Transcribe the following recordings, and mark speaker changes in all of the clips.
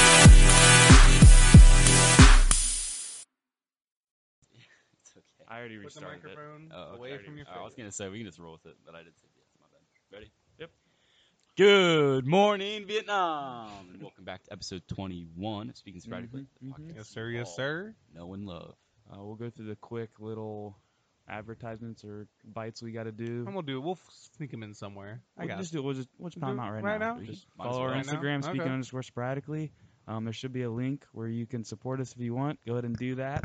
Speaker 1: already
Speaker 2: Put the
Speaker 1: restarted it.
Speaker 2: microphone
Speaker 1: Oh, okay, I
Speaker 2: away
Speaker 1: already-
Speaker 2: from your
Speaker 1: oh, I was
Speaker 2: face.
Speaker 1: gonna say we can just roll with it, but I did say yes. My bad. Ready? Yep. Good morning, Vietnam, and welcome back to episode 21 of Speaking Sporadically,
Speaker 3: Mhm,
Speaker 1: the podcast
Speaker 2: mm-hmm. Yes, sir. Yes,
Speaker 1: all
Speaker 2: sir.
Speaker 1: Know and love.
Speaker 3: Uh, we'll go through the quick little advertisements or bites we got to do.
Speaker 2: And we'll do it. We'll f- sneak him in somewhere. I
Speaker 3: We'll
Speaker 2: got
Speaker 3: just do. We'll just we'll just
Speaker 2: Do
Speaker 3: time
Speaker 2: it
Speaker 3: out right,
Speaker 2: right
Speaker 3: now.
Speaker 2: now?
Speaker 3: Just
Speaker 1: Might as
Speaker 3: follow our
Speaker 1: well.
Speaker 2: Right now?
Speaker 3: Instagram, speaking
Speaker 2: Okay.
Speaker 3: underscore sporadically. Um, there should be a link where you can support us if you want. Go ahead and do that.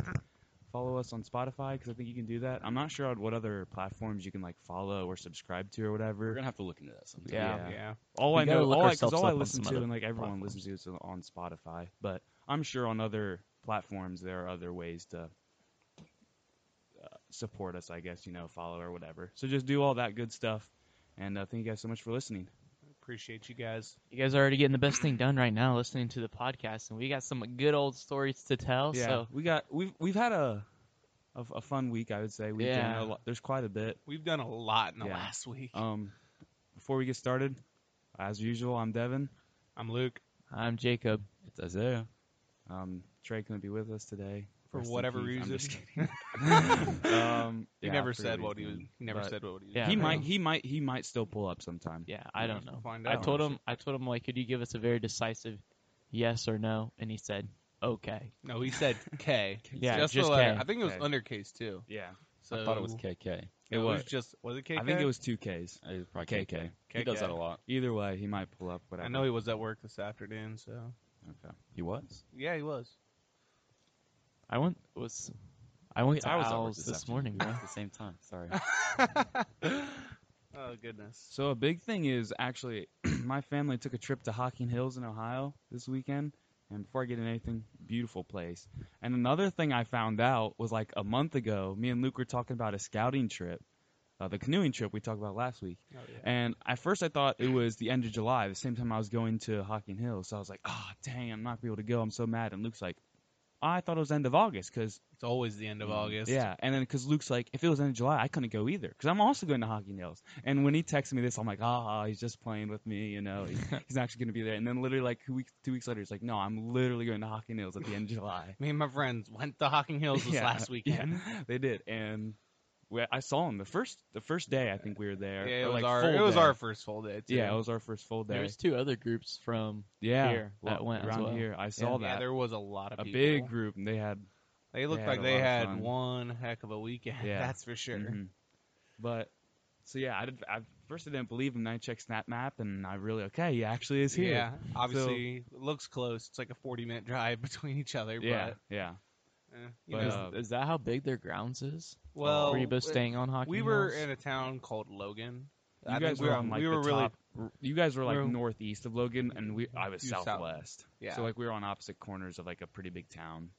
Speaker 3: Follow us on Spotify because I think you can do that. I'm not sure on what other platforms you can like follow or subscribe to or
Speaker 1: We're
Speaker 3: whatever.
Speaker 1: gonna have to look into that sometime.
Speaker 3: Yeah.
Speaker 2: Yeah. yeah.
Speaker 3: All
Speaker 4: We
Speaker 3: I
Speaker 4: gotta
Speaker 3: know,
Speaker 4: look
Speaker 3: all I, 'cause
Speaker 4: ourselves
Speaker 3: all I
Speaker 4: up on
Speaker 3: listen
Speaker 4: some
Speaker 3: to
Speaker 4: other
Speaker 3: and like everyone
Speaker 4: platforms.
Speaker 3: listens to is on Spotify. But I'm sure on other platforms there are other ways to uh, support us. I guess you know, follow or whatever. So just do all that good stuff. And uh, thank you guys so much for listening.
Speaker 2: Appreciate you guys.
Speaker 4: You guys are already getting the best thing done right now, listening to the podcast, and we got some good old stories to tell.
Speaker 3: yeah,
Speaker 4: So
Speaker 3: we got we've we've had a a, a fun week. I would say we've
Speaker 4: Yeah.
Speaker 3: done a lot. There's quite a bit.
Speaker 2: We've done a lot in the
Speaker 3: Yeah.
Speaker 2: last week.
Speaker 3: Um, before we get started, as usual, I'm Devin.
Speaker 2: I'm Luke.
Speaker 4: I'm Jacob.
Speaker 1: It's Isaiah.
Speaker 3: Um, Trey couldn't be with us today
Speaker 2: For
Speaker 3: Rest in
Speaker 2: whatever
Speaker 3: peace. I'm
Speaker 2: reason,
Speaker 3: just kidding.
Speaker 2: he
Speaker 3: um, yeah,
Speaker 2: never
Speaker 3: for
Speaker 2: said what he was.
Speaker 3: reason,
Speaker 2: He never
Speaker 3: but
Speaker 2: said what he was.
Speaker 4: Yeah,
Speaker 3: he
Speaker 4: bro.
Speaker 3: might. He might. He might still pull up sometime.
Speaker 4: Yeah, I don't
Speaker 2: We'll
Speaker 4: know.
Speaker 2: find
Speaker 4: I
Speaker 2: out.
Speaker 4: told him. I told him like, could you give us a very decisive yes or no? And he said, okay.
Speaker 2: No, he said K.
Speaker 4: Yeah,
Speaker 2: just,
Speaker 4: just
Speaker 2: the letter.
Speaker 4: K.
Speaker 2: I think it was
Speaker 3: K.
Speaker 2: under case too.
Speaker 3: Yeah.
Speaker 2: So
Speaker 1: I thought it was KK.
Speaker 2: It
Speaker 3: It
Speaker 2: was
Speaker 3: was.
Speaker 2: just was it KK?
Speaker 3: I think it was two Ks.
Speaker 1: It was probably
Speaker 3: KK.
Speaker 1: KK. He does
Speaker 2: KK.
Speaker 1: that a lot.
Speaker 3: Either way, he might pull up. Whatever.
Speaker 2: I know he was at work this afternoon, so
Speaker 3: Okay.
Speaker 1: He was.
Speaker 2: yeah, he was.
Speaker 4: I went was. I went to
Speaker 1: I was at work
Speaker 4: Owls
Speaker 1: this
Speaker 4: this, morning,
Speaker 1: At
Speaker 4: bro.
Speaker 1: the same time. Sorry.
Speaker 2: oh goodness.
Speaker 3: So a big thing is actually my family took a trip to Hocking Hills in Ohio this weekend. And before I get into anything, beautiful place. And another thing I found out was like a month ago, me and Luke were talking about a scouting trip, uh, the canoeing trip we talked about last week.
Speaker 2: Oh, yeah.
Speaker 3: And at first I thought it was the end of July, the same time I was going to Hocking Hills. So I was like, oh, dang, I'm not going to be able to go. I'm so mad. And Luke's like, I thought it was end of August because
Speaker 2: It's always the end of August.
Speaker 3: Mm. yeah, and then because Luke's like, if it was end of July, I couldn't go either because I'm also going to Hockey Nails. And when he texted me this, I'm like, ah, he's just playing with me, you know, he's, he's not actually going to be there. And then literally like two weeks, two weeks later, he's like, no, I'm literally going to Hockey Nails at the end of July.
Speaker 2: Me and my friends went to Hocking Hills this
Speaker 3: Yeah,
Speaker 2: last weekend.
Speaker 3: Yeah, they did, and we, I saw him the first the first day I think we were there.
Speaker 2: Yeah, it
Speaker 3: or,
Speaker 2: was
Speaker 3: like,
Speaker 2: our
Speaker 3: full
Speaker 2: it was
Speaker 3: day.
Speaker 2: our first full day. Too.
Speaker 3: yeah, it was our first full
Speaker 4: There
Speaker 3: day.
Speaker 4: was two other groups from
Speaker 3: Yeah,
Speaker 4: here that went as
Speaker 3: around
Speaker 4: well.
Speaker 3: here. I saw
Speaker 2: yeah.
Speaker 3: that
Speaker 2: There was a lot of
Speaker 3: a
Speaker 2: people.
Speaker 3: big group, and they had
Speaker 2: They looked
Speaker 3: had
Speaker 2: like
Speaker 3: a
Speaker 2: they
Speaker 3: lot of
Speaker 2: had
Speaker 3: fun.
Speaker 2: one heck of a weekend.
Speaker 3: Yeah.
Speaker 2: That's for sure.
Speaker 3: Mhm. But so yeah, I did. I first I didn't believe him. Then I checked Snap Map, and I really okay. He actually is here.
Speaker 2: Yeah, obviously it looks close. It's like a forty-minute drive between each other.
Speaker 3: yeah, yeah.
Speaker 2: but, eh, you
Speaker 3: But,
Speaker 2: know,
Speaker 3: uh,
Speaker 4: Is, is that how big their grounds is?
Speaker 2: well,
Speaker 4: were you both
Speaker 2: it-
Speaker 4: staying on hockey?
Speaker 2: we were
Speaker 4: Hills?
Speaker 2: in a town called Logan.
Speaker 3: You
Speaker 2: I
Speaker 3: guys
Speaker 2: think we
Speaker 3: were on like
Speaker 2: we
Speaker 3: the
Speaker 2: were really
Speaker 3: top. You guys were like
Speaker 2: we're-
Speaker 3: northeast of Logan, and we I was
Speaker 2: You south-
Speaker 3: southwest.
Speaker 2: yeah.
Speaker 3: So like we were on opposite corners of like a pretty big town.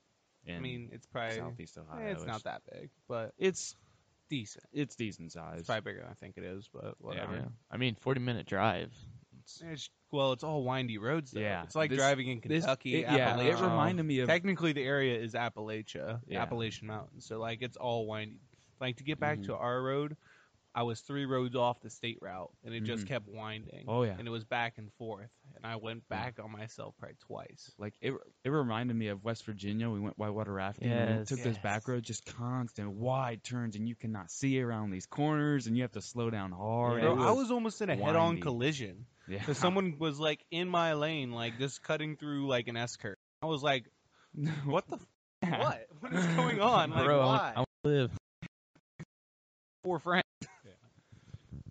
Speaker 3: In
Speaker 2: I mean, it's probably
Speaker 3: southeast Ohio.
Speaker 2: eh, it's not that big, but
Speaker 3: It's
Speaker 2: decent.
Speaker 3: it's decent size.
Speaker 2: It's probably bigger than I think it is, but whatever.
Speaker 4: Yeah. I mean, forty minute drive. It's-
Speaker 2: It's, well, it's all windy roads. Though.
Speaker 3: Yeah.
Speaker 2: it's like
Speaker 3: This-
Speaker 2: driving in
Speaker 3: This-
Speaker 2: Kentucky.
Speaker 3: it- yeah, it
Speaker 2: Appalachia.
Speaker 3: reminded me of
Speaker 2: Technically, the area is Appalachia,
Speaker 3: Yeah.
Speaker 2: Appalachian Mountains. So like, it's all windy. Like to get back
Speaker 1: Mhm.
Speaker 3: Mm-hmm.
Speaker 2: to our road, I was three roads off the state route, and it just
Speaker 3: Mhm.
Speaker 2: kept winding.
Speaker 3: oh yeah,
Speaker 2: And it was back and forth, and I went back on myself probably twice.
Speaker 3: like it, it reminded me of West Virginia. We went whitewater rafting and we
Speaker 4: Yes.
Speaker 3: took this back
Speaker 2: Yes.
Speaker 3: road, just constant wide turns, and you cannot see around these corners, and you have to slow down hard.
Speaker 2: Bro,
Speaker 3: It
Speaker 2: I was almost in a head-on
Speaker 3: windy.
Speaker 2: collision
Speaker 3: yeah.
Speaker 2: because someone was like in my lane, like just cutting through like an S curve. I was like,
Speaker 3: what the? F-
Speaker 2: "What? What is going on? Like,
Speaker 4: Bro,
Speaker 2: why?"
Speaker 4: I wanna- I want to live.
Speaker 2: Four friends.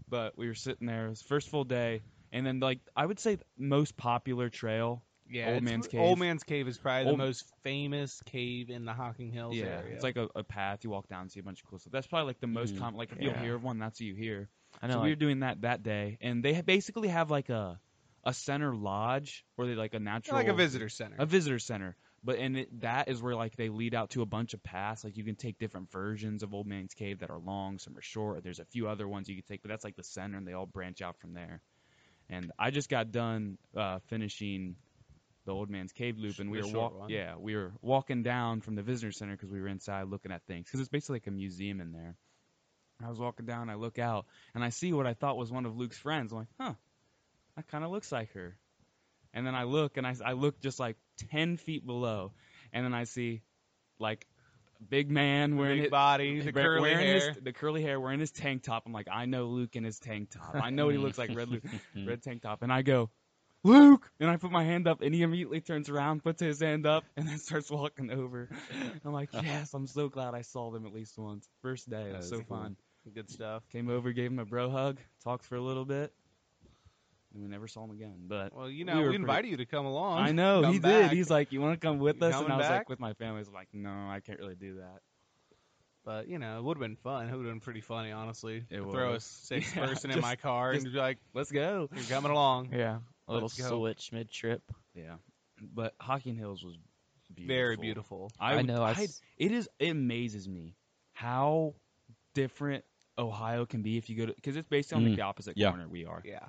Speaker 3: But we were sitting there. It was first full day, and then like I would say the most popular trail.
Speaker 2: Yeah,
Speaker 3: Old
Speaker 2: it's-
Speaker 3: Man's Cave.
Speaker 2: Old Man's Cave is probably
Speaker 3: Old-
Speaker 2: the most famous cave in the Hocking Hills
Speaker 3: yeah,
Speaker 2: area.
Speaker 3: it's like a, a path you walk down, and see a bunch of cool stuff. That's probably like the most
Speaker 1: Mhm.
Speaker 3: common. Like if you'll
Speaker 4: Mm-hmm. Yeah.
Speaker 3: hear of one, that's what you hear.
Speaker 4: I know.
Speaker 3: so
Speaker 4: like,
Speaker 3: we were doing that that day, and they ha- basically have like a a center lodge where they like a
Speaker 2: It's
Speaker 3: natural
Speaker 2: like a visitor center.
Speaker 3: a visitor center. But and it, that is where like they lead out to a bunch of paths. Like you can take different versions of Old Man's Cave that are long, some are short. There's a few other ones you can take, but that's like the center, and they all branch out from there. And I just got done uh, finishing the Old Man's Cave loop, and we
Speaker 2: The
Speaker 3: were
Speaker 2: short
Speaker 3: walk-
Speaker 2: one.
Speaker 3: yeah, we were walking down from the visitor center because we were inside looking at things because it's basically like a museum in there. I was walking down, I look out, and I see what I thought was one of Luke's friends. I'm like, huh, that kind of looks like her. And then I look, and I, I look just like 10 feet below, and then I see like big man wearing
Speaker 2: Big
Speaker 3: his,
Speaker 2: body, the
Speaker 3: wear-
Speaker 2: curly
Speaker 3: wearing
Speaker 2: hair.
Speaker 3: His, the curly hair, wearing his tank top. I'm like, I know Luke in his tank top. I know he looks like Red Luke, red tank top. And I go, Luke, and I put my hand up, and he immediately turns around, puts his hand up, and then starts walking over. I'm like, yes, I'm so glad I saw them at least once. First day, it was
Speaker 1: That's
Speaker 3: so
Speaker 1: cool.
Speaker 3: fun.
Speaker 2: Good stuff.
Speaker 3: Came over, gave him a bro hug, talked for a little bit, and we never saw him again. But
Speaker 2: Well,
Speaker 3: We
Speaker 2: you know,
Speaker 3: were
Speaker 2: we,
Speaker 3: pretty-
Speaker 2: invited you to come along.
Speaker 3: I know
Speaker 2: Come
Speaker 3: he
Speaker 2: back.
Speaker 3: did. He's like, "You want to come with
Speaker 2: You
Speaker 3: us?" And
Speaker 2: coming
Speaker 3: I was
Speaker 2: back?
Speaker 3: like, "With my family." I was like, "No, I can't really do that."
Speaker 2: but you know, it would have been fun. It would have been pretty funny, honestly.
Speaker 3: It
Speaker 2: to throw a
Speaker 3: was.
Speaker 2: sixth
Speaker 3: Yeah,
Speaker 2: person in
Speaker 3: just-
Speaker 2: my car
Speaker 3: just-
Speaker 2: and be like,
Speaker 3: Let's go.
Speaker 2: "You're coming along."
Speaker 4: Yeah, a little
Speaker 2: Let's go.
Speaker 4: switch mid trip.
Speaker 3: Yeah, but Hocking Hills was beautiful.
Speaker 2: Very beautiful.
Speaker 3: I, would-
Speaker 4: know. I
Speaker 3: I'd-
Speaker 4: s-
Speaker 3: it is. It amazes me how different Ohio can be if you go to because it's based on
Speaker 1: Mm,
Speaker 3: like the opposite
Speaker 1: yeah.
Speaker 3: corner we are.
Speaker 2: Yeah.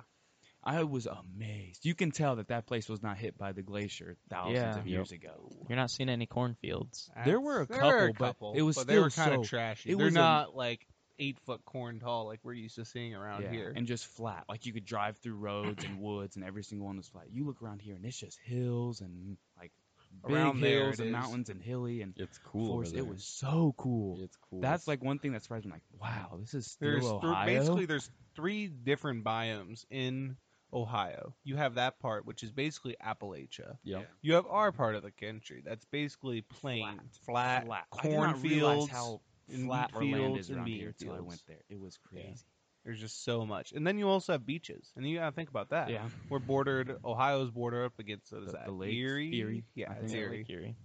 Speaker 3: I was amazed. You can tell that that place was not hit by the glacier thousands
Speaker 4: Yeah.
Speaker 3: of years ago.
Speaker 4: You're not seeing any cornfields.
Speaker 3: There were a
Speaker 2: There were
Speaker 3: couple, but it was
Speaker 2: they were
Speaker 3: still
Speaker 2: kinda
Speaker 3: so-
Speaker 2: trashy.
Speaker 3: it
Speaker 2: They're
Speaker 3: was a-
Speaker 2: not like eight foot corn tall like we're used to seeing around
Speaker 3: Yeah,
Speaker 2: here.
Speaker 3: and just flat. Like you could drive through roads and woods, and every single one was flat. You look around here, and it's just hills and like big
Speaker 2: Around there
Speaker 3: hills
Speaker 2: it
Speaker 3: and
Speaker 2: is.
Speaker 3: mountains and hilly and
Speaker 1: It's cool.
Speaker 3: forest.
Speaker 1: Over there.
Speaker 3: It was so cool.
Speaker 1: It's cool.
Speaker 3: That's like one thing that surprised me. Like, wow, this is still
Speaker 2: there's th-
Speaker 3: Ohio.
Speaker 2: basically there's three different biomes in Ohio. You have that part which is basically Appalachia.
Speaker 1: yeah.
Speaker 2: You have our part of the country that's basically plain, flat,
Speaker 3: flat. I did not realize
Speaker 2: cornfields.
Speaker 3: how
Speaker 2: and
Speaker 3: flat
Speaker 2: wheat
Speaker 3: our land
Speaker 2: fields
Speaker 3: is
Speaker 2: and
Speaker 3: around
Speaker 2: bean
Speaker 3: here until I went
Speaker 2: fields.
Speaker 3: there. It was
Speaker 2: Yeah.
Speaker 3: crazy.
Speaker 2: There's just so much, and then you also have beaches, and you gotta think about that.
Speaker 3: Yeah.
Speaker 2: we're bordered. Ohio's border up against what is
Speaker 3: The-
Speaker 2: that?
Speaker 3: the lakes,
Speaker 2: Erie,
Speaker 3: Erie,
Speaker 2: yeah,
Speaker 3: I think.
Speaker 2: it's
Speaker 4: Yeah,
Speaker 2: Erie.
Speaker 4: Lake Erie.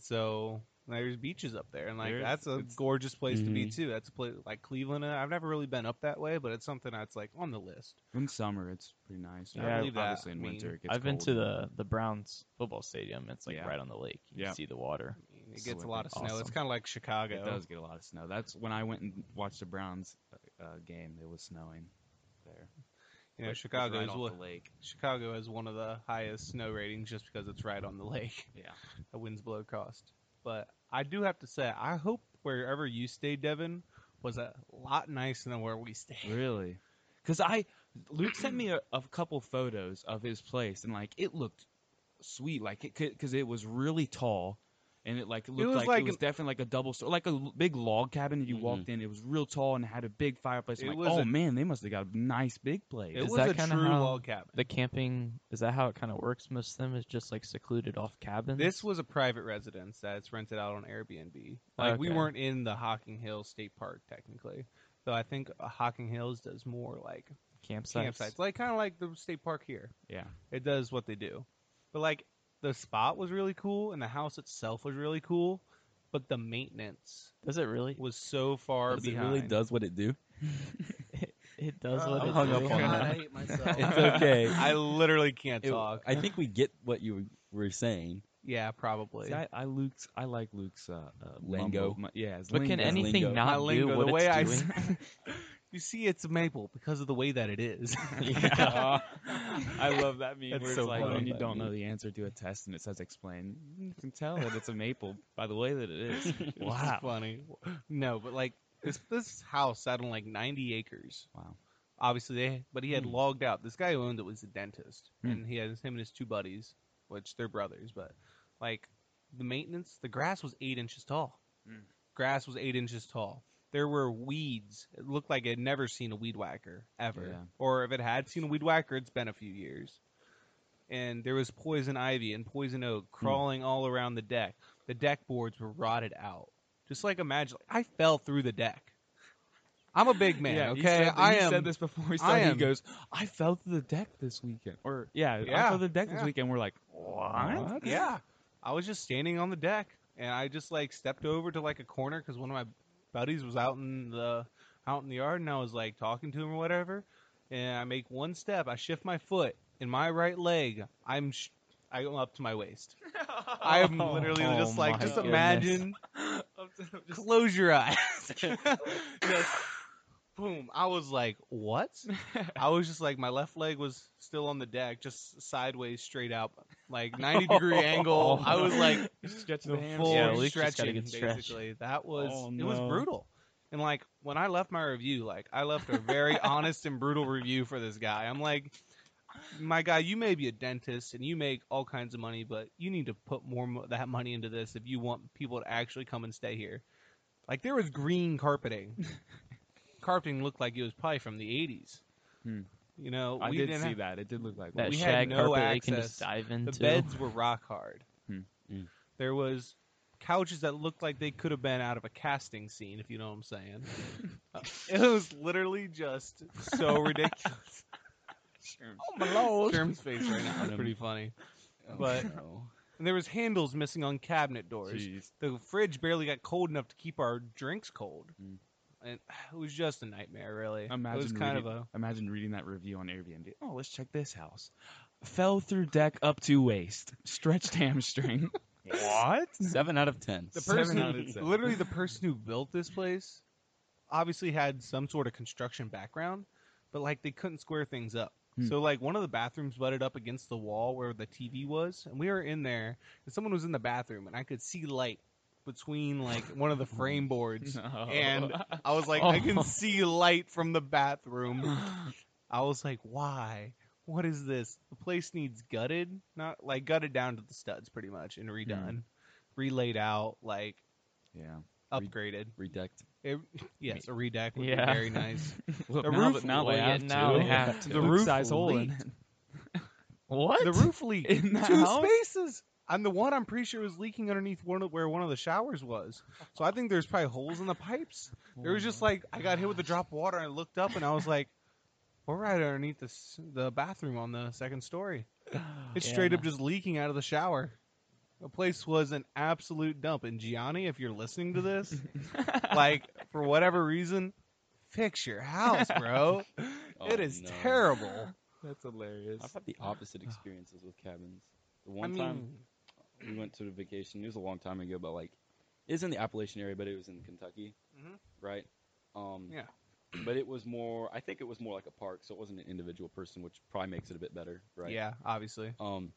Speaker 2: So there's beaches up there, and like
Speaker 3: There is.
Speaker 2: that's a
Speaker 3: It's- Mm-hmm.
Speaker 2: gorgeous place to be too. That's a place like Cleveland. uh, I've never really been up that way, but it's something that's like on the list.
Speaker 3: In summer, it's pretty nice.
Speaker 4: Yeah, I
Speaker 3: Ob-
Speaker 2: believe that.
Speaker 3: obviously in
Speaker 2: I mean,
Speaker 3: winter it gets
Speaker 4: I've been
Speaker 3: cold.
Speaker 4: to the the Browns football stadium. It's like
Speaker 3: Yeah.
Speaker 4: right on the lake. You
Speaker 3: Yeah.
Speaker 4: can see the water.
Speaker 2: I mean, it gets a
Speaker 3: Slipping.
Speaker 2: lot of snow. It's
Speaker 4: Awesome.
Speaker 2: kind of like
Speaker 3: It
Speaker 2: Chicago.
Speaker 3: does get a lot of snow. That's when I went and watched the Browns uh, uh, game. It was snowing there.
Speaker 2: You know,
Speaker 3: Like,
Speaker 2: Chicago
Speaker 3: right
Speaker 2: is
Speaker 3: off
Speaker 2: one,
Speaker 3: the lake.
Speaker 2: Chicago has one of the highest snow ratings just because it's right on the lake.
Speaker 3: Yeah.
Speaker 2: The winds blow across. But I do have to say, I hope wherever you stayed, Devin, was a lot nicer than where we stayed.
Speaker 3: Really? Because I Luke sent me a, a couple photos of his place, and like it looked sweet, like it because it was really tall, and it like looked
Speaker 2: was
Speaker 3: like,
Speaker 2: like
Speaker 3: it was
Speaker 2: an-
Speaker 3: definitely like a double story, like a l- big log cabin. that you
Speaker 1: Mhm.
Speaker 3: walked in, it was real tall and had a big fireplace. I'm
Speaker 2: It
Speaker 3: like,
Speaker 2: was
Speaker 3: oh
Speaker 2: a-
Speaker 3: man, they must have got a nice big place.
Speaker 2: It
Speaker 4: Is
Speaker 2: was
Speaker 4: that
Speaker 2: a
Speaker 4: kinda
Speaker 2: true
Speaker 4: how-
Speaker 2: log cabin.
Speaker 4: The camping is that how it kind of works? Most of them is just like secluded off cabins.
Speaker 2: This was a private residence that's rented out on Airbnb. Like we
Speaker 4: Okay.
Speaker 2: weren't in the Hocking Hills State Park technically, though I think uh, Hocking Hills does more like
Speaker 4: campsite.
Speaker 2: campsites, like kind of like the state park here.
Speaker 3: yeah,
Speaker 2: It does what they do, but like the spot was really cool and the house itself was really cool, but the maintenance
Speaker 4: Does it really?
Speaker 2: was so far
Speaker 1: Does it
Speaker 2: behind.
Speaker 1: really does what it do?
Speaker 4: It does
Speaker 2: Oh,
Speaker 4: what
Speaker 1: Uh, I'm
Speaker 4: it
Speaker 1: hung
Speaker 4: do.
Speaker 1: up on
Speaker 2: God,
Speaker 1: that.
Speaker 2: I hate myself.
Speaker 1: It's okay.
Speaker 2: I literally can't
Speaker 1: It-
Speaker 2: talk.
Speaker 1: I think we get what you were saying.
Speaker 2: yeah, probably.
Speaker 3: See, I, I Luke's, I like Luke's uh, uh,
Speaker 1: Lingo.
Speaker 3: mumble- mu- yeah, it's
Speaker 4: But can
Speaker 3: lingo.
Speaker 4: anything
Speaker 1: lingo.
Speaker 4: not
Speaker 2: My
Speaker 4: do
Speaker 2: lingo,
Speaker 4: what
Speaker 2: the
Speaker 4: it's
Speaker 2: way I
Speaker 4: doing?
Speaker 2: s- you see, it's maple because of the way that it is.
Speaker 1: Yeah.
Speaker 3: I love that meme.
Speaker 2: That's
Speaker 3: where it's
Speaker 2: so
Speaker 3: like
Speaker 2: funny.
Speaker 3: when you don't know the answer to a test and it says explain, you can tell that it's a maple by the way that it is.
Speaker 2: It's just
Speaker 3: Wow.
Speaker 2: funny. No, but like this this house sat on like ninety acres.
Speaker 3: Wow.
Speaker 2: Obviously they but he had
Speaker 3: Hmm.
Speaker 2: logged out. This guy who owned it was a dentist.
Speaker 3: Hmm.
Speaker 2: And he has him and his two buddies, which they're brothers, but like the maintenance the grass was eight inches tall.
Speaker 3: Hmm.
Speaker 2: Grass was eight inches tall. There were weeds. It looked like it had never seen a weed whacker ever.
Speaker 3: Yeah.
Speaker 2: Or if it had seen a weed whacker, it's been a few years. And there was poison ivy and poison oak
Speaker 3: Hmm.
Speaker 2: crawling all around the deck. The deck boards were rotted out. Just like imagine, like, I fell through the deck. I'm a big man,
Speaker 3: Yeah,
Speaker 2: okay?
Speaker 3: he said,
Speaker 2: I
Speaker 3: he
Speaker 2: am.
Speaker 3: said this before he started.
Speaker 2: am-
Speaker 3: He goes, "I fell to the deck this weekend," or yeah, I
Speaker 2: Yeah,
Speaker 3: fell to the deck this
Speaker 2: yeah.
Speaker 3: weekend. We're like, what?
Speaker 2: Yeah, I was just standing on the deck, and I just like stepped over to like a corner because one of my buddies was out in the out in the yard, and I was like talking to him or whatever. And I make one step, I shift my foot, and my right leg, I'm sh- I'm up to my waist. I am literally
Speaker 4: Oh
Speaker 2: just like
Speaker 4: my
Speaker 2: just
Speaker 4: goodness.
Speaker 2: imagine. Close your eyes. Just boom. I was like, what? I was just like, my left leg was still on the deck, just sideways, straight out, like 90 degree angle. I was like,
Speaker 3: stretch
Speaker 2: the
Speaker 3: the hands.
Speaker 2: full
Speaker 4: Yeah,
Speaker 3: Yeah,
Speaker 4: Luke's just gotta
Speaker 2: stretching,
Speaker 4: get stretched.
Speaker 2: basically. That was,
Speaker 3: Oh,
Speaker 2: it was
Speaker 3: no.
Speaker 2: brutal. And like, when I left my review, like, I left a very honest and brutal review for this guy. I'm like, my guy, you may be a dentist and you make all kinds of money, but you need to put more mo- that money into this if you want people to actually come and stay here. Like there was green carpeting. carpeting looked like it was probably from the '80s.
Speaker 3: Hmm.
Speaker 2: You know,
Speaker 3: I
Speaker 2: we
Speaker 3: did
Speaker 2: didn't
Speaker 3: see
Speaker 2: have-
Speaker 3: that. It did look like
Speaker 4: That
Speaker 3: one.
Speaker 2: we had
Speaker 4: shag
Speaker 2: no
Speaker 4: carpet they can
Speaker 2: access.
Speaker 4: just dive
Speaker 2: the
Speaker 4: into.
Speaker 2: beds were rock hard.
Speaker 3: Hmm.
Speaker 1: Mm.
Speaker 2: There was couches that looked like they could have been out of a casting scene, if you know what I'm saying. Uh, it was literally just so ridiculous.
Speaker 3: Sure.
Speaker 2: my lord! Sherm's face right now is
Speaker 3: Um,
Speaker 2: pretty funny.
Speaker 1: Oh,
Speaker 2: But-
Speaker 1: no.
Speaker 2: And there was handles missing on cabinet doors.
Speaker 3: Jeez.
Speaker 2: The fridge barely got cold enough to keep our drinks cold.
Speaker 3: Mm.
Speaker 2: And it was just a nightmare, really.
Speaker 3: Imagine
Speaker 2: it was kind
Speaker 3: reading,
Speaker 2: of a
Speaker 3: imagine reading that review on Airbnb. Oh, let's check this house. Fell through deck up to waist, stretched hamstring. what?
Speaker 1: seven out of ten.
Speaker 2: the
Speaker 3: Seven
Speaker 2: person,
Speaker 3: out of ten.
Speaker 2: literally the person who built this place, obviously had some sort of construction background, but like they couldn't square things up.
Speaker 3: Hmm.
Speaker 2: So like one of the bathrooms butted up against the wall where the TV was, and we were in there, and someone was in the bathroom, and I could see light between like one of the frame boards, and I was like, I
Speaker 3: Oh.
Speaker 2: can see light from the bathroom. I was like, why? What is this? The place needs gutted, not like gutted down to the studs, pretty much, and redone,
Speaker 3: Hmm.
Speaker 2: relaid out, like
Speaker 3: yeah.
Speaker 1: Re-
Speaker 2: upgraded.
Speaker 1: Redecked.
Speaker 2: It, yes, a redeck would
Speaker 4: Yeah.
Speaker 2: be very nice.
Speaker 3: Look,
Speaker 2: The
Speaker 3: now
Speaker 2: roof- Oh,
Speaker 3: that now
Speaker 4: Well,
Speaker 3: they
Speaker 4: yeah,
Speaker 3: have
Speaker 4: now
Speaker 3: to.
Speaker 4: they have to.
Speaker 3: The
Speaker 2: The
Speaker 3: roof
Speaker 2: roof
Speaker 3: size hole in
Speaker 2: leaked.
Speaker 3: it.
Speaker 4: What?
Speaker 2: The roof leaked.
Speaker 3: In that
Speaker 2: Two
Speaker 3: house?
Speaker 2: spaces. And the one I'm pretty sure was leaking underneath one of, where one of the showers was. So I think there's probably holes in the pipes. It was just like I got hit with a drop of water. and I looked up and I was like, "We're right underneath the s- the bathroom on the second story. It's
Speaker 4: Yeah.
Speaker 2: straight up just leaking out of the shower." The place was an absolute dump. And Gianni, if you're listening to this, like for whatever reason, fix your house, bro.
Speaker 1: Oh,
Speaker 2: it is
Speaker 1: no.
Speaker 2: terrible.
Speaker 3: That's hilarious.
Speaker 1: I've had the opposite experiences with cabins. The one
Speaker 2: I mean,
Speaker 1: time we went to a vacation. It was a long time ago, but like, it was in the Appalachian area, but it was in Kentucky,
Speaker 2: Mhm.
Speaker 1: right? Um,
Speaker 2: Yeah.
Speaker 1: But it was more. I think it was more like a park, so it wasn't an individual person, which probably makes it a bit better, right?
Speaker 2: yeah, obviously.
Speaker 1: Um,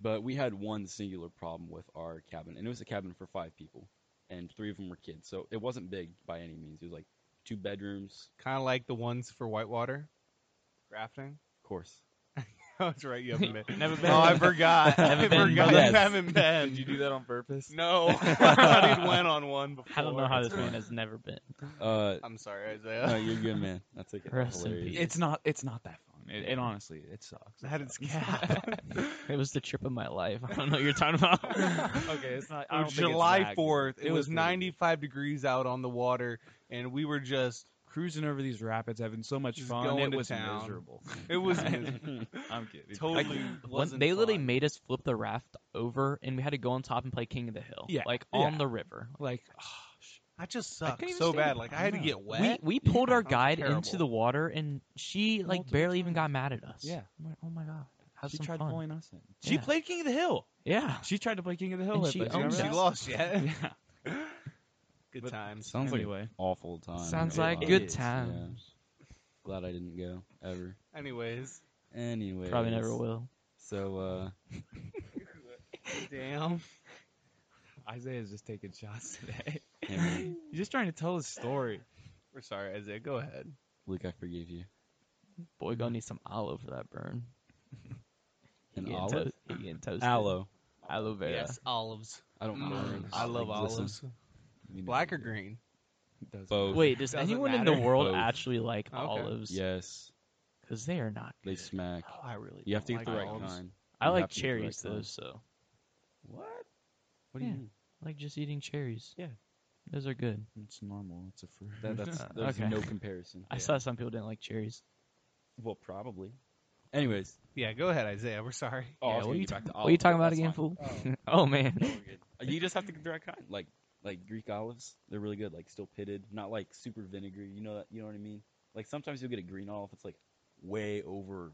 Speaker 1: but we had one singular problem with our cabin, and it was a cabin for five people, and three of them were kids, so it wasn't big by any means. It was like two bedrooms,
Speaker 2: Kind of like the ones for whitewater rafting.
Speaker 1: of course.
Speaker 2: That's right. You haven't been.
Speaker 4: Never been.
Speaker 2: No, I forgot. I
Speaker 4: Haven't been
Speaker 2: forgot.
Speaker 1: invited.
Speaker 2: I haven't been.
Speaker 3: Did you do that on purpose?
Speaker 2: No, I already went on one before.
Speaker 4: I don't know how this man has never been.
Speaker 1: Uh,
Speaker 2: I'm sorry,
Speaker 1: no,
Speaker 2: Isaiah.
Speaker 1: you're good, man. That's okay.
Speaker 4: Rest in
Speaker 1: Hilarious.
Speaker 4: peace.
Speaker 3: It's not. It's not that fun. It, it honestly, it sucks.
Speaker 2: That is cap.
Speaker 4: It was the trip of my life. I don't know what you're talking about.
Speaker 3: okay, it's not. I
Speaker 2: It
Speaker 3: don't
Speaker 2: was
Speaker 3: think it's
Speaker 2: July
Speaker 3: that good.
Speaker 2: Fourth. It, was
Speaker 3: pretty good.
Speaker 2: 95 degrees out on the water, and we were just.
Speaker 3: Cruising over these rapids, having so much
Speaker 2: Just
Speaker 3: fun.
Speaker 2: going
Speaker 3: It
Speaker 2: to
Speaker 3: was
Speaker 2: town.
Speaker 3: miserable.
Speaker 2: It was
Speaker 3: I'm kidding.
Speaker 2: totally.
Speaker 4: One,
Speaker 2: wasn't
Speaker 4: they literally
Speaker 2: fun.
Speaker 4: made us flip the raft over, and we had to go on top and play King of the Hill.
Speaker 3: Yeah,
Speaker 4: like
Speaker 3: yeah.
Speaker 4: on the river.
Speaker 3: Like,
Speaker 2: oh, I just
Speaker 3: I
Speaker 2: sucked
Speaker 3: couldn't even
Speaker 2: so
Speaker 3: stand
Speaker 2: bad.
Speaker 3: it.
Speaker 2: Like
Speaker 3: I
Speaker 2: I had to
Speaker 3: know.
Speaker 2: get wet.
Speaker 4: We we pulled our
Speaker 2: That was
Speaker 4: guide into
Speaker 2: terrible.
Speaker 4: the water, and she like
Speaker 3: Multiple
Speaker 4: barely even
Speaker 3: times.
Speaker 4: got mad at us.
Speaker 3: Yeah.
Speaker 4: I'm like, oh my god, have
Speaker 3: she
Speaker 4: some
Speaker 3: tried
Speaker 4: fun.
Speaker 3: pulling us in.
Speaker 4: She Yeah.
Speaker 3: played King of the Hill.
Speaker 4: Yeah,
Speaker 3: She tried to play King of the Hill.
Speaker 4: And
Speaker 3: with
Speaker 4: she
Speaker 3: us,
Speaker 4: owned
Speaker 3: remember
Speaker 4: it.
Speaker 2: she
Speaker 3: that?
Speaker 2: lost yet.
Speaker 3: Yeah.
Speaker 2: Good
Speaker 3: But-
Speaker 2: times.
Speaker 1: Sounds like
Speaker 3: Anyway.
Speaker 1: an awful time.
Speaker 4: sounds
Speaker 1: It
Speaker 4: like
Speaker 1: was.
Speaker 4: good
Speaker 1: Yeah.
Speaker 4: times.
Speaker 1: Glad I didn't go ever.
Speaker 2: Anyways,
Speaker 1: Anyway,
Speaker 4: Probably never will.
Speaker 1: So uh,
Speaker 2: damn.
Speaker 3: Isaiah's just taking shots today.
Speaker 1: Henry,
Speaker 3: He's just trying to tell his story.
Speaker 2: We're sorry, Isaiah. Go ahead.
Speaker 1: Luke, I forgive you.
Speaker 4: Boy, gonna need some aloe for that burn. He
Speaker 1: Mm-hmm. An
Speaker 4: getting
Speaker 1: olive?
Speaker 4: toast- he getting toasted.
Speaker 1: Aloe.
Speaker 4: aloe vera.
Speaker 2: olives.
Speaker 1: I don't
Speaker 2: Mm,
Speaker 1: mind.
Speaker 2: I love
Speaker 1: Like, listen,
Speaker 2: olives.
Speaker 3: You know
Speaker 2: Black
Speaker 3: he
Speaker 2: or
Speaker 3: did.
Speaker 2: green?
Speaker 3: Doesn't
Speaker 1: Both.
Speaker 3: matter.
Speaker 4: Wait, does
Speaker 2: Doesn't
Speaker 4: anyone in
Speaker 2: matter.
Speaker 4: the world
Speaker 1: Both.
Speaker 4: actually like
Speaker 2: Okay.
Speaker 4: olives?
Speaker 1: Yes,
Speaker 4: because they are not.
Speaker 1: they
Speaker 4: Good.
Speaker 1: smack.
Speaker 2: Oh, I really.
Speaker 1: You have to
Speaker 2: don't
Speaker 1: get the
Speaker 2: like
Speaker 1: right
Speaker 2: olives.
Speaker 1: kind.
Speaker 4: I
Speaker 1: You
Speaker 4: like
Speaker 1: have to get the right
Speaker 4: cherries
Speaker 1: kind.
Speaker 4: though, so
Speaker 1: What? What do you
Speaker 4: Yeah.
Speaker 1: mean?
Speaker 4: I like just eating cherries.
Speaker 1: Yeah.
Speaker 4: those are good.
Speaker 3: It's normal. It's a fruit.
Speaker 1: That, that's
Speaker 4: Uh,
Speaker 1: there's
Speaker 4: okay.
Speaker 1: no comparison.
Speaker 4: I saw some people didn't like cherries.
Speaker 1: Well, probably. Anyways,
Speaker 2: Yeah, go ahead, Isaiah. We're sorry.
Speaker 1: oh, I was
Speaker 4: Yeah, what
Speaker 1: gonna
Speaker 4: are you
Speaker 1: get back to
Speaker 4: what are you
Speaker 1: olives, but
Speaker 4: talking about
Speaker 1: that's
Speaker 4: again,
Speaker 1: fine.
Speaker 4: fool?
Speaker 2: Oh.
Speaker 4: Oh man,
Speaker 1: You just have to get the right kind. Like like Greek olives, they're really good. Like still pitted, not like super vinegary. You know that you know what I mean? Like sometimes you'll get a green olive, it's like way over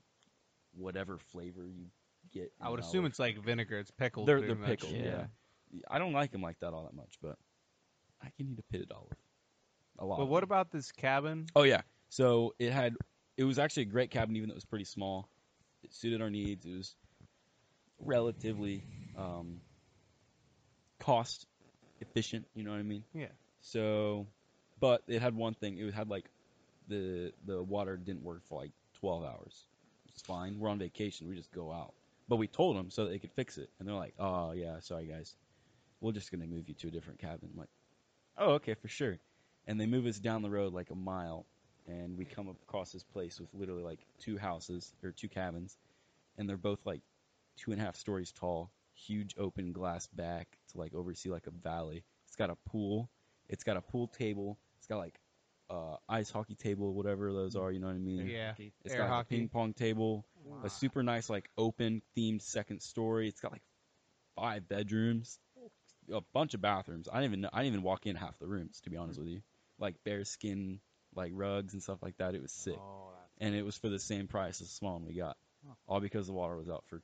Speaker 1: whatever flavor you get.
Speaker 2: I would assume it's like vinegar. It's pickled.
Speaker 1: they're
Speaker 2: pretty
Speaker 1: they're
Speaker 2: much.
Speaker 1: pickled. Yeah.
Speaker 4: Yeah.
Speaker 1: I don't like them like that all that much, but I can eat a pitted olive. A lot.
Speaker 2: But
Speaker 1: of
Speaker 2: what
Speaker 1: them.
Speaker 2: about this cabin?
Speaker 1: Oh yeah. So it had it was actually a great cabin even though it was pretty small. It suited our needs. It was relatively um, cost efficient, you know what I mean?
Speaker 2: Yeah.
Speaker 1: So but it had one thing. It had like the the water didn't work for like 12 hours. It's fine. We're on vacation. We just go out. But we told them so that they could fix it, and they're like, "Oh yeah, sorry guys, we're just gonna move you to a different cabin." I'm like, "Oh okay, for sure." And they move us down the road like a mile, and we come across this place with literally like two houses or two cabins, and they're both like two and a half stories tall, huge open glass back to like oversee like a valley. It's got a pool. It's got a pool table. It's got like uh, ice hockey table, whatever those are. You know what I mean?
Speaker 2: Yeah.
Speaker 3: Keith.
Speaker 1: It's
Speaker 2: Air
Speaker 1: got like, a
Speaker 2: hockey.
Speaker 1: ping pong table, a super nice like open themed second story. It's got like five bedrooms, a bunch of bathrooms. I didn't even know, I didn't even walk in half the rooms to be honest with you. Like bearskin like rugs and stuff like that. It was sick,
Speaker 2: Oh, that's-
Speaker 1: and it was for the same price as the small one we got, all because the water was out for.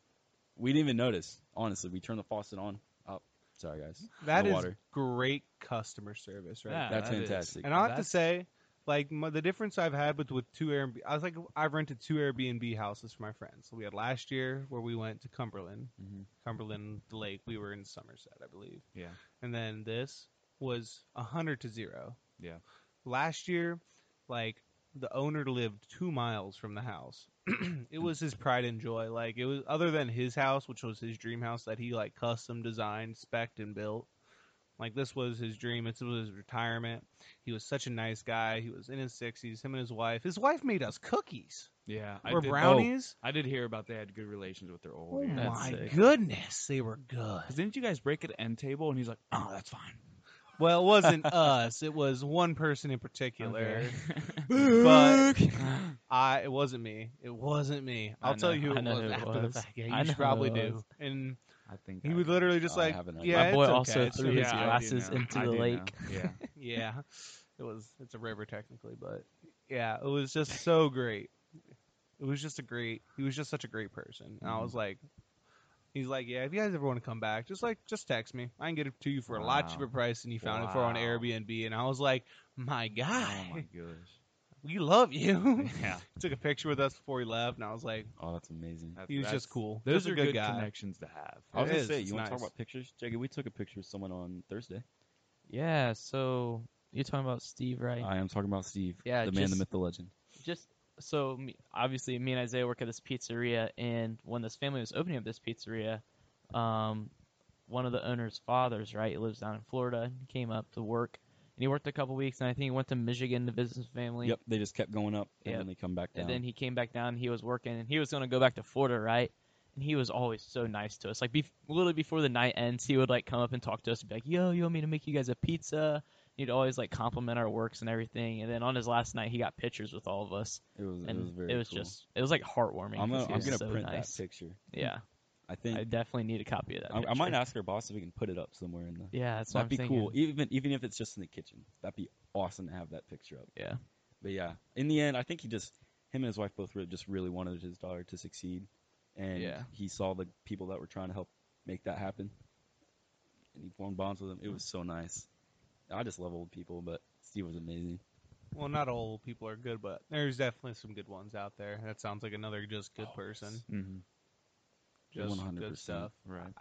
Speaker 1: We didn't even notice. Honestly, we turned the faucet on. Oh, sorry guys.
Speaker 2: that
Speaker 1: the
Speaker 2: is
Speaker 1: water.
Speaker 2: great customer service, right?
Speaker 3: Yeah,
Speaker 1: That's
Speaker 3: that is-
Speaker 1: fantastic.
Speaker 2: And I have to
Speaker 3: that's-
Speaker 2: say, like my, the difference I've had with with two Airbnb, I was like I've rented two Airbnb houses for my friends. So we had last year where we went to Cumberland,
Speaker 3: Mhm.
Speaker 2: Cumberland Lake. We were in Somerset, I believe.
Speaker 3: Yeah.
Speaker 2: And then this was a hundred to zero.
Speaker 3: Yeah.
Speaker 2: Last year, like the owner lived two miles from the house. it was his pride and joy. Like it was other than his house, which was his dream house that he like custom designed, spec'd, and built. Like this was his dream. This was his retirement. He was such a nice guy. He was in his sixties. Him and his wife. His wife made us cookies
Speaker 3: Yeah, I
Speaker 2: or
Speaker 3: did-
Speaker 2: brownies.
Speaker 3: I did hear about they had good relations with their old.
Speaker 2: Oh,
Speaker 3: yeah.
Speaker 4: that's
Speaker 2: my
Speaker 4: sick.
Speaker 2: goodness, they were
Speaker 3: Because
Speaker 2: good.
Speaker 3: didn't you guys break at the end table? And he's like, "Oh, that's fine."
Speaker 2: Well, it wasn't us. It was one person in particular.
Speaker 3: Okay.
Speaker 2: But I, it wasn't me. It wasn't me. I'll
Speaker 4: I
Speaker 2: tell
Speaker 4: know-
Speaker 2: you who
Speaker 4: I
Speaker 2: it
Speaker 4: know
Speaker 2: was
Speaker 4: who it
Speaker 2: after
Speaker 4: was.
Speaker 2: the fact. Yeah, you
Speaker 4: I know
Speaker 2: should
Speaker 4: who
Speaker 2: probably
Speaker 4: it
Speaker 2: do.
Speaker 4: was. Oh,
Speaker 2: And
Speaker 3: I think
Speaker 2: he
Speaker 3: I
Speaker 2: was
Speaker 3: know.
Speaker 2: literally just
Speaker 1: I
Speaker 2: like,
Speaker 1: haven't-
Speaker 2: yeah,
Speaker 4: My boy
Speaker 2: it's okay.
Speaker 4: also
Speaker 2: It's
Speaker 4: threw
Speaker 2: okay.
Speaker 4: his
Speaker 2: Yeah, I do
Speaker 4: glasses
Speaker 2: know.
Speaker 4: into
Speaker 3: I
Speaker 4: the
Speaker 3: do know.
Speaker 4: lake.
Speaker 3: Yeah, Oh
Speaker 2: yeah it was it's a river technically but yeah it was just so great it was just a great he was just such a great person and i
Speaker 4: Mm-hmm.
Speaker 2: was like he's like yeah if you guys ever want to come back just like just text me i can get it to you for a lot
Speaker 3: Wow.
Speaker 2: cheaper price than you found it for on
Speaker 3: Wow.
Speaker 2: airbnb and i was like my
Speaker 3: oh
Speaker 2: guy
Speaker 3: my gosh.
Speaker 2: we love you
Speaker 3: Yeah,
Speaker 2: took a picture with us before he left and i was like
Speaker 1: Oh, that's amazing.
Speaker 3: That-
Speaker 2: he was
Speaker 3: that's-
Speaker 2: just cool
Speaker 3: Those
Speaker 2: just
Speaker 3: are
Speaker 2: a good,
Speaker 3: good
Speaker 2: guy
Speaker 3: connections to have.
Speaker 1: I was
Speaker 2: It
Speaker 1: gonna
Speaker 2: is,
Speaker 1: say,
Speaker 2: it's
Speaker 1: you want to
Speaker 2: nice.
Speaker 1: talk about pictures, Jacob? We took a picture of someone on Thursday.
Speaker 4: Yeah, so you're talking about Steve, right?
Speaker 1: I am talking about Steve,
Speaker 4: Yeah,
Speaker 1: the man, the
Speaker 4: just-
Speaker 1: myth, the legend.
Speaker 4: just so me, obviously me and Isaiah work at this pizzeria, and when this family was opening up this pizzeria, um, one of the owner's fathers, right, he lives down in Florida, and he came up to work, and he worked a couple weeks, and I think he went to Michigan to visit his family.
Speaker 1: Yep, they just kept going up, and
Speaker 4: Yep.
Speaker 1: then they come back down.
Speaker 4: And then he came back down. He was working, and he was going to go back to Florida, right? And he was always so nice to us. Like, bef literally before the night ends, he would like come up and talk to us and be like, "Yo, you want me to make you guys a pizza?" He'd always like compliment our works and everything. And then on his last night, he got pictures with all of us
Speaker 1: it was,
Speaker 4: and
Speaker 1: it was very. cool.
Speaker 4: just it was like heartwarming.
Speaker 1: I'm gonna,
Speaker 4: 'cause he
Speaker 1: I'm
Speaker 4: was
Speaker 1: gonna
Speaker 4: so
Speaker 1: print
Speaker 4: nice.
Speaker 1: that picture.
Speaker 4: Yeah,
Speaker 1: I think
Speaker 4: I definitely need a copy of that.
Speaker 1: I, I might
Speaker 4: picture.
Speaker 1: ask our boss if we can put it up somewhere in the.
Speaker 4: Yeah, that's what I'm
Speaker 1: That'd be
Speaker 4: thinking.
Speaker 1: cool, even even if it's just in the kitchen. That'd be awesome to have that picture up.
Speaker 4: Yeah.
Speaker 1: But yeah, in the end, I think he just him and his wife both really, just really wanted his daughter to succeed, and
Speaker 4: Yeah.
Speaker 1: he saw the people that were trying to help make that happen, and he formed bonds with them. It was so nice. I just love old people, but Steve was amazing.
Speaker 2: well not all people are good but there's definitely some good ones out there that sounds like another just good person
Speaker 3: hmm
Speaker 2: just
Speaker 1: 100%.
Speaker 2: good stuff
Speaker 3: Right.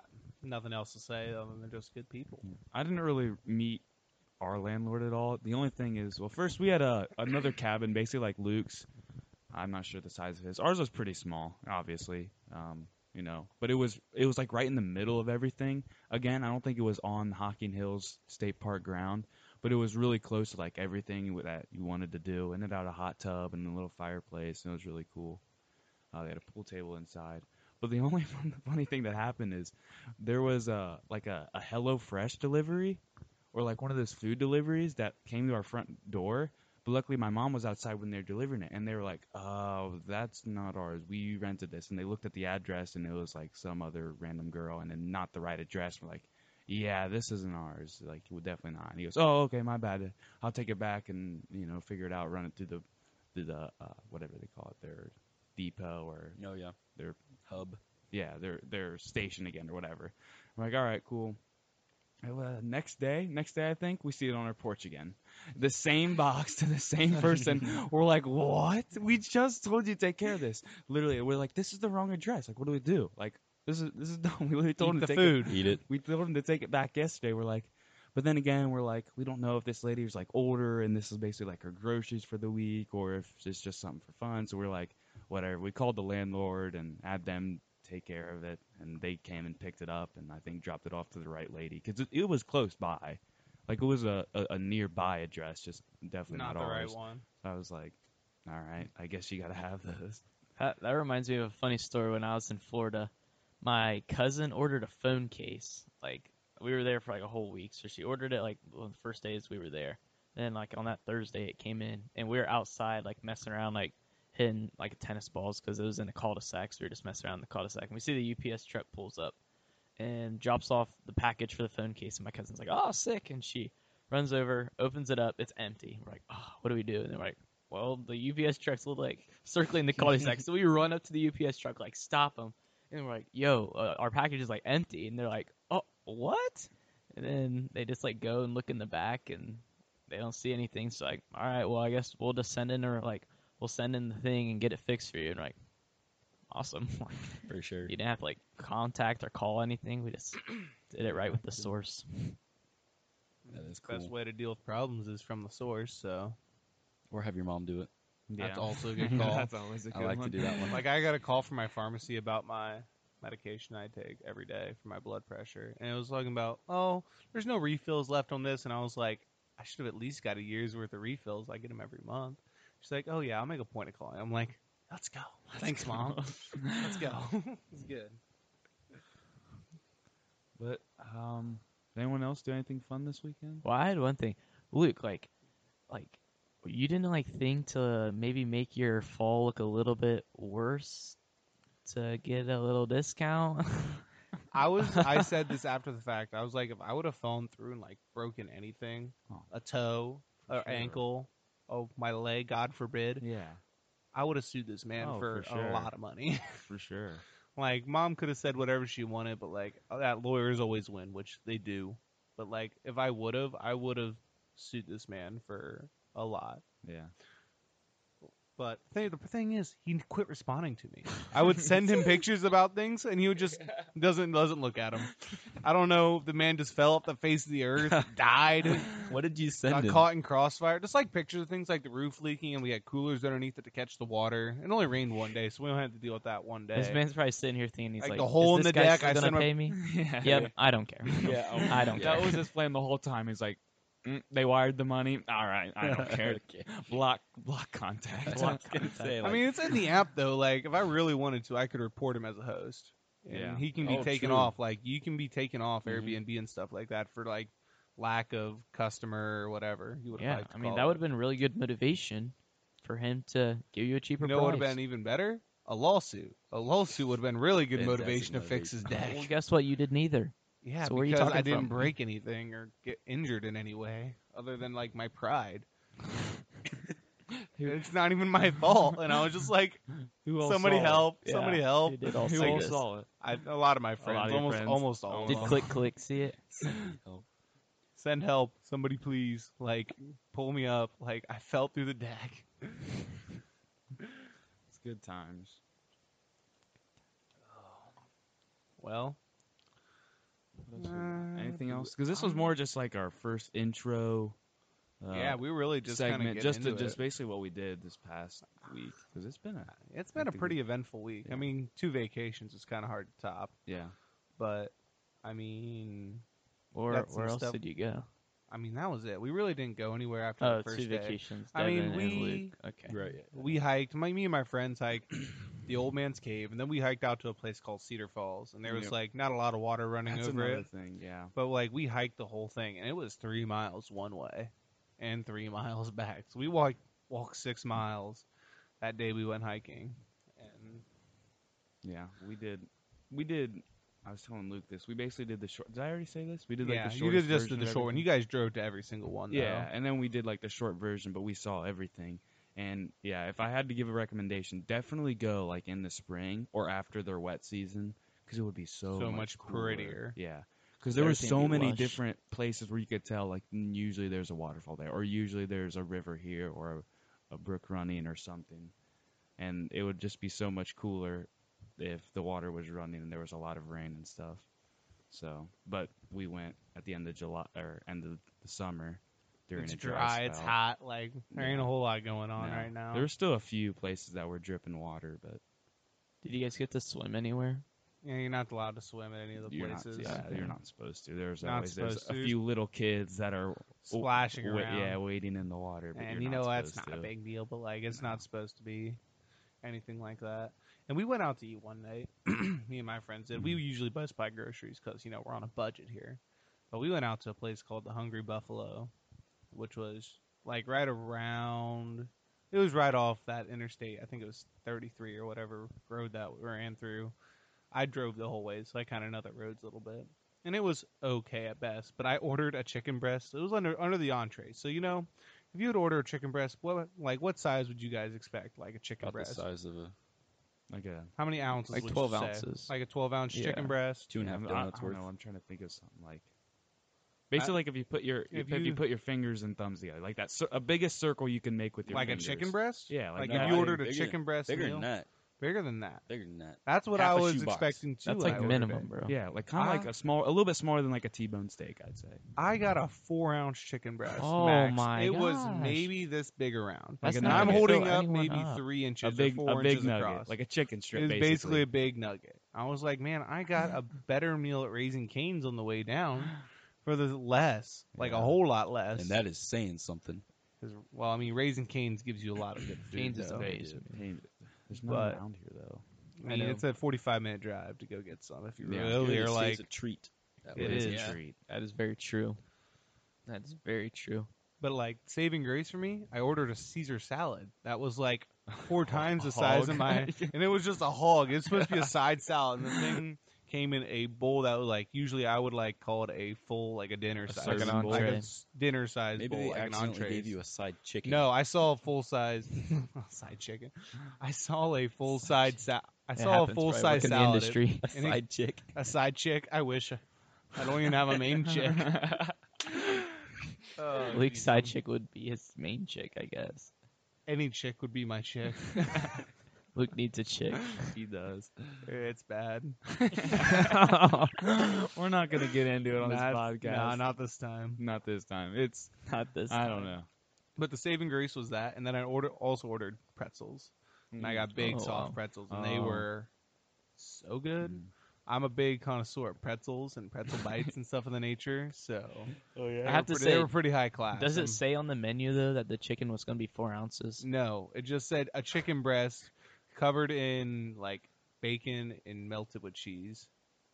Speaker 2: nothing else to say other than they're just good people
Speaker 3: I didn't really meet our landlord at all. The only thing is, well, first we had a another cabin, basically like Luke's. I'm not sure the size of his. Ours was pretty small, obviously. Um, you know, but it was it was like right in the middle of everything. Again, I don't think it was on Hocking Hills State Park ground, but it was really close to like everything you- that you wanted to do. And it had a hot tub and a little fireplace, and it was really cool. Uh, they had a pool table inside. But the only fun, funny thing that happened is there was a like a, a Hello Fresh delivery or like one of those food deliveries that came to our front door. But luckily, my mom was outside when they were delivering it, and they were like, "Oh, that's not ours. We rented this." And they looked at the address, and it was like some other random girl, and then not the right address. We're like, "Yeah, this isn't ours. Like, well, definitely not." And he goes, "Oh, okay, my bad. I'll take it back and you know figure it out. Run it through the through the uh, whatever they call it, their depot or
Speaker 1: No, yeah,
Speaker 3: their
Speaker 1: hub.
Speaker 3: yeah, their their station again or whatever. I'm like, all right, cool. And, uh, next day, next day, I think we see it on our porch again. The same box to the same person. we're like, what? We just told you to take care of this. Literally, we're like, this is the wrong address. Like, what do we do? Like, this is this is dumb. We literally told him
Speaker 2: Eat
Speaker 3: to
Speaker 2: the
Speaker 3: take
Speaker 2: food
Speaker 1: Eat it.
Speaker 3: It, we told him to take it back yesterday. We're like, but then again, we're like, we don't know if this lady was like older and this is basically like her groceries for the week or if it's just something for fun. So we're like, whatever. We called the landlord and had them take care of it, and they came and picked it up, and I think dropped it off to the right lady because it, it was close by, like it was a, a, a nearby address, just definitely
Speaker 2: Not
Speaker 3: not,
Speaker 2: the
Speaker 3: ours.
Speaker 2: right one.
Speaker 3: I was like, all right, I guess you gotta have those.
Speaker 4: That, that reminds me of a funny story when I was in Florida. My cousin ordered a phone case. Like we were there for like a whole week, so she ordered it like on the first days we were there. Then like on that Thursday it came in, and we were outside like messing around like hitting like tennis balls because it was in a cul-de-sac. So we were just messing around in the cul-de-sac, and we see the UPS truck pulls up and drops off the package for the phone case. And my cousin's like, "Oh, sick!" And she runs over, opens it up, it's empty. We're like, "Oh, what do we do?" And they're like, well, the UPS truck's like circling the cul-de-sac. so we run up to the UPS truck, like stop them, and we're like, "Yo, uh, our package is like empty," and they're like, "Oh, what?" And then they just like go and look in the back, and they don't see anything. So like, all right, well, I guess we'll just send in or like we'll send in the thing and get it fixed for you. And we're like, awesome.
Speaker 1: for sure.
Speaker 4: you didn't have to like contact or call anything. We just did it right with the source.
Speaker 1: That is
Speaker 2: Best
Speaker 1: cool.
Speaker 2: way to deal with problems is from the source. So
Speaker 1: Or have your mom do it.
Speaker 2: That's also a good call.
Speaker 3: That's always a
Speaker 1: I
Speaker 3: good
Speaker 1: like to
Speaker 3: one.
Speaker 1: do that one.
Speaker 2: like I got a call from my pharmacy about my medication I take every day for my blood pressure, and it was talking about, oh, there's no refills left on this, and I was like, I should have at least got a year's worth of refills. I get them every month. She's like, oh yeah, I'll make a point of calling. I'm like, let's go. Thanks, mom. let's go. it's good.
Speaker 3: But um, did anyone else do anything fun this weekend?
Speaker 4: Well, I had one thing, Luke. Like, like you didn't like think to maybe make your fall look a little bit worse to get a little discount.
Speaker 2: I was. I said this after the fact. I was like, if I would have fallen through and like broken anything,
Speaker 3: Oh.
Speaker 2: a toe,
Speaker 3: For
Speaker 2: or
Speaker 3: sure.
Speaker 2: ankle, oh my leg, God forbid,
Speaker 3: Yeah,
Speaker 2: I would have sued this man
Speaker 3: Oh,
Speaker 2: for,
Speaker 3: for sure.
Speaker 2: a lot of money.
Speaker 3: for sure.
Speaker 2: like mom could have said whatever she wanted but like uh, that lawyers always win which they do but like if i would have i would have sued this man for a lot
Speaker 3: Yeah.
Speaker 2: but the thing, the thing is he quit responding to me i would send him pictures about things and he would just doesn't doesn't look at them i don't know if the man just fell off the face of the earth died
Speaker 1: What did you send
Speaker 2: got
Speaker 1: him?
Speaker 2: caught in crossfire just like pictures of things like the roof leaking and we had coolers underneath it to catch the water it only rained one day so we don't have to deal with that one day
Speaker 4: this man's probably sitting here thinking he's
Speaker 2: Like
Speaker 4: like,
Speaker 2: the hole
Speaker 4: Is
Speaker 2: in
Speaker 4: this
Speaker 2: the
Speaker 4: guy
Speaker 2: deck,
Speaker 4: still
Speaker 2: I sent
Speaker 4: gonna
Speaker 2: him-
Speaker 4: pay me?
Speaker 3: yeah.
Speaker 4: yep, I don't care.
Speaker 1: Yeah, oh,
Speaker 4: I don't
Speaker 1: yeah.
Speaker 3: That was his plan the whole time. He's like, "Mm, they wired the money. All right, I don't care. block, block contact.
Speaker 1: I was gonna say,
Speaker 2: I
Speaker 1: like,
Speaker 2: mean, it's in the app though. Like, if I really wanted to, I could report him as a host, and
Speaker 3: Yeah.
Speaker 2: he can be
Speaker 1: Oh,
Speaker 2: taken
Speaker 1: true.
Speaker 2: off. Like, you can be taken off
Speaker 1: Mhm.
Speaker 4: Mm-hmm.
Speaker 2: Airbnb and stuff like that for like lack of customer or whatever. You would
Speaker 4: yeah,
Speaker 2: like to
Speaker 4: I mean
Speaker 2: call
Speaker 4: that would
Speaker 2: it.
Speaker 4: have been really good motivation for him to give you a cheaper
Speaker 2: You know, would have
Speaker 4: price.
Speaker 2: been even better. A lawsuit. A lawsuit would have been really good
Speaker 1: Fantastic
Speaker 2: motivation to fix his deck.
Speaker 4: well, guess what? You didn't either.
Speaker 2: yeah,
Speaker 4: so where you
Speaker 2: because I
Speaker 4: talking
Speaker 2: didn't
Speaker 4: from?
Speaker 2: break anything or get injured in any way other than like my pride. it's not even my fault, and I was just like,
Speaker 3: Who else
Speaker 2: somebody
Speaker 3: saw it?
Speaker 2: help,
Speaker 4: Yeah.
Speaker 2: somebody help.
Speaker 4: You did all
Speaker 3: Who
Speaker 4: see
Speaker 3: else
Speaker 4: this.
Speaker 3: saw it?
Speaker 2: I, a lot of my friends,
Speaker 3: of your
Speaker 2: almost
Speaker 3: friends.
Speaker 2: almost all. of
Speaker 4: Did
Speaker 2: them.
Speaker 4: click click see it?
Speaker 1: oh,
Speaker 2: Send help, somebody please, like pull me up. Like I fell through the deck.
Speaker 3: It's good times.
Speaker 2: Well,
Speaker 3: What else we got?
Speaker 2: Uh,
Speaker 3: Anything
Speaker 2: do-
Speaker 3: else? Because this was
Speaker 2: um,
Speaker 3: more just like our first intro. Uh,
Speaker 2: yeah, we really just kind of
Speaker 3: segment, just to,
Speaker 2: into
Speaker 3: just
Speaker 2: it.
Speaker 3: basically what we did this past week. Because it's been a
Speaker 2: It's been a pretty eventful week.
Speaker 3: Yeah.
Speaker 2: I mean, two vacations is kind of hard to top,
Speaker 3: yeah.
Speaker 2: but I mean,
Speaker 4: Or
Speaker 2: Got some
Speaker 4: where else
Speaker 2: stuff.
Speaker 4: did you go?
Speaker 2: I mean that was it. We really didn't go anywhere after
Speaker 4: Oh,
Speaker 2: the first
Speaker 4: two
Speaker 2: day.
Speaker 4: vacations.
Speaker 2: I mean,
Speaker 4: Devin and
Speaker 2: we-
Speaker 4: Luke. Okay.
Speaker 1: right. yeah.
Speaker 2: We hiked. My, me and my friends hiked the old man's cave, and then we hiked out to a place called Cedar Falls, and there was
Speaker 3: Yeah.
Speaker 2: like not a lot of water running
Speaker 3: That's
Speaker 2: over
Speaker 3: another
Speaker 2: it.
Speaker 3: thing. Yeah.
Speaker 2: But like we hiked the whole thing, and it was three miles one way, and three miles back. So we walked walked six
Speaker 3: Mm-hmm.
Speaker 2: miles. That day we went hiking, and
Speaker 3: Yeah, we did. We did. I was telling Luke this. We basically did the short. Did I already say this? We did
Speaker 2: yeah,
Speaker 3: like the
Speaker 2: you
Speaker 3: short.
Speaker 2: did just the short one. You guys drove to every single one.
Speaker 3: yeah,
Speaker 2: though.
Speaker 3: and then we did like the short version, but we saw everything. And yeah, if I had to give a recommendation, definitely go like in the spring or after their wet season because it would be so
Speaker 2: So
Speaker 3: much
Speaker 2: much
Speaker 3: cooler.
Speaker 2: prettier.
Speaker 3: Yeah, because there were
Speaker 4: Everything
Speaker 3: so
Speaker 4: would be
Speaker 3: many
Speaker 4: lush.
Speaker 3: different places where you could tell like mm, usually there's a waterfall there, or usually there's a river here, or a, a brook running, or something. And it would just be so much cooler if the water was running and there was a lot of rain and stuff. So, but we went at the end of July or end of the summer, during
Speaker 2: it's
Speaker 3: a
Speaker 2: dry,
Speaker 3: dry,
Speaker 2: it's
Speaker 3: spell.
Speaker 2: hot. Like there ain't a
Speaker 3: Yeah.
Speaker 2: whole lot going on
Speaker 3: No.
Speaker 2: right now.
Speaker 3: There's still a few places that were dripping water, but
Speaker 4: Did you guys get to swim anywhere?
Speaker 2: Yeah, you're not allowed to swim at any of the
Speaker 3: you're
Speaker 2: places.
Speaker 3: not. Yeah,
Speaker 4: Okay.
Speaker 3: you're not supposed to. There's
Speaker 2: Not
Speaker 3: always there's
Speaker 2: supposed to.
Speaker 3: a few little kids that are
Speaker 2: Splashing
Speaker 3: wa-
Speaker 2: around.
Speaker 3: Yeah, wading in the water. But
Speaker 2: and
Speaker 3: you're
Speaker 2: you know
Speaker 3: not
Speaker 2: that's
Speaker 3: supposed
Speaker 2: not a
Speaker 3: to.
Speaker 2: big deal, but like it's
Speaker 3: No.
Speaker 2: not supposed to be anything like that. And we went out to eat one night. Me and my friends did.
Speaker 3: Mm-hmm.
Speaker 2: We usually bust by groceries because you know we're on a budget here. But we went out to a place called the Hungry Buffalo, which was like right around. It was right off that interstate. I think it was 33 or whatever road that we ran through. I drove the whole way, so I kind of know that road's a little bit. And it was okay at best, but I ordered a chicken breast. It was under under the entree, so you know if you would order a chicken breast, what like what size would you guys expect? Like a chicken
Speaker 1: About the
Speaker 2: breast?
Speaker 1: size of a
Speaker 3: Like a
Speaker 2: How many ounces?
Speaker 4: Like
Speaker 2: would you
Speaker 4: 12
Speaker 2: say?
Speaker 4: ounces.
Speaker 2: Like a twelve ounce chicken
Speaker 4: Yeah.
Speaker 2: breast.
Speaker 1: two and a half
Speaker 3: I- I,
Speaker 1: donuts
Speaker 3: don't
Speaker 1: worth.
Speaker 3: know. I'm trying to think of something like basically like if you put your
Speaker 2: if
Speaker 3: if, you
Speaker 2: you-
Speaker 3: put your fingers and thumbs together, like that cir- a biggest circle you can make with your
Speaker 2: Like
Speaker 3: fingers.
Speaker 2: a chicken breast?
Speaker 3: Yeah,
Speaker 2: Like,
Speaker 3: like,
Speaker 1: no,
Speaker 2: if
Speaker 1: I
Speaker 2: you
Speaker 1: think
Speaker 2: ordered a
Speaker 1: bigger-
Speaker 2: chicken breast
Speaker 1: Bigger
Speaker 2: meal,
Speaker 1: than that.
Speaker 2: bigger than that.
Speaker 1: Bigger than that.
Speaker 2: That's what
Speaker 1: Half
Speaker 2: I
Speaker 1: a
Speaker 2: was
Speaker 1: shoebox.
Speaker 2: expecting too.
Speaker 4: That's
Speaker 2: when
Speaker 4: like
Speaker 2: I ordered
Speaker 4: minimum,
Speaker 2: it.
Speaker 4: bro.
Speaker 3: yeah, like kind of like
Speaker 2: Ah.
Speaker 3: a small, a little bit smaller than like a T-bone steak, I'd say.
Speaker 2: I got a four ounce chicken breast.
Speaker 4: Oh
Speaker 2: max.
Speaker 4: my
Speaker 2: It was
Speaker 4: gosh.
Speaker 2: maybe this big around.
Speaker 4: That's
Speaker 2: and
Speaker 3: not
Speaker 2: I'm
Speaker 3: gonna
Speaker 2: holding
Speaker 4: fill
Speaker 2: up
Speaker 4: anyone
Speaker 2: maybe
Speaker 4: up.
Speaker 2: three
Speaker 3: A
Speaker 2: inches
Speaker 3: big,
Speaker 2: or four
Speaker 3: a big
Speaker 2: inches
Speaker 3: nugget,
Speaker 2: across.
Speaker 3: like a chicken strip.
Speaker 2: it was
Speaker 3: basically.
Speaker 2: basically a big nugget. I was like, man, I got a better meal at Raising Canes on the way down for the less, like a
Speaker 3: Yeah.
Speaker 2: whole lot less.
Speaker 1: And that is saying something.
Speaker 2: 'Cause- well, I mean, Raising Canes gives you a lot of good food.
Speaker 4: Cane's is
Speaker 2: though.
Speaker 4: the best.
Speaker 3: Dude, pain- There's none
Speaker 2: But-
Speaker 3: around here though.
Speaker 2: I mean,
Speaker 4: I know.
Speaker 2: it's a 45 minute drive to go get some if you
Speaker 3: Yeah.
Speaker 2: really
Speaker 1: It
Speaker 2: are
Speaker 1: is-
Speaker 2: like.
Speaker 1: it's a treat. That
Speaker 2: It
Speaker 1: way.
Speaker 2: is.
Speaker 3: a
Speaker 4: yeah.
Speaker 3: treat.
Speaker 4: That is very true. That is very true.
Speaker 2: But like saving grace for me, I ordered a Caesar salad that was like four times the size of
Speaker 4: hog.
Speaker 2: my, and it was just a hog. It's supposed to be a side salad, and the thing came in a bowl that was like usually I would like call it a full like a dinner size,
Speaker 4: serving
Speaker 2: like
Speaker 4: bowl.
Speaker 2: a
Speaker 4: Entree.
Speaker 2: s- dinner size
Speaker 1: Maybe
Speaker 2: bowl,
Speaker 1: they
Speaker 2: like an
Speaker 1: accidentally
Speaker 2: entree.
Speaker 1: gave you a side chicken.
Speaker 2: No, I saw a full size side chicken. I saw a full side sa- I saw a full size
Speaker 4: in
Speaker 2: salad.
Speaker 4: the
Speaker 2: It-
Speaker 4: industry.
Speaker 2: and it-
Speaker 1: side chick.
Speaker 2: a side chick. I wish. I don't even have a main chick. Oh,
Speaker 4: Leak
Speaker 2: geez.
Speaker 4: side chick would be his main chick, I guess.
Speaker 2: Any chick would be my chick.
Speaker 4: Luke needs a chick.
Speaker 3: He does.
Speaker 2: it's bad.
Speaker 3: We're not gonna get into it on this
Speaker 2: Not-
Speaker 3: podcast.
Speaker 2: No, not this time.
Speaker 3: Not this time. It's
Speaker 4: Not this.
Speaker 3: I
Speaker 4: time.
Speaker 3: don't know.
Speaker 2: But the saving grace was that, and then I ordered also ordered pretzels, and I got big
Speaker 4: Oh,
Speaker 2: soft
Speaker 4: wow.
Speaker 2: pretzels, and they
Speaker 3: Oh.
Speaker 2: were so good.
Speaker 3: Mm.
Speaker 2: I'm a big connoisseur of pretzels and pretzel bites and stuff of the nature, so
Speaker 3: Oh yeah.
Speaker 2: they
Speaker 4: have
Speaker 2: were
Speaker 4: to
Speaker 2: pre- they
Speaker 4: say,
Speaker 2: were pretty high class.
Speaker 4: Does
Speaker 2: I'm-
Speaker 4: it say on the menu though that the chicken was gonna be four ounces?
Speaker 2: No, it just said a chicken breast covered in like bacon and melted with cheese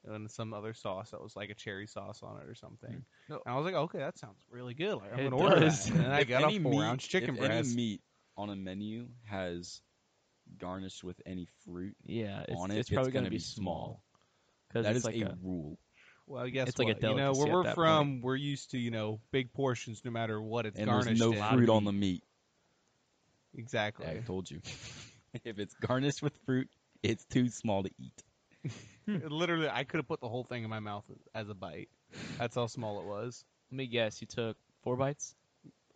Speaker 2: and some other sauce that was like a cherry sauce on it or something.
Speaker 3: No.
Speaker 2: And I was like, okay, that sounds really good. Like, I'm
Speaker 4: It
Speaker 2: gonna order
Speaker 4: does.
Speaker 2: that. And then I
Speaker 1: If
Speaker 2: got a
Speaker 1: any
Speaker 2: four
Speaker 1: meat-
Speaker 2: ounce chicken
Speaker 1: if
Speaker 2: breast.
Speaker 1: Any meat on a menu has garnished with any fruit
Speaker 4: Yeah, it's,
Speaker 1: on it,
Speaker 4: it's probably
Speaker 1: gonna
Speaker 4: be small. Because
Speaker 1: That
Speaker 4: it's
Speaker 1: is
Speaker 4: like
Speaker 1: a,
Speaker 4: a-
Speaker 1: rule.
Speaker 2: well, yes,
Speaker 4: it's like a
Speaker 2: you know
Speaker 4: delicacy
Speaker 2: where
Speaker 4: at
Speaker 2: we're
Speaker 4: that
Speaker 2: from, we're used to you know big portions no matter what it's
Speaker 1: And there's
Speaker 2: garnished.
Speaker 1: no
Speaker 2: in.
Speaker 1: fruit on the meat.
Speaker 2: Exactly.
Speaker 1: I told you. if it's garnished with fruit, it's too small to eat.
Speaker 2: It Literally, I could have put the whole thing in my mouth as a bite. That's how small it was.
Speaker 4: let me guess, you took four bites.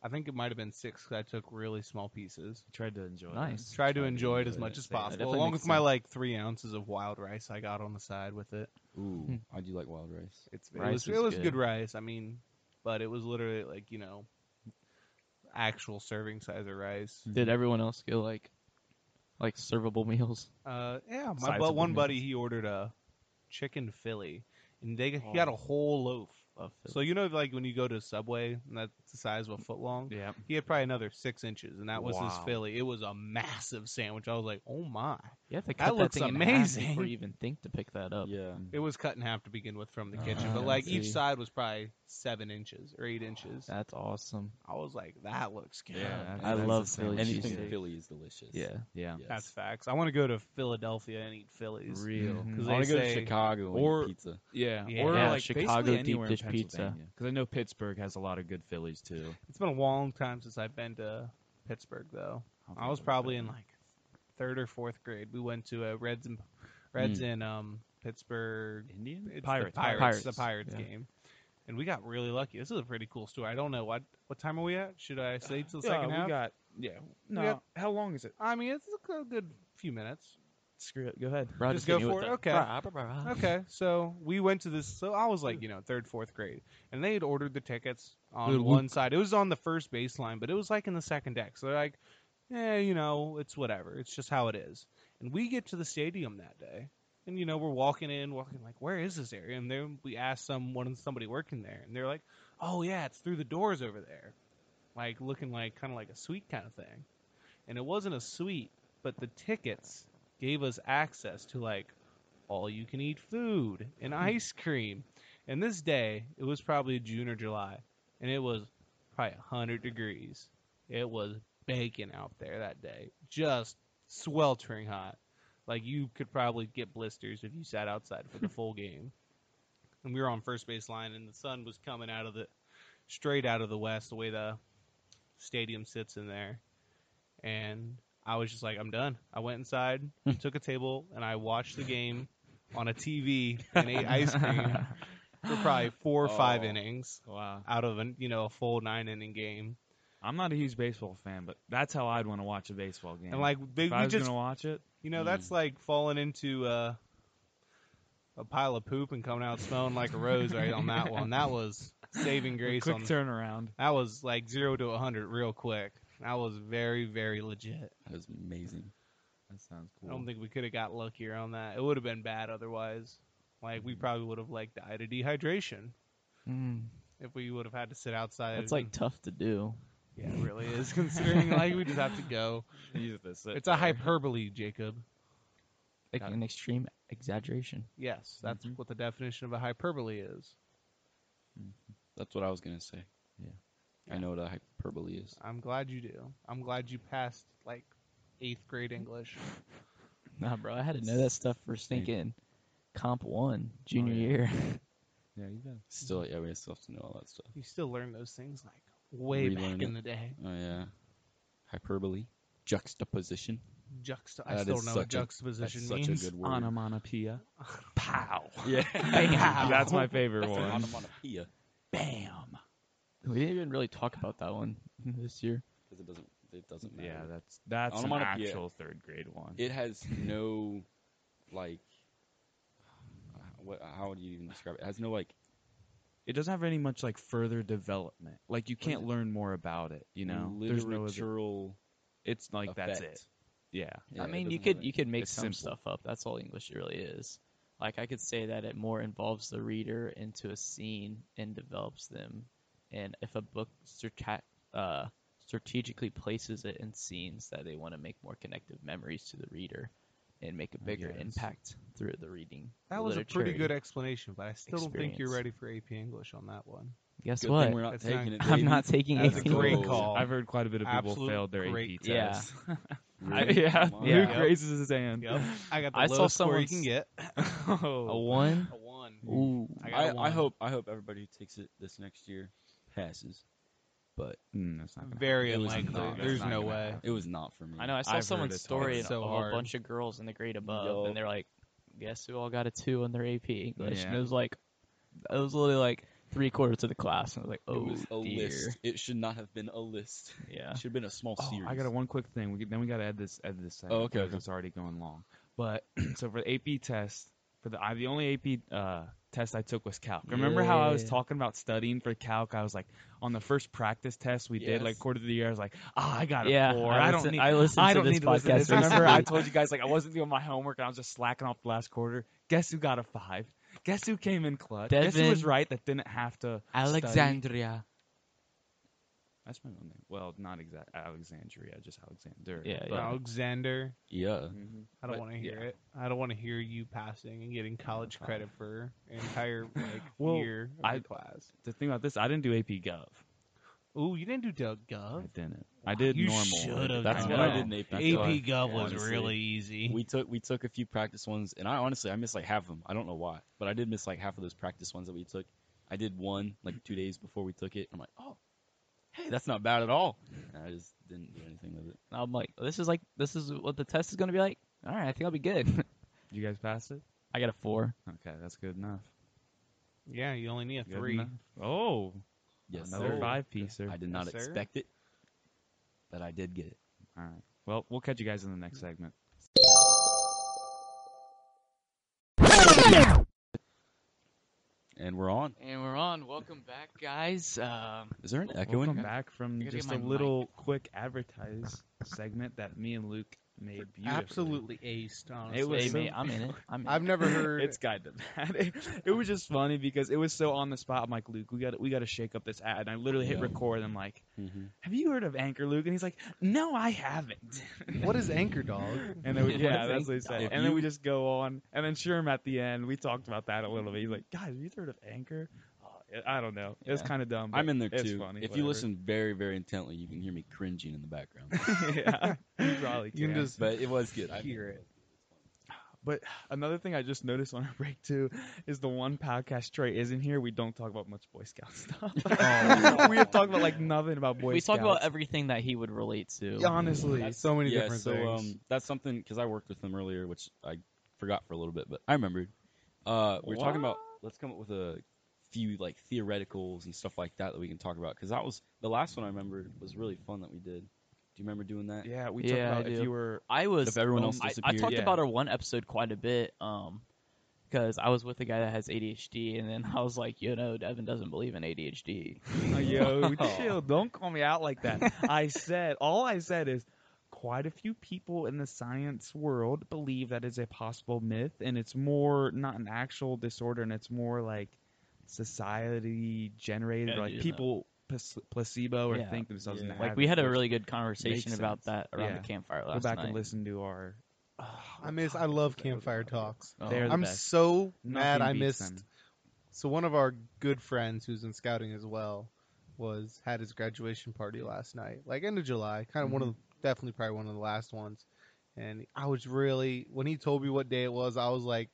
Speaker 2: I think it might have been six 'cause I took really small pieces.
Speaker 3: Tried to enjoy.
Speaker 4: Nice.
Speaker 2: Try to enjoy it as
Speaker 3: enjoy
Speaker 2: much
Speaker 3: it.
Speaker 2: as
Speaker 3: Yeah, that
Speaker 2: possible,
Speaker 4: definitely
Speaker 2: along with
Speaker 4: makes
Speaker 2: my
Speaker 4: sense.
Speaker 2: like three ounces of wild rice I got on the side with it.
Speaker 1: Ooh,
Speaker 4: Hmm.
Speaker 1: I do like wild rice.
Speaker 2: It's it
Speaker 4: Rice
Speaker 2: was,
Speaker 4: is
Speaker 2: it was good.
Speaker 4: good.
Speaker 2: rice. I mean, but it was literally like you know, actual serving size of rice.
Speaker 4: Did everyone else get like, like servable meals?
Speaker 2: Uh, yeah, my
Speaker 3: Size
Speaker 2: but
Speaker 3: of
Speaker 2: one
Speaker 3: the
Speaker 2: buddy he ordered a chicken Philly, and they he got a
Speaker 4: Oh.
Speaker 2: whole loaf.
Speaker 4: Of it?
Speaker 2: So you know, like when you go to Subway, and that's the size of a foot long.
Speaker 3: Yeah.
Speaker 2: He had probably another six inches, and that was his
Speaker 3: Wow.
Speaker 2: Philly. It was a massive sandwich. I was like, oh my.
Speaker 4: you have to
Speaker 2: that
Speaker 4: cut that,
Speaker 2: looks
Speaker 4: thing in half
Speaker 2: amazing.
Speaker 4: before you even think to pick that up.
Speaker 1: Yeah.
Speaker 2: It was cut in half to begin with from the kitchen,
Speaker 4: Ah,
Speaker 2: but
Speaker 4: I
Speaker 2: like each
Speaker 4: see.
Speaker 2: side was probably seven inches or eight inches.
Speaker 4: That's awesome.
Speaker 2: I was like, that looks good.
Speaker 3: Yeah,
Speaker 1: I
Speaker 3: that's
Speaker 4: love
Speaker 3: the same.
Speaker 4: Philly
Speaker 1: Anything
Speaker 4: cheesesteak.
Speaker 1: Philly is delicious.
Speaker 4: Yeah.
Speaker 3: Yeah.
Speaker 1: Yes.
Speaker 2: That's facts. I want to go to Philadelphia and eat Phillies.
Speaker 3: Real.
Speaker 4: Mhm.
Speaker 1: I
Speaker 2: Because
Speaker 1: want to go to
Speaker 2: say-
Speaker 1: Chicago and
Speaker 3: or-
Speaker 1: eat pizza.
Speaker 3: Yeah.
Speaker 2: Yeah.
Speaker 3: Or
Speaker 2: Yeah,
Speaker 3: like
Speaker 4: Chicago
Speaker 3: basically
Speaker 4: deep
Speaker 3: anywhere
Speaker 4: dish
Speaker 3: in
Speaker 4: pizza.
Speaker 3: Because I know Pittsburgh has a lot of good Phillies too.
Speaker 2: It's been a long time since I've been to Pittsburgh, though.
Speaker 3: I don't
Speaker 2: I
Speaker 3: think
Speaker 2: was
Speaker 3: I've
Speaker 2: probably
Speaker 3: been.
Speaker 2: in like third or fourth grade. We went to a Reds and Reds in um, Pittsburgh.
Speaker 3: Indian
Speaker 2: It's
Speaker 3: Pirates.
Speaker 2: the Pirates,
Speaker 4: Hmm. Pirates.
Speaker 2: the Pirates
Speaker 4: Yeah.
Speaker 2: game, and we got really lucky. This is a pretty cool story. I don't know what what time are we at. Should I stay till the second half?
Speaker 3: got. Yeah. No.
Speaker 2: got-
Speaker 3: how long is it?
Speaker 2: I mean, it's a good- good few minutes.
Speaker 3: Screw it. Go ahead.
Speaker 4: Roger's
Speaker 2: Just go
Speaker 4: hitting you
Speaker 2: for
Speaker 4: with
Speaker 2: it?
Speaker 4: the-
Speaker 2: Okay.
Speaker 4: Brah, brah, brah.
Speaker 2: Okay, so we went to this. So I was like, you know, third, fourth grade, and they had ordered the tickets on
Speaker 3: Good
Speaker 2: one side. It was on the first baseline, but it was like in the second deck. So they're like, yeah, you know, it's whatever. It's just how it is. And we get to the stadium that day, and you know, we're walking in, walking like, where is this area? And then we asked someone, somebody working there, and they're like, oh yeah, it's through the doors over there, like looking like kind of like a suite kind of thing. And it wasn't a suite, but the tickets gave us access to like all you can eat food and ice cream. And this day, it was probably June or July, and it was probably 100 degrees. It was baking out there that day, just sweltering hot. Like you could probably get blisters if you sat outside for the full game. And we were on first base line, and the sun was coming out of the straight out of the west, the way the stadium sits in there. And I was just like, I'm done. I went inside, took a table, and I watched the game on a TV and ate ice cream for probably four or five
Speaker 1: Oh.
Speaker 2: innings
Speaker 3: Wow.
Speaker 2: out of an you know a full nine inning game.
Speaker 3: I'm not a huge baseball fan, but that's how I'd want to watch a baseball game.
Speaker 2: And like they,
Speaker 3: if I
Speaker 2: we
Speaker 3: was
Speaker 2: just
Speaker 3: gonna Hmm. watch it,
Speaker 2: you know
Speaker 1: Mm.
Speaker 2: that's like falling into uh, a pile of poop and coming out smelling like a rose right on that one. That was saving grace
Speaker 3: quick
Speaker 2: on
Speaker 3: turnaround.
Speaker 2: that was like zero to a hundred real quick. That was very very legit.
Speaker 1: That was amazing.
Speaker 3: That sounds
Speaker 2: I
Speaker 3: cool.
Speaker 2: don't think we could have got luckier on that. It would have been bad otherwise. Like
Speaker 3: Hmm.
Speaker 2: we probably would have like died of dehydration
Speaker 4: Mm,
Speaker 2: if we would have had to sit outside.
Speaker 4: that's like tough to do.
Speaker 2: yeah, it really is considering like we just have to go.
Speaker 3: Use this.
Speaker 2: It's a hyperbole, Jacob.
Speaker 4: Like
Speaker 2: Got it.
Speaker 4: an extreme exaggeration.
Speaker 2: Yes, that's
Speaker 1: Mm-hmm.
Speaker 2: what the definition of a hyperbole is.
Speaker 1: That's what I was gonna say.
Speaker 3: Yeah.
Speaker 1: I know what a hyperbole is.
Speaker 2: I'm glad you do. I'm glad you passed like eighth grade English.
Speaker 4: Nah, bro, I had to know that stuff for
Speaker 1: Same.
Speaker 4: stinking comp one junior
Speaker 3: yeah.
Speaker 4: year.
Speaker 3: Yeah, you got.
Speaker 1: Still, yeah, we still have to know all that stuff.
Speaker 2: You still learn those things like way
Speaker 1: Relearn
Speaker 2: back in
Speaker 1: it.
Speaker 2: the day.
Speaker 1: Oh yeah, hyperbole, juxtaposition.
Speaker 2: Juxta. I
Speaker 1: That
Speaker 2: still
Speaker 1: is
Speaker 2: know
Speaker 1: such a-
Speaker 2: what
Speaker 1: That's
Speaker 2: juxtaposition
Speaker 1: such a
Speaker 2: means.
Speaker 1: good word.
Speaker 3: Onomatopoeia. Pow.
Speaker 1: yeah,
Speaker 3: That's my favorite
Speaker 1: That's an
Speaker 3: one.
Speaker 1: onomatopoeia.
Speaker 3: Bam.
Speaker 4: We didn't even really talk about that one this year.
Speaker 1: 'Cause it doesn't. It doesn't matter.
Speaker 3: Yeah, that's that's an
Speaker 1: Onomatopoeia.
Speaker 3: actual third grade one.
Speaker 1: it has no like. What? How would you even describe it? It has no like.
Speaker 3: It doesn't have any much like further development. Like you can't learn more about it. You know, there's no. Other,
Speaker 1: literal.
Speaker 3: it's like that's
Speaker 1: effect.
Speaker 3: it. Yeah.
Speaker 1: Yeah,
Speaker 4: I
Speaker 1: it
Speaker 4: mean, you
Speaker 1: doesn't have
Speaker 4: could
Speaker 1: any-
Speaker 4: you could make
Speaker 3: It's
Speaker 4: some
Speaker 3: simple.
Speaker 4: stuff up. That's all English really is. Like I could say that it more involves the reader into a scene and develops them, and if a book strata- uh, strategically places it in scenes that they want to make more connective memories to the reader, and make a bigger
Speaker 3: guess.
Speaker 4: impact through the reading.
Speaker 2: That was a pretty
Speaker 4: literary.
Speaker 2: good explanation, but I still don't think you're
Speaker 4: experience.
Speaker 2: ready for AP English on that one.
Speaker 4: Guess
Speaker 1: Good
Speaker 4: what?
Speaker 1: thing we're not
Speaker 2: It's not-
Speaker 1: taking it.
Speaker 4: I'm
Speaker 1: baby.
Speaker 4: not taking
Speaker 2: That's a
Speaker 4: AP.
Speaker 2: great
Speaker 1: Oh.
Speaker 2: call.
Speaker 3: I've heard quite a bit of people
Speaker 2: Absolute
Speaker 3: failed their
Speaker 2: great-
Speaker 3: AP
Speaker 4: Yeah.
Speaker 3: test.
Speaker 1: Really?
Speaker 3: yeah.
Speaker 1: Come on.
Speaker 4: Yeah.
Speaker 3: Luke raises his hand.
Speaker 2: Yep. I got the
Speaker 4: I saw
Speaker 2: lowest score you
Speaker 4: someone's-
Speaker 2: can get.
Speaker 4: A
Speaker 3: oh.
Speaker 4: one.
Speaker 2: A one.
Speaker 4: Ooh.
Speaker 2: I got a
Speaker 1: I, I
Speaker 2: one.
Speaker 1: hope I hope everybody who takes it this next year passes, but
Speaker 3: Mm, that's not gonna
Speaker 2: Very
Speaker 1: It was
Speaker 2: unlikely.
Speaker 1: not- that's
Speaker 2: There's
Speaker 3: not
Speaker 2: no
Speaker 3: gonna
Speaker 2: way.
Speaker 1: it was not for me.
Speaker 4: I know. I saw
Speaker 3: I've heard
Speaker 4: someone's
Speaker 3: it's
Speaker 4: story
Speaker 2: hard.
Speaker 4: and
Speaker 2: So
Speaker 4: a
Speaker 2: hard.
Speaker 4: bunch of girls in the grade above,
Speaker 1: Yup.
Speaker 4: and they're like, "Guess who all got a two on their AP English?" And
Speaker 3: Yeah.
Speaker 4: it was like, it was literally like three quarters of the class, and I was like,
Speaker 1: it was
Speaker 4: "Oh
Speaker 1: a
Speaker 4: dear,
Speaker 1: list. It should not have been a list.
Speaker 4: yeah."
Speaker 1: It should have been a small
Speaker 3: Oh,
Speaker 1: series.
Speaker 3: I got a one quick thing. We, then we got to add this. Add this.
Speaker 1: Oh, okay,
Speaker 3: because
Speaker 1: okay.
Speaker 3: It's already going long. But so for the AP test, for the I, the only AP uh, test I took was calc. Remember how I was
Speaker 4: Yeah.
Speaker 3: talking about studying for calc? I was like, on the first practice test we did, like
Speaker 1: Yes.
Speaker 3: quarter of the year, I was like, ah, I got a
Speaker 4: Yeah,
Speaker 3: four.
Speaker 4: I
Speaker 3: I, don't
Speaker 4: listen-
Speaker 3: need.
Speaker 4: I listened
Speaker 3: I
Speaker 4: to
Speaker 3: don't
Speaker 4: this
Speaker 3: need to listen to
Speaker 4: podcast
Speaker 3: this. Remember, I
Speaker 4: recently.
Speaker 3: told you guys like I wasn't doing my homework and I was just slacking off the last quarter. Guess who got a five? Guess who came in clutch? Guess who was
Speaker 4: Devin.
Speaker 3: right that didn't have to.
Speaker 4: Alexandria.
Speaker 3: That's my own name. Well, not exact Alexandria, just Alexander.
Speaker 4: Yeah,
Speaker 3: but-
Speaker 4: yeah.
Speaker 2: Alexander.
Speaker 1: yeah.
Speaker 3: Mhm.
Speaker 2: I don't
Speaker 3: But,
Speaker 2: want to hear
Speaker 3: yeah.
Speaker 2: it. I don't want to hear you passing and getting college credit for an entire like
Speaker 3: Well,
Speaker 2: year of
Speaker 3: I-
Speaker 2: your class.
Speaker 3: the thing about this, I didn't do AP Gov.
Speaker 2: Ooh, you didn't do Doug
Speaker 3: I
Speaker 2: Gov.
Speaker 3: didn't. I did
Speaker 2: You
Speaker 3: normal.
Speaker 2: should've
Speaker 1: That's
Speaker 2: done
Speaker 1: what I
Speaker 2: that.
Speaker 1: did in AP.
Speaker 3: That's
Speaker 1: Gov.
Speaker 3: why.
Speaker 2: AP Gov was
Speaker 1: Honestly.
Speaker 2: really easy.
Speaker 1: We took we took a few practice ones, and I honestly I missed like half of them. I don't know why, but I did miss like half of those practice ones that we took. I did one like two days before we took it. I'm like, oh, hey, that's not bad at all. And I just didn't do anything with it.
Speaker 4: And I'm like, "This is like, this is what the test is going to be like." All right, I think I'll be good.
Speaker 3: You guys passed it?
Speaker 4: I got a four.
Speaker 3: Okay, that's good enough.
Speaker 2: yeah, you only need a
Speaker 3: Good
Speaker 2: three.
Speaker 3: enough. Oh,
Speaker 1: Yes,
Speaker 3: another
Speaker 1: sir.
Speaker 3: five piecer.
Speaker 1: I did not
Speaker 2: Yes, sir.
Speaker 1: expect it, but I did get it.
Speaker 3: All right. Well, we'll catch you guys in the next segment.
Speaker 1: And we're on.
Speaker 4: And we're on. Welcome back, guys. Um,
Speaker 1: Is there an echo in
Speaker 3: Welcome
Speaker 1: here?
Speaker 3: back from
Speaker 4: I gotta
Speaker 3: just
Speaker 4: get
Speaker 3: a
Speaker 4: my
Speaker 3: little quick advertise segment that me and Luke made beautifully.
Speaker 2: Absolutely aced, honestly.
Speaker 3: It was
Speaker 4: hey,
Speaker 3: so-
Speaker 4: mate, I'm in it. I'm in
Speaker 2: I've
Speaker 4: it.
Speaker 2: never heard.
Speaker 3: It's kind of bad. It, it was just funny because it was so on the spot. I'm like, Luke, we got we got to shake up this ad. And I literally hit
Speaker 1: Yeah.
Speaker 3: record. and I'm like,
Speaker 1: Mm-hmm.
Speaker 3: Have you heard of Anchor, Luke? And he's like, No, I haven't.
Speaker 2: what is Anchor Dog?
Speaker 3: And then we,
Speaker 4: Yeah,
Speaker 3: yeah, that's
Speaker 4: thank
Speaker 3: what he said.
Speaker 1: God.
Speaker 3: And then we just go on. And then Sherm at the end, we talked about that a little bit. He's like, guys, have you heard of Anchor? Oh, it- I don't know. It's
Speaker 4: Yeah.
Speaker 3: kind of dumb. but
Speaker 1: I'm in there
Speaker 3: it's
Speaker 1: too.
Speaker 3: Funny,
Speaker 1: if
Speaker 3: whatever.
Speaker 1: you listen very, very intently, you can hear me cringing in the background.
Speaker 3: yeah, you probably
Speaker 2: You
Speaker 3: can.
Speaker 2: can just
Speaker 1: but it was good. I
Speaker 2: hear it.
Speaker 3: But another thing I just noticed on our break too is the one podcast Trey isn't here. We don't talk about much Boy Scout stuff.
Speaker 1: Oh.
Speaker 3: we have talked about like nothing about Boy
Speaker 4: we
Speaker 3: Scouts.
Speaker 4: talk about everything that he would relate to.
Speaker 3: Yeah, honestly.
Speaker 2: That's so many
Speaker 1: yeah,
Speaker 2: different
Speaker 1: so,
Speaker 2: things.
Speaker 1: Um, that's something because I worked with them earlier, which I forgot for a little bit, but I remembered. Uh, we were talking about let's come up with a few like theoreticals and stuff like that that we can talk about because that was the last one I remembered was really fun that we did. Do you remember doing that?
Speaker 3: yeah, we talked
Speaker 4: Yeah, I
Speaker 3: about if
Speaker 4: do.
Speaker 3: you were
Speaker 4: I was. um,
Speaker 1: If everyone else
Speaker 4: I, I
Speaker 1: disappeared,
Speaker 4: talked
Speaker 3: yeah.
Speaker 4: about our one episode quite a bit. Um, because I was with a guy that has ADHD, and then I was like, you know, Devin doesn't believe in ADHD.
Speaker 3: Oh, yo, chill. Don't call me out like that. I said, all I said is quite a few people in the science world believe that is a possible myth, and it's more not an actual disorder, and it's more like society generated,
Speaker 4: Yeah,
Speaker 3: or like
Speaker 4: yeah.
Speaker 3: people plac- placebo or
Speaker 4: Yeah.
Speaker 3: think themselves
Speaker 1: Yeah.
Speaker 3: an
Speaker 4: Like we had a
Speaker 3: addict.
Speaker 4: really good conversation
Speaker 3: Makes
Speaker 4: about
Speaker 3: sense.
Speaker 4: that around
Speaker 3: Yeah.
Speaker 4: the campfire
Speaker 3: go
Speaker 4: last
Speaker 3: back
Speaker 4: night.
Speaker 3: and listen to our.
Speaker 2: I miss. I love campfire talks.
Speaker 4: Oh.
Speaker 3: They're the
Speaker 2: I'm
Speaker 3: best.
Speaker 2: so mad
Speaker 3: Nothing
Speaker 2: I
Speaker 3: beats
Speaker 2: missed.
Speaker 3: them.
Speaker 2: So one of our good friends who's in scouting as well was had his graduation party last night, like end of July, kind of one of
Speaker 3: Mm-hmm.
Speaker 2: the, definitely probably one of the last ones. And I was really when he told me what day it was, I was like,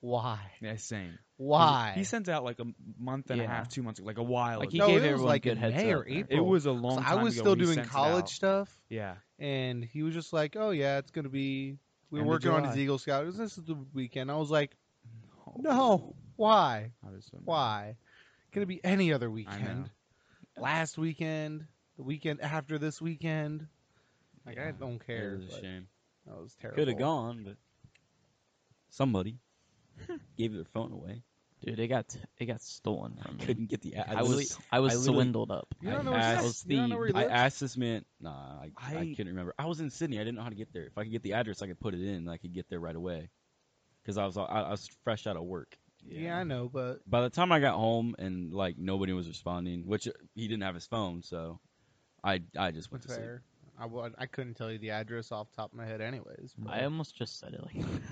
Speaker 2: why,
Speaker 3: Yeah, same.
Speaker 2: why?
Speaker 3: He sends out like a month and a
Speaker 4: Yeah.
Speaker 3: half, two months, like a while.
Speaker 4: Like,
Speaker 3: ago.
Speaker 4: he
Speaker 2: no,
Speaker 4: gave
Speaker 2: it was
Speaker 4: everyone
Speaker 2: like
Speaker 4: good
Speaker 2: in
Speaker 4: heads
Speaker 2: May
Speaker 4: up
Speaker 2: or
Speaker 4: there. It
Speaker 2: April.
Speaker 3: it was a long.
Speaker 2: So
Speaker 3: time
Speaker 2: I was
Speaker 3: ago
Speaker 2: still
Speaker 3: when he
Speaker 2: doing
Speaker 3: sent it
Speaker 2: college
Speaker 3: out.
Speaker 2: stuff,
Speaker 3: Yeah.
Speaker 2: and he was just like, "Oh yeah, it's gonna be." We were
Speaker 3: End of
Speaker 2: working on
Speaker 3: July.
Speaker 2: his Eagle Scout. It was this is the weekend. I was like, "No, why?
Speaker 3: I was um, so mad.
Speaker 2: Why? Can it be any other
Speaker 3: know.
Speaker 2: weekend? Last weekend, the weekend after this weekend. Like I
Speaker 1: Yeah,
Speaker 2: don't
Speaker 1: It
Speaker 2: care.
Speaker 1: was a
Speaker 2: but
Speaker 1: shame.
Speaker 2: That was terrible.
Speaker 1: Could have gone, but somebody gave their phone away.
Speaker 4: Dude, it got it got stolen from me.
Speaker 1: Couldn't get the. a-
Speaker 4: I,
Speaker 1: I
Speaker 4: was
Speaker 1: literally-
Speaker 4: I was
Speaker 1: I literally-
Speaker 4: swindled up.
Speaker 2: You don't
Speaker 1: I
Speaker 2: know where he
Speaker 1: asked-
Speaker 2: lives. You don't know where he
Speaker 1: I
Speaker 2: lives.
Speaker 1: asked this man. Nah, I, I,
Speaker 3: I-
Speaker 1: couldn't remember. I was in Sydney. I didn't know how to get there. If I could get the address, I could put it in. and I could get there right away. Because I was I, I was fresh out of work.
Speaker 2: yeah. I know, but
Speaker 1: By the time I got home and like nobody was responding, which uh, he didn't have his phone, so I I just went to sleep.
Speaker 2: fair. I, wa- I couldn't tell you the address off the top of my head, anyways. but
Speaker 4: I almost just said it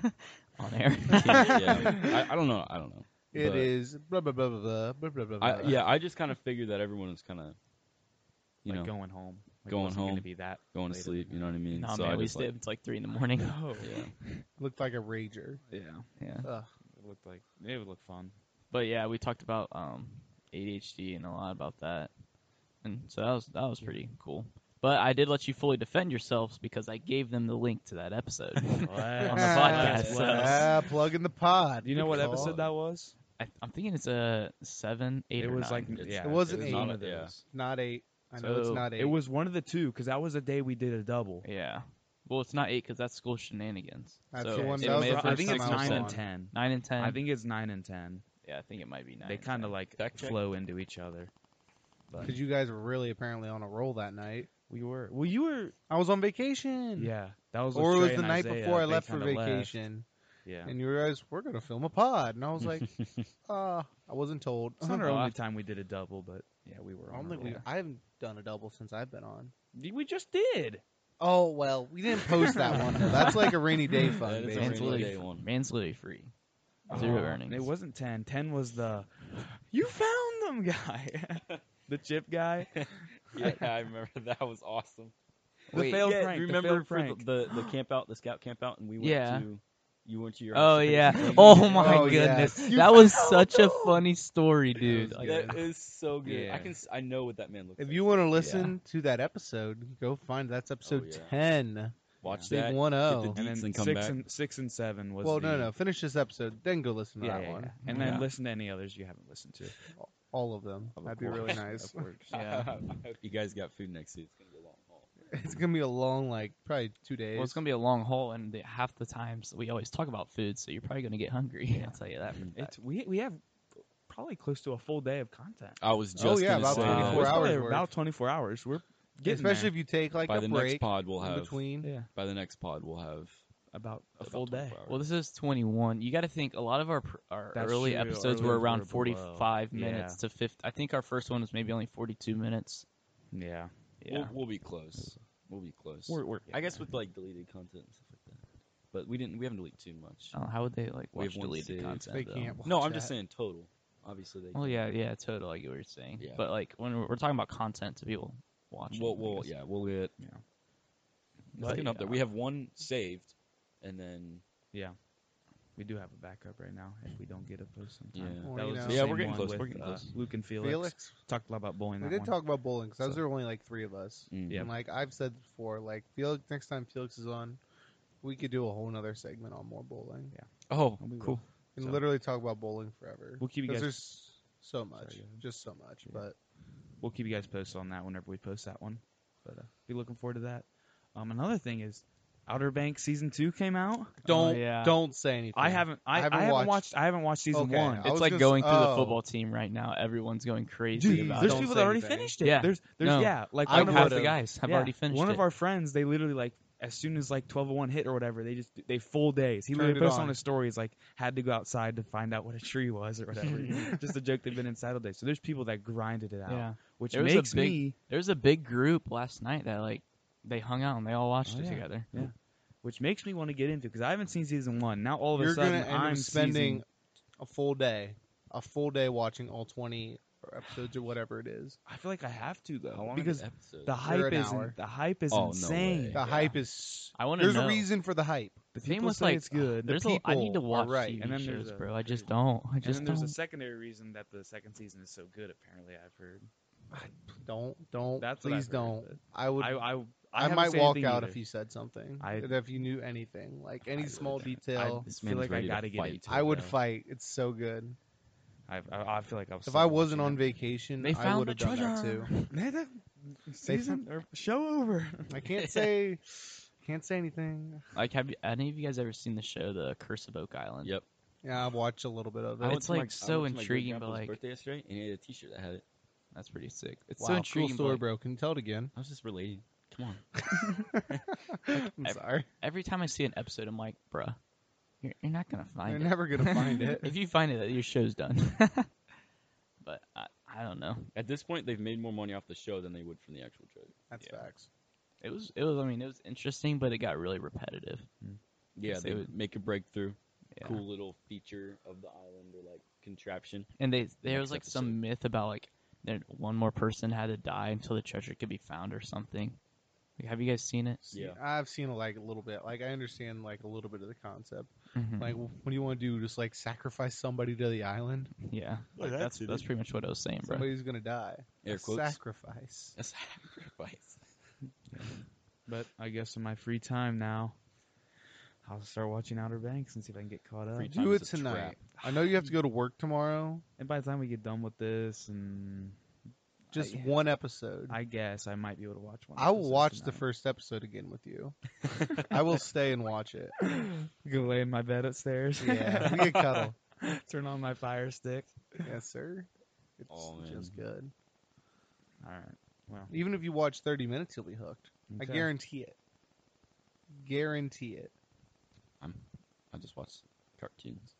Speaker 4: like on air.
Speaker 1: yeah, I, I don't know. I don't know.
Speaker 2: it
Speaker 1: but-
Speaker 2: is uh, blah blah blah blah blah blah blah.
Speaker 1: I,
Speaker 2: blah.
Speaker 1: yeah, I just kind of figured that everyone was kind of, you
Speaker 3: like
Speaker 1: know,
Speaker 3: going home. Like,
Speaker 1: going
Speaker 3: it wasn't
Speaker 1: home.
Speaker 3: Gonna be that.
Speaker 1: going to
Speaker 3: later
Speaker 1: sleep.
Speaker 3: than
Speaker 1: You know what I mean?
Speaker 4: Nah,
Speaker 1: so
Speaker 4: man,
Speaker 1: I
Speaker 4: we
Speaker 1: just
Speaker 4: stayed
Speaker 1: like,
Speaker 4: up until like three in the morning.
Speaker 3: No.
Speaker 1: yeah.
Speaker 2: looked like a rager.
Speaker 3: Yeah.
Speaker 4: yeah,
Speaker 2: Ugh.
Speaker 3: It looked like it would look fun.
Speaker 4: but yeah, we talked about um, ADHD and a lot about that, and so that was that was pretty cool. But I did let you fully defend yourselves because I gave them the link to that episode.
Speaker 3: on
Speaker 4: the podcast, so-
Speaker 2: Ah, plug in the pod.
Speaker 3: Do you know
Speaker 2: Good
Speaker 3: what
Speaker 2: call.
Speaker 3: episode that was?
Speaker 4: I, I'm thinking it's a seven, eight.
Speaker 3: it
Speaker 4: or
Speaker 3: was
Speaker 4: nine.
Speaker 3: like
Speaker 1: It's-
Speaker 3: yeah,
Speaker 1: It
Speaker 2: wasn't
Speaker 3: was
Speaker 2: eight.
Speaker 3: one of
Speaker 1: Yeah.
Speaker 3: those.
Speaker 2: Not eight. I know it's
Speaker 4: So,
Speaker 2: not eight.
Speaker 3: It was one of the two because that was the day we did a double.
Speaker 4: yeah. Well, it's not eight because that's school shenanigans.
Speaker 2: That's
Speaker 4: so
Speaker 2: the one
Speaker 4: it
Speaker 2: that was
Speaker 4: may
Speaker 2: the
Speaker 4: have
Speaker 3: I
Speaker 2: first
Speaker 4: been
Speaker 3: think
Speaker 4: six
Speaker 3: it's
Speaker 2: time I was
Speaker 3: nine and
Speaker 2: on.
Speaker 3: ten.
Speaker 4: Nine and ten.
Speaker 3: I think it's nine and ten.
Speaker 4: Yeah, I think it might be nine.
Speaker 3: they
Speaker 4: and
Speaker 3: kind of
Speaker 4: 10.
Speaker 3: like
Speaker 1: Fact check?
Speaker 3: flow into each other. But
Speaker 2: Because you guys were really apparently on a roll that night.
Speaker 3: we were well, you were
Speaker 2: I was on vacation.
Speaker 3: yeah. That was
Speaker 2: Or
Speaker 3: with
Speaker 2: it was
Speaker 3: Trey
Speaker 2: the
Speaker 3: and
Speaker 2: night
Speaker 3: Isaiah,
Speaker 2: before I
Speaker 3: they
Speaker 2: left for
Speaker 3: kinda left.
Speaker 2: vacation.
Speaker 3: Yeah,
Speaker 2: And you guys, we're going to film a pod. And I was like, uh, I wasn't told. Uh-huh.
Speaker 3: it's not our only time we did a double, but yeah, we were
Speaker 2: I,
Speaker 3: on.
Speaker 2: don't
Speaker 3: a
Speaker 2: think we,
Speaker 3: roll.
Speaker 2: I haven't done a double since I've been on.
Speaker 3: we just did.
Speaker 2: Oh, well, we didn't post that one. though. That's like a rainy day
Speaker 1: That is
Speaker 2: fund.
Speaker 1: a
Speaker 2: baby.
Speaker 4: man's
Speaker 1: rainy
Speaker 4: literally,
Speaker 1: day one.
Speaker 4: man's literally free. Zero
Speaker 3: Oh,
Speaker 4: earnings.
Speaker 3: It wasn't 10. 10 was the you found them guy. the chip guy.
Speaker 1: yeah, I remember that was awesome.
Speaker 3: The failed prank. the
Speaker 1: remember
Speaker 3: failed
Speaker 1: for the,
Speaker 3: prank.
Speaker 1: the the camp out, the scout camp out, and we went
Speaker 4: Yeah.
Speaker 1: to you went to your. house
Speaker 4: Oh
Speaker 1: to pick
Speaker 4: yeah.
Speaker 1: up the
Speaker 4: Oh
Speaker 1: thing?
Speaker 4: my
Speaker 2: Oh, yeah.
Speaker 4: goodness.
Speaker 2: You
Speaker 4: That was
Speaker 3: found
Speaker 4: such a
Speaker 3: them.
Speaker 4: funny story, dude.
Speaker 2: was
Speaker 4: Like,
Speaker 1: that is so good.
Speaker 3: Yeah.
Speaker 1: I can s- I know what that man looks
Speaker 2: If
Speaker 1: like.
Speaker 2: you want to listen to that episode, go find
Speaker 3: Oh,
Speaker 2: That's episode
Speaker 1: yeah.
Speaker 2: 10.
Speaker 1: watch
Speaker 2: Big
Speaker 1: that.
Speaker 2: 1 0.
Speaker 1: the
Speaker 3: and then
Speaker 1: Deets and come
Speaker 3: six
Speaker 1: back.
Speaker 3: and six and seven was
Speaker 2: Well,
Speaker 3: the,
Speaker 2: no, no. Finish this episode, then go listen to
Speaker 3: Yeah,
Speaker 2: that
Speaker 3: yeah,
Speaker 2: one.
Speaker 3: yeah. And then
Speaker 1: Yeah.
Speaker 3: listen to any others you haven't listened to.
Speaker 2: All of them.
Speaker 3: Of
Speaker 2: That'd be really
Speaker 3: course.
Speaker 2: nice.
Speaker 3: Of course.
Speaker 4: yeah.
Speaker 1: I hope you guys got food next week. It's gonna be a long haul.
Speaker 2: It's gonna be a long, like probably two days.
Speaker 4: well, it's gonna be a long haul, and the, half the times we always talk about food, so you're probably gonna get hungry. I'll tell you that. for a fact.
Speaker 3: It's, we, we have probably close to a full day of content.
Speaker 1: I was just
Speaker 2: Oh, yeah,
Speaker 1: gonna
Speaker 2: about
Speaker 1: say,
Speaker 2: 24
Speaker 3: It's
Speaker 1: uh,
Speaker 3: probably
Speaker 2: hours worth.
Speaker 3: About 24 hours. We're getting
Speaker 2: Especially
Speaker 3: there.
Speaker 2: if you take like
Speaker 1: by
Speaker 2: a
Speaker 1: the next
Speaker 2: break
Speaker 1: pod we'll
Speaker 2: in
Speaker 1: have
Speaker 2: between.
Speaker 3: yeah,
Speaker 1: by the next pod we'll have
Speaker 3: about a
Speaker 1: about
Speaker 3: full day.
Speaker 1: 24 hours.
Speaker 4: Well, this is 21. You got to think a lot of our pr- our
Speaker 3: That's
Speaker 4: early
Speaker 3: true,
Speaker 4: episodes
Speaker 3: early
Speaker 4: were
Speaker 3: ones
Speaker 4: around
Speaker 3: were below.
Speaker 4: 45 minutes
Speaker 3: Yeah.
Speaker 4: to 50. I think our first one was maybe only 42 minutes.
Speaker 3: Yeah,
Speaker 4: Yeah.
Speaker 1: We'll, we'll be close. We'll be close.
Speaker 3: we're, we're
Speaker 1: I guess with like deleted content and stuff like that. But we didn't. We haven't deleted too much.
Speaker 4: Oh, how would they like
Speaker 1: We
Speaker 4: watch
Speaker 1: have one
Speaker 4: deleted
Speaker 1: saved.
Speaker 4: content?
Speaker 2: They
Speaker 4: though?
Speaker 2: can't.
Speaker 1: no,
Speaker 2: watch
Speaker 1: I'm just
Speaker 2: that.
Speaker 1: saying total. Obviously they.
Speaker 4: Well, yeah, yeah, totally. I get what you're saying.
Speaker 1: Yeah.
Speaker 4: But like when we're, we're talking about content to people watching,
Speaker 1: We'll,
Speaker 4: I
Speaker 1: we'll
Speaker 4: guess.
Speaker 1: yeah we'll get
Speaker 3: Yeah.
Speaker 1: It's
Speaker 4: But,
Speaker 1: getting up there.
Speaker 4: yeah.
Speaker 1: We have one saved, and then
Speaker 3: yeah. We do have a backup right now if we don't get a post sometime.
Speaker 1: Yeah.
Speaker 2: Or,
Speaker 3: That
Speaker 2: you
Speaker 3: was
Speaker 2: know-
Speaker 3: the
Speaker 1: Yeah,
Speaker 3: same
Speaker 1: we're getting
Speaker 3: one
Speaker 1: close,
Speaker 3: with,
Speaker 1: we're getting
Speaker 3: uh,
Speaker 1: close.
Speaker 3: Luke and Felix,
Speaker 2: Felix,
Speaker 3: talked a lot about bowling.
Speaker 2: we
Speaker 3: that
Speaker 2: did
Speaker 3: one.
Speaker 2: talk about bowling because
Speaker 3: So-
Speaker 2: those are only like three of us.
Speaker 4: Mm.
Speaker 1: yeah.
Speaker 2: And like I've said before, like Felix, next time Felix is on, we could do a whole nother segment on more bowling
Speaker 1: Oh,
Speaker 3: And we will.
Speaker 1: cool.
Speaker 2: and
Speaker 3: So-
Speaker 2: literally talk about bowling forever.
Speaker 3: We'll keep you
Speaker 2: 'Cause
Speaker 3: guys-
Speaker 2: There's so much,
Speaker 3: Sorry, go ahead.
Speaker 2: just so much.
Speaker 3: Yeah.
Speaker 2: But
Speaker 3: we'll keep you guys posted on that whenever we post that one. But uh, be looking forward to that. Um, another thing is, Outer Banks season two came out.
Speaker 2: don't
Speaker 4: yeah.
Speaker 2: don't say anything.
Speaker 3: I haven't. I, I haven't, watched, I haven't watched season
Speaker 2: Okay,
Speaker 3: one.
Speaker 2: I
Speaker 4: It's
Speaker 2: was
Speaker 4: like
Speaker 2: gonna s-
Speaker 4: going through the
Speaker 2: oh.
Speaker 4: football team right now. Everyone's going crazy
Speaker 2: Jeez,
Speaker 4: about
Speaker 3: there's
Speaker 4: it.
Speaker 2: don't
Speaker 3: people
Speaker 2: say
Speaker 3: that already
Speaker 2: anything.
Speaker 3: finished it.
Speaker 4: Yeah.
Speaker 3: There's there's
Speaker 4: No.
Speaker 3: yeah. Like
Speaker 2: I
Speaker 3: one
Speaker 4: Like
Speaker 3: of
Speaker 4: half
Speaker 3: our,
Speaker 2: would've.
Speaker 4: the guys have
Speaker 3: yeah,
Speaker 4: already finished
Speaker 3: One
Speaker 4: it.
Speaker 3: of our friends, they literally like as soon as like twelve oh one hit or whatever, they just they full days. He
Speaker 2: Turned
Speaker 3: literally
Speaker 2: it
Speaker 3: posted on.
Speaker 2: on.
Speaker 3: his stories like had to go outside to find out what a tree was or whatever. just a joke they've been inside all day. So there's people that grinded it out,
Speaker 4: yeah.
Speaker 3: which
Speaker 4: There was a
Speaker 3: makes
Speaker 4: big-
Speaker 3: me
Speaker 4: There was a big group last night that like they hung out and they all watched
Speaker 3: Oh,
Speaker 4: it
Speaker 3: yeah.
Speaker 4: together.
Speaker 3: Yeah. which makes me want to get into because I haven't seen season one. Now all of a
Speaker 2: You're
Speaker 3: sudden
Speaker 2: gonna end
Speaker 3: I'm
Speaker 2: up spending
Speaker 3: season-
Speaker 2: a full day, a full day watching all 20 or episodes or whatever it is.
Speaker 3: I feel like I have to though
Speaker 1: How long
Speaker 3: because
Speaker 1: is the episode?
Speaker 3: the hype
Speaker 2: an
Speaker 3: is
Speaker 2: hour.
Speaker 3: the hype is
Speaker 1: Oh, no
Speaker 3: insane.
Speaker 1: way.
Speaker 2: The
Speaker 1: Yeah.
Speaker 2: hype is.
Speaker 4: I wanna
Speaker 2: There's
Speaker 4: know.
Speaker 2: a reason for the hype.
Speaker 3: The
Speaker 4: Same
Speaker 3: people
Speaker 4: with,
Speaker 3: say
Speaker 4: like,
Speaker 3: it's good.
Speaker 2: The
Speaker 4: There's a, I need to
Speaker 2: people are
Speaker 4: watch
Speaker 2: right.
Speaker 4: TV
Speaker 3: And then there's
Speaker 4: shows,
Speaker 3: a-
Speaker 4: bro. I just don't. I
Speaker 3: and
Speaker 4: just
Speaker 3: then
Speaker 4: don't.
Speaker 3: there's a secondary reason that the second season is so good. Apparently, I've heard.
Speaker 2: Don't don't
Speaker 3: That's what I've
Speaker 2: please
Speaker 3: heard,
Speaker 2: don't.
Speaker 3: but
Speaker 2: I would.
Speaker 3: I
Speaker 2: I,
Speaker 3: I, I haven't
Speaker 2: might
Speaker 3: said
Speaker 2: walk
Speaker 3: anything
Speaker 2: out
Speaker 3: either.
Speaker 2: if you said something.
Speaker 3: I-
Speaker 2: and if you knew anything, like any
Speaker 3: I
Speaker 2: small
Speaker 3: wouldn't.
Speaker 2: detail,
Speaker 1: This
Speaker 3: feel
Speaker 1: man's
Speaker 3: like I
Speaker 1: ready to
Speaker 3: gotta get
Speaker 1: fight.
Speaker 3: into
Speaker 2: I, would
Speaker 3: though.
Speaker 2: fight. It's so good.
Speaker 3: I, I, I feel like I was.
Speaker 2: If I wasn't on vacation,
Speaker 4: They
Speaker 2: I
Speaker 4: found
Speaker 2: would
Speaker 4: the
Speaker 2: have done that too.
Speaker 3: vacation, season or show over.
Speaker 2: I can't say. Can't say anything.
Speaker 4: Like, have you, any of you guys ever seen the show The Curse of Oak Island?
Speaker 1: Yep.
Speaker 2: Yeah, I've watched a little bit of
Speaker 4: I
Speaker 2: it.
Speaker 4: would- it's, like, so intriguing, but, like-
Speaker 1: birthday yesterday, and he had a T-shirt that had it.
Speaker 4: That's pretty sick. It's
Speaker 2: Wow,
Speaker 4: so
Speaker 2: Cool
Speaker 4: intriguing. but,
Speaker 2: story,
Speaker 4: like,
Speaker 2: bro. Can you tell it again?
Speaker 1: I was just relating. Come on.
Speaker 2: I'm
Speaker 4: I-
Speaker 2: sorry.
Speaker 4: Every time I see an episode, I'm like, bruh, you're, you're not gonna find
Speaker 2: You're
Speaker 4: it.
Speaker 2: never gonna find it.
Speaker 4: if you find it, your show's done. but I, I don't know.
Speaker 1: At this point, they've made more money off the show than they would from the actual trailer.
Speaker 2: That's facts.
Speaker 4: It was it was I mean it was interesting, but it got really repetitive.
Speaker 1: Yeah,
Speaker 4: Yes,
Speaker 1: they
Speaker 4: they
Speaker 1: would make a breakthrough.
Speaker 4: Yeah.
Speaker 1: Cool little feature of the island or like contraption.
Speaker 4: And they there
Speaker 1: Next
Speaker 4: was like
Speaker 1: episode.
Speaker 4: some myth about like that one more person had to die until the treasure could be found or something. Like, have you guys seen it?
Speaker 1: Yeah.
Speaker 2: I've seen like a little bit. Like I understand like a little bit of the concept.
Speaker 4: Mhm.
Speaker 1: Mm-hmm.
Speaker 2: Like, what do you want to do? Just like sacrifice somebody to the island?
Speaker 4: yeah, like,
Speaker 1: that's
Speaker 4: that's
Speaker 1: it.
Speaker 4: that's pretty much what I was saying, bro.
Speaker 2: Somebody's gonna die.
Speaker 1: Air
Speaker 2: A
Speaker 1: quotes.
Speaker 2: Sacrifice.
Speaker 1: A sacrifice.
Speaker 3: But I guess in my free time now, I'll start watching Outer Banks and see if I can get caught up.
Speaker 1: Free time
Speaker 2: Do
Speaker 1: is
Speaker 2: it
Speaker 1: a trap.
Speaker 2: tonight. I know you have to go to work tomorrow.
Speaker 3: And by the time we get done with this, and
Speaker 2: Just
Speaker 3: I-
Speaker 2: one episode. I,
Speaker 3: I guess I might be able to watch one.
Speaker 2: will
Speaker 3: episode
Speaker 2: watch the
Speaker 3: tonight.
Speaker 2: first episode again with you. I will stay and watch it.
Speaker 3: Go lay in my bed upstairs.
Speaker 2: Yeah, we could cuddle.
Speaker 3: Turn on my fire stick.
Speaker 2: Yes, sir. It's
Speaker 1: Oh, man.
Speaker 2: just good.
Speaker 3: All right. Well,
Speaker 2: Even if you watch 30 minutes, you'll be hooked. I
Speaker 3: okay.
Speaker 2: guarantee it. Guarantee it.
Speaker 1: I just watch cartoons.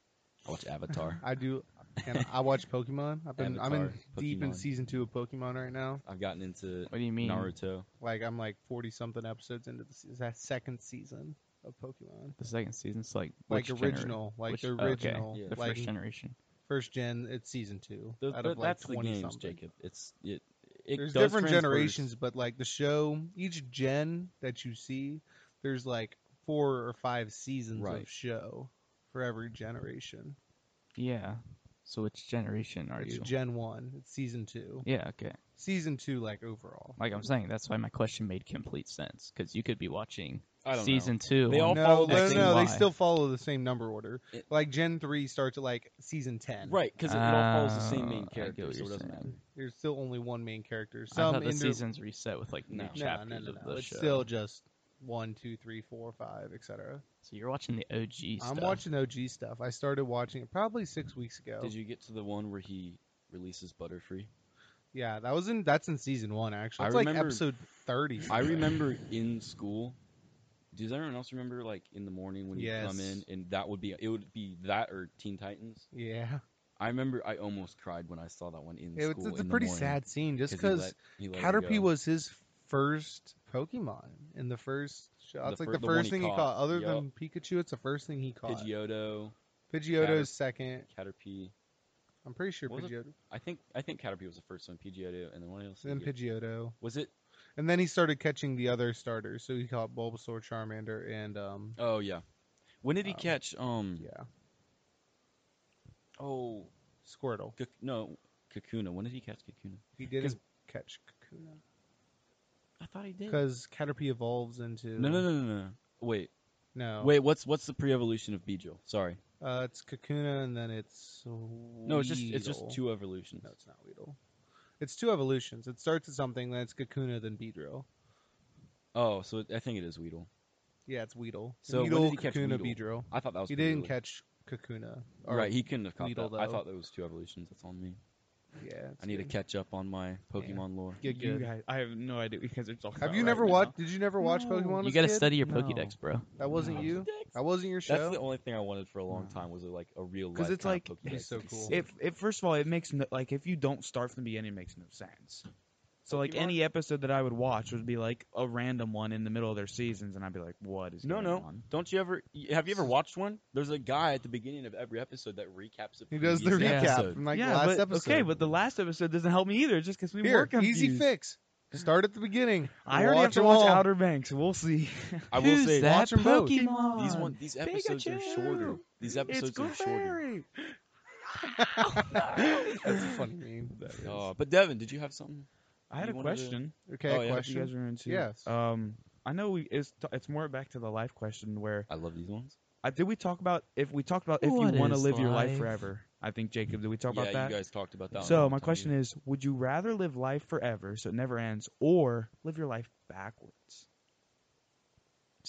Speaker 1: I watch Avatar.
Speaker 2: I do. And I watch Pokemon. I've been. I'm in
Speaker 1: Avatar,
Speaker 2: deep in
Speaker 1: Pokemon.
Speaker 2: season two of Pokemon right now.
Speaker 1: I've gotten into
Speaker 4: What do you mean?
Speaker 1: Naruto.
Speaker 2: Like I'm like 40 something episodes into the se- that second season of Pokemon.
Speaker 4: The second season's like
Speaker 2: Like
Speaker 4: which gener-
Speaker 2: original, like
Speaker 4: which-
Speaker 2: the
Speaker 4: okay,
Speaker 2: original,
Speaker 1: Yeah.
Speaker 4: the
Speaker 2: like
Speaker 4: first generation.
Speaker 2: first gen. It's season two
Speaker 1: Those,
Speaker 2: out
Speaker 1: tho-
Speaker 2: of like
Speaker 1: that's the
Speaker 2: 20
Speaker 1: games,
Speaker 2: something.
Speaker 1: Jacob. It's it. it
Speaker 2: there's
Speaker 1: does
Speaker 2: different
Speaker 1: transverse-
Speaker 2: generations, but like the show, each gen that you see, there's like four or five seasons
Speaker 1: Right.
Speaker 2: of show for every generation.
Speaker 4: Yeah. So which generation are
Speaker 2: it's
Speaker 4: you?
Speaker 2: Gen one. It's season two.
Speaker 4: yeah. Okay.
Speaker 2: Season two, like overall.
Speaker 4: Like I'm saying, that's why my question made complete sense because you could be watching
Speaker 1: I don't know.
Speaker 4: season two.
Speaker 1: They
Speaker 4: on-
Speaker 1: all
Speaker 2: no,
Speaker 1: follow the
Speaker 2: no,
Speaker 1: same
Speaker 2: no, they
Speaker 4: line.
Speaker 2: still follow the same number order.
Speaker 1: It-
Speaker 2: like Gen three starts at like season ten.
Speaker 1: Right, because it all follows the
Speaker 4: Oh,
Speaker 1: same
Speaker 4: I
Speaker 1: main
Speaker 4: get
Speaker 1: character,
Speaker 4: what
Speaker 1: so
Speaker 4: you're
Speaker 1: it doesn't
Speaker 4: saying.
Speaker 1: matter.
Speaker 2: There's still only one main character.
Speaker 4: I
Speaker 2: Some
Speaker 4: thought the
Speaker 2: inter-
Speaker 4: seasons reset with like new
Speaker 1: No. No,
Speaker 2: No, no,
Speaker 4: chapters
Speaker 2: no,
Speaker 4: of
Speaker 2: no.
Speaker 4: the
Speaker 2: It's
Speaker 4: show.
Speaker 2: still just one, two, three, four, five, etc.
Speaker 4: So you're watching the OG stuff.
Speaker 2: I'm watching OG stuff. I started watching it probably six weeks ago.
Speaker 1: Did you get to the one where he releases Butterfree?
Speaker 2: Yeah, that was in that's in season one
Speaker 1: I
Speaker 2: actually. It's like
Speaker 1: remember-
Speaker 2: episode thirty.
Speaker 1: I
Speaker 2: something.
Speaker 1: remember in school. Does everyone else remember like in the morning when you come in
Speaker 2: Yes.
Speaker 1: and that would be it would be that or Teen Titans?
Speaker 2: Yeah,
Speaker 1: I remember I almost cried when I saw that one in
Speaker 2: it,
Speaker 1: school.
Speaker 2: was it's a
Speaker 1: in the
Speaker 2: pretty
Speaker 1: morning,
Speaker 2: sad scene just
Speaker 1: he
Speaker 2: because
Speaker 1: let- he let it
Speaker 2: Caterpie
Speaker 1: go.
Speaker 2: was his first Pokemon and the first. shot.
Speaker 1: The
Speaker 2: It's like
Speaker 1: fir-
Speaker 2: the
Speaker 1: the one
Speaker 2: first
Speaker 1: he
Speaker 2: thing he
Speaker 1: caught.
Speaker 2: caught. Other
Speaker 1: Yup.
Speaker 2: than Pikachu, it's the first thing he caught.
Speaker 1: Pidgeotto,
Speaker 2: Pidgeotto
Speaker 1: Caterp-
Speaker 2: is second.
Speaker 1: Caterpie.
Speaker 2: I'm pretty sure
Speaker 1: What was
Speaker 2: Pidgeotto.
Speaker 1: I think I think Caterpie was the first one. Pidgeotto, and then what else? did
Speaker 2: Then
Speaker 1: he get?
Speaker 2: Pidgeotto,
Speaker 1: was it?
Speaker 2: and then he started catching the other starters. So he caught Bulbasaur, Charmander, and um,
Speaker 1: Oh yeah. When did he
Speaker 2: Um,
Speaker 1: catch? Um.
Speaker 2: yeah,
Speaker 1: Oh.
Speaker 2: Squirtle.
Speaker 1: Kak- no. Kakuna. When did he catch Kakuna?
Speaker 2: He didn't catch Kakuna
Speaker 1: I thought he did.
Speaker 2: because Caterpie evolves into
Speaker 1: No, no, no, no, no. Wait,
Speaker 2: no.
Speaker 1: wait. What's what's the pre-evolution of Beedrill? Sorry.
Speaker 2: uh, it's Kakuna, and then it's
Speaker 1: No, it's just it's just
Speaker 2: Weedle.
Speaker 1: two evolutions.
Speaker 2: No, it's not Weedle. It's two evolutions. It starts at something, then it's Kakuna, then Beedrill.
Speaker 1: Oh, so it, I think it is Weedle.
Speaker 2: Yeah, it's Weedle.
Speaker 1: So when
Speaker 2: Weedle,
Speaker 1: did he catch
Speaker 2: Kakuna, Beedrill.
Speaker 1: Weedle? I thought that was
Speaker 2: He
Speaker 1: pretty
Speaker 2: didn't
Speaker 1: early.
Speaker 2: catch Kakuna. or-
Speaker 1: Right, he couldn't have caught
Speaker 2: Weedle,
Speaker 1: that. I
Speaker 2: though.
Speaker 1: thought that was two evolutions. That's on me.
Speaker 2: Yeah. it's
Speaker 1: I need to
Speaker 2: good.
Speaker 1: catch up on my Pokemon lore.
Speaker 2: Get
Speaker 3: You
Speaker 2: good.
Speaker 3: guys- I have no idea because they're talking.
Speaker 2: Have
Speaker 3: about
Speaker 2: you
Speaker 3: right
Speaker 2: never
Speaker 3: now.
Speaker 2: watched? Did you never watch
Speaker 1: No.
Speaker 2: Pokemon? as
Speaker 4: You
Speaker 2: a
Speaker 4: gotta
Speaker 2: kid?
Speaker 4: study your
Speaker 1: No.
Speaker 4: Pokédex, bro.
Speaker 2: That wasn't you. That wasn't your
Speaker 1: That's
Speaker 2: show.
Speaker 1: the only thing I wanted for a long
Speaker 3: No.
Speaker 1: time was a, like a real.
Speaker 2: 'Cause
Speaker 1: Because
Speaker 2: it's like- it's so cool.
Speaker 3: It, it first of all, it makes no, like if you don't start from the beginning, it makes no sense. So like
Speaker 1: Pokemon?
Speaker 3: any episode that I would watch would be like a random one in the middle of their seasons, and I'd be like, "What is
Speaker 1: No,
Speaker 3: going
Speaker 1: no.
Speaker 3: on?"
Speaker 1: Don't you ever? y- Have you ever watched one? There's a guy at the beginning of every episode that recaps. a
Speaker 2: he does the
Speaker 1: previous
Speaker 2: recap
Speaker 1: episode.
Speaker 2: from like
Speaker 3: yeah,
Speaker 2: last
Speaker 3: but,
Speaker 2: episode.
Speaker 3: okay, but the last episode doesn't help me either, just because we
Speaker 2: here,
Speaker 3: were confused.
Speaker 2: easy fix. Start at the beginning.
Speaker 3: I already have to
Speaker 2: them
Speaker 3: watch
Speaker 2: all.
Speaker 3: Outer Banks. We'll see.
Speaker 1: I will
Speaker 4: Who's
Speaker 1: say
Speaker 4: that
Speaker 2: watch 'em both.
Speaker 4: Pokemon?
Speaker 1: these one these episodes are shorter.
Speaker 3: Pikachu!
Speaker 1: These episodes
Speaker 3: it's
Speaker 1: are shorter.
Speaker 3: Clefairy.
Speaker 2: That's a funny meme. That is.
Speaker 1: Uh, but Devin, did you have something?
Speaker 3: I had
Speaker 1: You
Speaker 3: a
Speaker 1: wanted to-
Speaker 3: question.
Speaker 2: okay,
Speaker 1: oh, yeah, if you
Speaker 3: If You
Speaker 2: question.
Speaker 3: guys are into
Speaker 2: Yes.
Speaker 3: Um, I know we, it's it's more back to the life question where
Speaker 1: I love these ones.
Speaker 3: I, did we talk about if we talked about if
Speaker 4: What
Speaker 3: you want to
Speaker 4: is
Speaker 3: live your life
Speaker 4: life?
Speaker 3: forever? I think Jacob, did we talk
Speaker 1: yeah,
Speaker 3: about that?
Speaker 1: you guys talked about that.
Speaker 3: so my question is, would you rather live life forever so it never ends, or live your life backwards?
Speaker 1: is,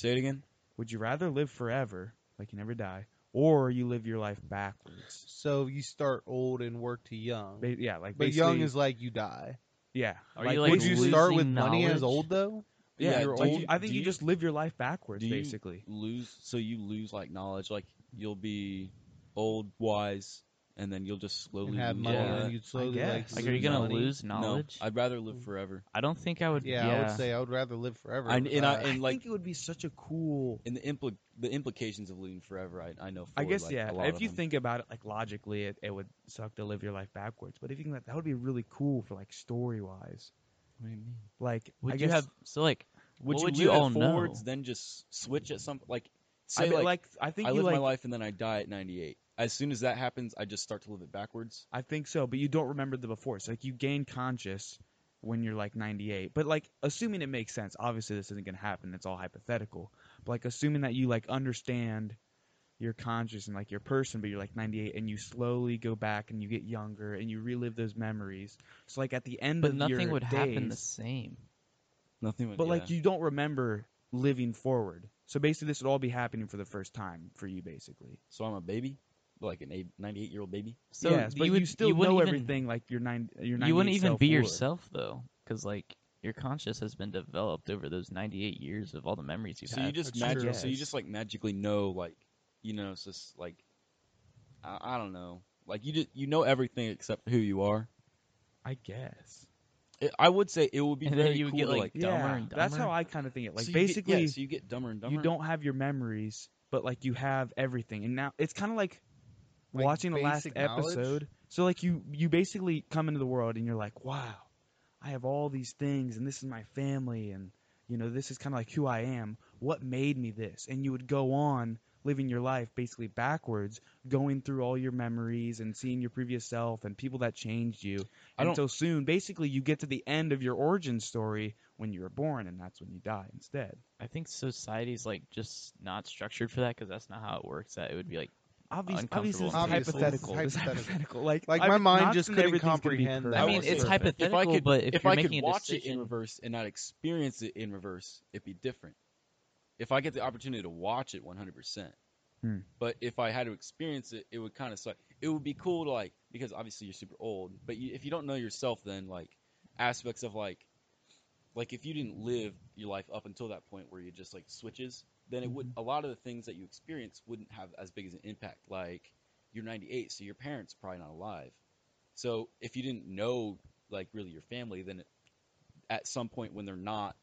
Speaker 1: say it again.
Speaker 3: Would you rather live forever, like you never die, or you live your life backwards?
Speaker 2: So you start old and work to young.
Speaker 3: Ba- yeah, like
Speaker 2: But young
Speaker 3: basically-
Speaker 2: is like you die.
Speaker 3: yeah.
Speaker 4: Are you, like,
Speaker 2: Would you start with
Speaker 4: losing
Speaker 2: money as
Speaker 4: knowledge?
Speaker 2: old though?
Speaker 1: Yeah,
Speaker 3: yeah?
Speaker 1: you're
Speaker 3: like
Speaker 1: old-
Speaker 3: you- I think
Speaker 1: do
Speaker 3: you,
Speaker 1: you-
Speaker 3: just live your life backwards,
Speaker 1: do you-
Speaker 3: basically.
Speaker 1: Lose so you lose like knowledge. Like you'll be old, wise, and then you'll just slowly
Speaker 2: And have
Speaker 1: lose
Speaker 2: money
Speaker 1: all
Speaker 3: Yeah.
Speaker 2: and
Speaker 1: that.
Speaker 2: you'd slowly like.
Speaker 3: guess.
Speaker 4: Like, are you
Speaker 1: lose
Speaker 4: gonna
Speaker 1: money.
Speaker 4: lose knowledge? Mm.
Speaker 1: No, I'd rather live forever.
Speaker 4: I don't think I would.
Speaker 2: yeah, I would say I would rather live forever. Uh,
Speaker 1: I,
Speaker 2: than
Speaker 1: and I
Speaker 2: die.
Speaker 1: and
Speaker 3: Uh, I
Speaker 1: like
Speaker 3: think it would be such a cool.
Speaker 1: and the impl- the implications of living forever. I, I know. For,
Speaker 3: I guess
Speaker 1: like,
Speaker 3: yeah.
Speaker 1: A lot
Speaker 3: If
Speaker 1: of
Speaker 3: you
Speaker 1: them.
Speaker 3: think about it, like logically, it, it would suck to live your life backwards. But if you think that that would be really cool for like story wise,
Speaker 1: What do you mean?
Speaker 3: like
Speaker 4: Would
Speaker 3: I
Speaker 4: you
Speaker 3: guess,
Speaker 4: have so like?
Speaker 1: Would
Speaker 4: What
Speaker 1: you
Speaker 4: would
Speaker 1: live
Speaker 4: you
Speaker 1: it
Speaker 4: all know?
Speaker 1: forwards, then just switch at some like
Speaker 3: I
Speaker 1: say
Speaker 3: bet,
Speaker 1: like,
Speaker 3: like I think
Speaker 1: I
Speaker 3: you
Speaker 1: live
Speaker 3: like
Speaker 1: my life and then I die at 98. As soon as that happens, I just start to live it backwards.
Speaker 3: I think so, but you don't remember the before. So like you gain conscious when you're like 98. But like assuming it makes sense, obviously this isn't going to happen. It's all hypothetical. But like assuming that you like understand your conscious and like your person, but you're like 98 and you slowly go back and you get younger and you relive those memories. So like at the end
Speaker 4: But
Speaker 3: of
Speaker 4: nothing
Speaker 3: your
Speaker 4: would happen the
Speaker 3: days-
Speaker 4: same.
Speaker 1: Nothing. would-
Speaker 3: but
Speaker 1: yeah.
Speaker 3: like you don't remember living forward. So basically this would all be happening for the first time for you basically.
Speaker 1: so I'm a baby, like an eight, 98 year old baby.
Speaker 4: So
Speaker 3: yes, but you,
Speaker 4: would,
Speaker 3: still
Speaker 4: wouldn't
Speaker 3: know
Speaker 4: even-
Speaker 3: everything like your nine your 98
Speaker 4: You wouldn't even
Speaker 3: self
Speaker 4: be
Speaker 3: would.
Speaker 4: yourself though, because like your conscious has been developed over those 98 years of all the memories you've
Speaker 1: So
Speaker 4: had.
Speaker 1: you just
Speaker 2: That's
Speaker 1: magic,
Speaker 3: true.
Speaker 1: so you
Speaker 3: Yes.
Speaker 1: just like magically know like you know it's just like I, I don't know like you just you know everything except who you are.
Speaker 3: I guess.
Speaker 1: It, I would say it would be
Speaker 4: And then
Speaker 1: very
Speaker 4: you would
Speaker 1: cool
Speaker 4: get,
Speaker 1: to,
Speaker 4: like,
Speaker 1: like,
Speaker 4: dumber
Speaker 3: yeah,
Speaker 4: and
Speaker 3: That's
Speaker 4: dumber.
Speaker 3: how I kind of think it. Like
Speaker 1: so you get- yeah,
Speaker 3: basically,
Speaker 1: so you get dumber and dumber.
Speaker 3: you don't have your memories, but like you have everything. And now it's kind of like,
Speaker 2: Like
Speaker 3: watching the last
Speaker 2: basic knowledge?
Speaker 3: episode. So like you you basically come into the world and you're like, wow, I have all these things, and this is my family, and you know this is kind of like who I am. What made me this? And you would go on living your life basically backwards, going through all your memories and seeing your previous self and people that changed you.
Speaker 1: I
Speaker 3: And
Speaker 1: don't-
Speaker 3: so soon, basically, you get to the end of your origin story when you were born, and that's when you die instead.
Speaker 4: I think society's like just not structured for that because that's not how it works. That it would be like
Speaker 3: Obvious, obviously,
Speaker 4: Uncomfortable.
Speaker 3: this is
Speaker 2: Obviously, this is
Speaker 3: hypothetical. This is
Speaker 2: hypothetical.
Speaker 3: hypothetical. Like,
Speaker 2: Like,
Speaker 3: I
Speaker 2: my
Speaker 3: would-
Speaker 2: mind
Speaker 3: not
Speaker 2: just
Speaker 3: saying
Speaker 2: couldn't
Speaker 3: everything's gonna be
Speaker 2: comprehend that.
Speaker 3: perfect.
Speaker 4: I
Speaker 1: would
Speaker 4: mean,
Speaker 1: say
Speaker 4: it's
Speaker 1: so. If
Speaker 4: hypothetical,
Speaker 1: I could,
Speaker 4: but if,
Speaker 1: if
Speaker 4: you're
Speaker 1: I could
Speaker 4: making a
Speaker 1: watch it
Speaker 4: decision,
Speaker 1: in reverse and not experience it in reverse, it'd be different. if I get the opportunity to watch it 100%.
Speaker 3: Hmm.
Speaker 1: But if I had to experience it, it would kind of suck. It would be cool to like because obviously you're super old, but you, if you don't know yourself, then like aspects of like like if you didn't live your life up until that point where you just like switches, then it
Speaker 3: Mm-hmm.
Speaker 1: would a lot of the things that you experience wouldn't have as big as an impact. Like you're 98, so your parents are probably not alive. So if you didn't know like really your family, then it, at some point when they're not,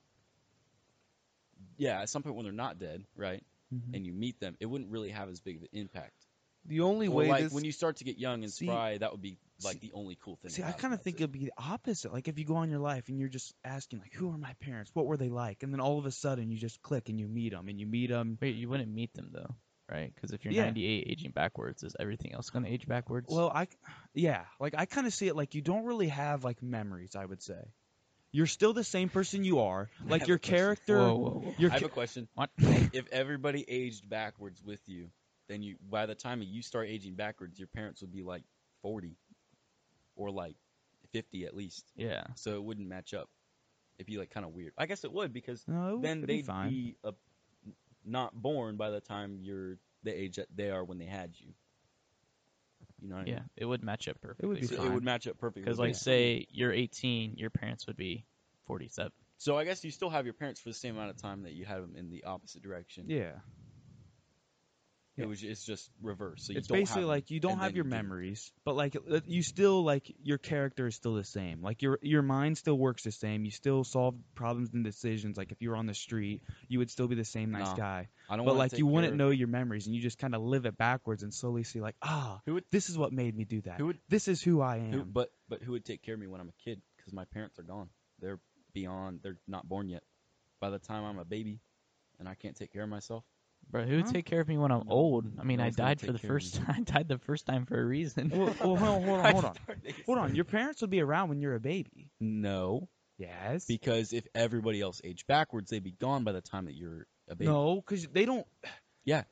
Speaker 1: yeah, at some point when they're not dead, right,
Speaker 3: Mhm.
Speaker 1: and you meet them, it wouldn't really have as big of an impact.
Speaker 2: The only
Speaker 1: Or,
Speaker 2: way
Speaker 1: like
Speaker 2: this,
Speaker 1: when you start to get young and
Speaker 3: See-
Speaker 1: spry, that would be like the only cool
Speaker 2: Mhm.
Speaker 1: thing.
Speaker 3: See,
Speaker 1: about
Speaker 3: I
Speaker 1: it,
Speaker 3: kind of
Speaker 1: that's
Speaker 3: think
Speaker 1: it.
Speaker 3: it'd be the opposite. Like if you go on your life and you're just asking, like, who are my parents? What were they like? And then all of a sudden you just click and you meet them and you meet them.
Speaker 4: Wait, you wouldn't meet them though, right? Because if you're
Speaker 3: Yeah.
Speaker 4: 98 aging backwards, is everything else going to age backwards?
Speaker 3: Well, I, yeah, like I kind of see it like you don't really have like memories. I would say you're still the same person you are.
Speaker 1: I
Speaker 3: Like
Speaker 1: have
Speaker 3: your
Speaker 1: a question.
Speaker 3: character,
Speaker 4: whoa, whoa, whoa.
Speaker 3: your
Speaker 1: I have
Speaker 3: ca-
Speaker 1: a question.
Speaker 4: What?
Speaker 1: If everybody aged backwards with you, then you by the time you start aging backwards, your parents would be like forty, or like fifty at least.
Speaker 4: Yeah.
Speaker 1: So it wouldn't match up. It'd be like kind of weird. I guess it would because
Speaker 3: no,
Speaker 1: then
Speaker 3: Oh, it'd
Speaker 1: they'd
Speaker 3: be fine.
Speaker 1: be a, not born by the time you're the age that they are when they had you. You know what
Speaker 4: Yeah, it would match up perfectly.
Speaker 3: would be
Speaker 1: I mean? So
Speaker 3: fine.
Speaker 1: it would match up perfectly.
Speaker 4: Because
Speaker 1: with
Speaker 4: like
Speaker 1: that.
Speaker 4: say you're 18, your parents would be 47.
Speaker 1: so I guess you still have your parents for the same amount of time that you had them in the opposite direction.
Speaker 3: yeah.
Speaker 1: It
Speaker 3: Yeah.
Speaker 1: was it's just reverse. So you
Speaker 3: it's
Speaker 1: don't
Speaker 3: basically
Speaker 1: have
Speaker 3: like you don't
Speaker 1: and
Speaker 3: have
Speaker 1: then
Speaker 3: your
Speaker 1: you do.
Speaker 3: memories, but like uh, you still like your character is still the same. Like your your mind still works the same. You still solve problems and decisions. Like if you were on the street, you would still be the same nice
Speaker 1: Nah.
Speaker 3: guy.
Speaker 1: I don't
Speaker 3: But
Speaker 1: wanna
Speaker 3: like
Speaker 1: take
Speaker 3: you wouldn't
Speaker 1: care of-
Speaker 3: know your memories, and you just kind of live it backwards and slowly see like ah,
Speaker 1: Who would-
Speaker 3: this is what made me do that.
Speaker 1: who would-
Speaker 3: this is who I am.
Speaker 1: who, but but who would take care of me when I'm a kid? Because my parents are gone. They're beyond. They're not born yet. By the time I'm a baby, and I can't take care of myself.
Speaker 4: Bro, who would
Speaker 3: Huh?
Speaker 4: take care of me when I'm
Speaker 1: No-
Speaker 4: old? I
Speaker 1: no
Speaker 4: mean, I
Speaker 1: one's gonna
Speaker 4: died for
Speaker 1: take
Speaker 4: the
Speaker 1: care of
Speaker 4: first. I died the first time for a reason.
Speaker 3: well, well, hold on, hold on, hold on, hold on. Your parents would be around when you're a baby.
Speaker 1: No,
Speaker 3: Yes.
Speaker 1: because if everybody else aged backwards, they'd be gone by the time that you're a baby.
Speaker 3: no, because they don't.
Speaker 2: if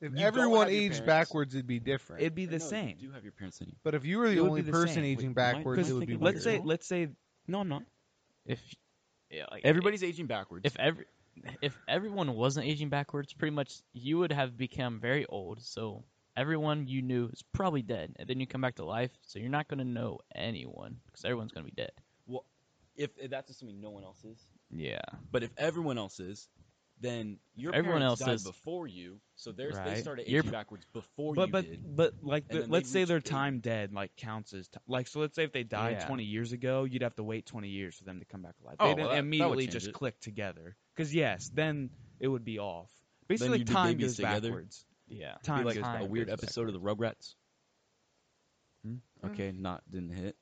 Speaker 1: don't
Speaker 2: everyone
Speaker 1: have your
Speaker 2: aged
Speaker 1: parents-
Speaker 2: backwards, it'd be different.
Speaker 3: It'd be
Speaker 1: Or
Speaker 3: the
Speaker 1: no,
Speaker 3: same.
Speaker 1: You do have your parents in you.
Speaker 2: but if you were the
Speaker 3: it would
Speaker 2: only
Speaker 3: be the
Speaker 2: person
Speaker 3: same.
Speaker 2: aging
Speaker 1: Wait, am I-
Speaker 2: backwards,
Speaker 1: am
Speaker 2: it
Speaker 1: I
Speaker 2: would be
Speaker 1: thinking
Speaker 3: Let's
Speaker 1: weird.
Speaker 3: say let's say
Speaker 1: No, I'm not.
Speaker 4: if yeah, like,
Speaker 1: Everybody's aging backwards.
Speaker 4: if every if everyone wasn't aging backwards, pretty much you would have become very old. So everyone you knew is probably dead, and then you come back to life. So you're not gonna know anyone because everyone's gonna be dead.
Speaker 1: well, if, if that's assuming no one else is.
Speaker 4: Yeah.
Speaker 1: But if everyone else is, then your
Speaker 4: Everyone
Speaker 1: parents
Speaker 4: else
Speaker 1: died
Speaker 4: is.
Speaker 1: before you, so they're,
Speaker 3: Right.
Speaker 1: they started aging
Speaker 4: Your pa-
Speaker 1: backwards before
Speaker 3: but
Speaker 1: you
Speaker 3: but
Speaker 1: did.
Speaker 3: but like
Speaker 1: And
Speaker 3: the,
Speaker 1: then they
Speaker 3: let's say
Speaker 1: reach
Speaker 3: their
Speaker 1: eighty.
Speaker 3: time dead like counts as t- like so let's say if they died
Speaker 4: Yeah.
Speaker 3: 20 years ago you'd have to wait 20 years for them to come back alive
Speaker 1: Oh,
Speaker 3: they
Speaker 1: well,
Speaker 3: didn't
Speaker 1: that- that would
Speaker 3: immediately
Speaker 1: change
Speaker 3: just
Speaker 1: it.
Speaker 3: click together because yes then it would be off basically
Speaker 1: you do
Speaker 3: time
Speaker 1: babies
Speaker 3: goes
Speaker 1: together?
Speaker 3: backwards
Speaker 4: Yeah.
Speaker 1: Be
Speaker 3: time
Speaker 1: like
Speaker 3: goes
Speaker 1: a
Speaker 3: backwards.
Speaker 1: weird episode of the Rugrats.
Speaker 3: Hmm?
Speaker 1: Okay, not didn't hit.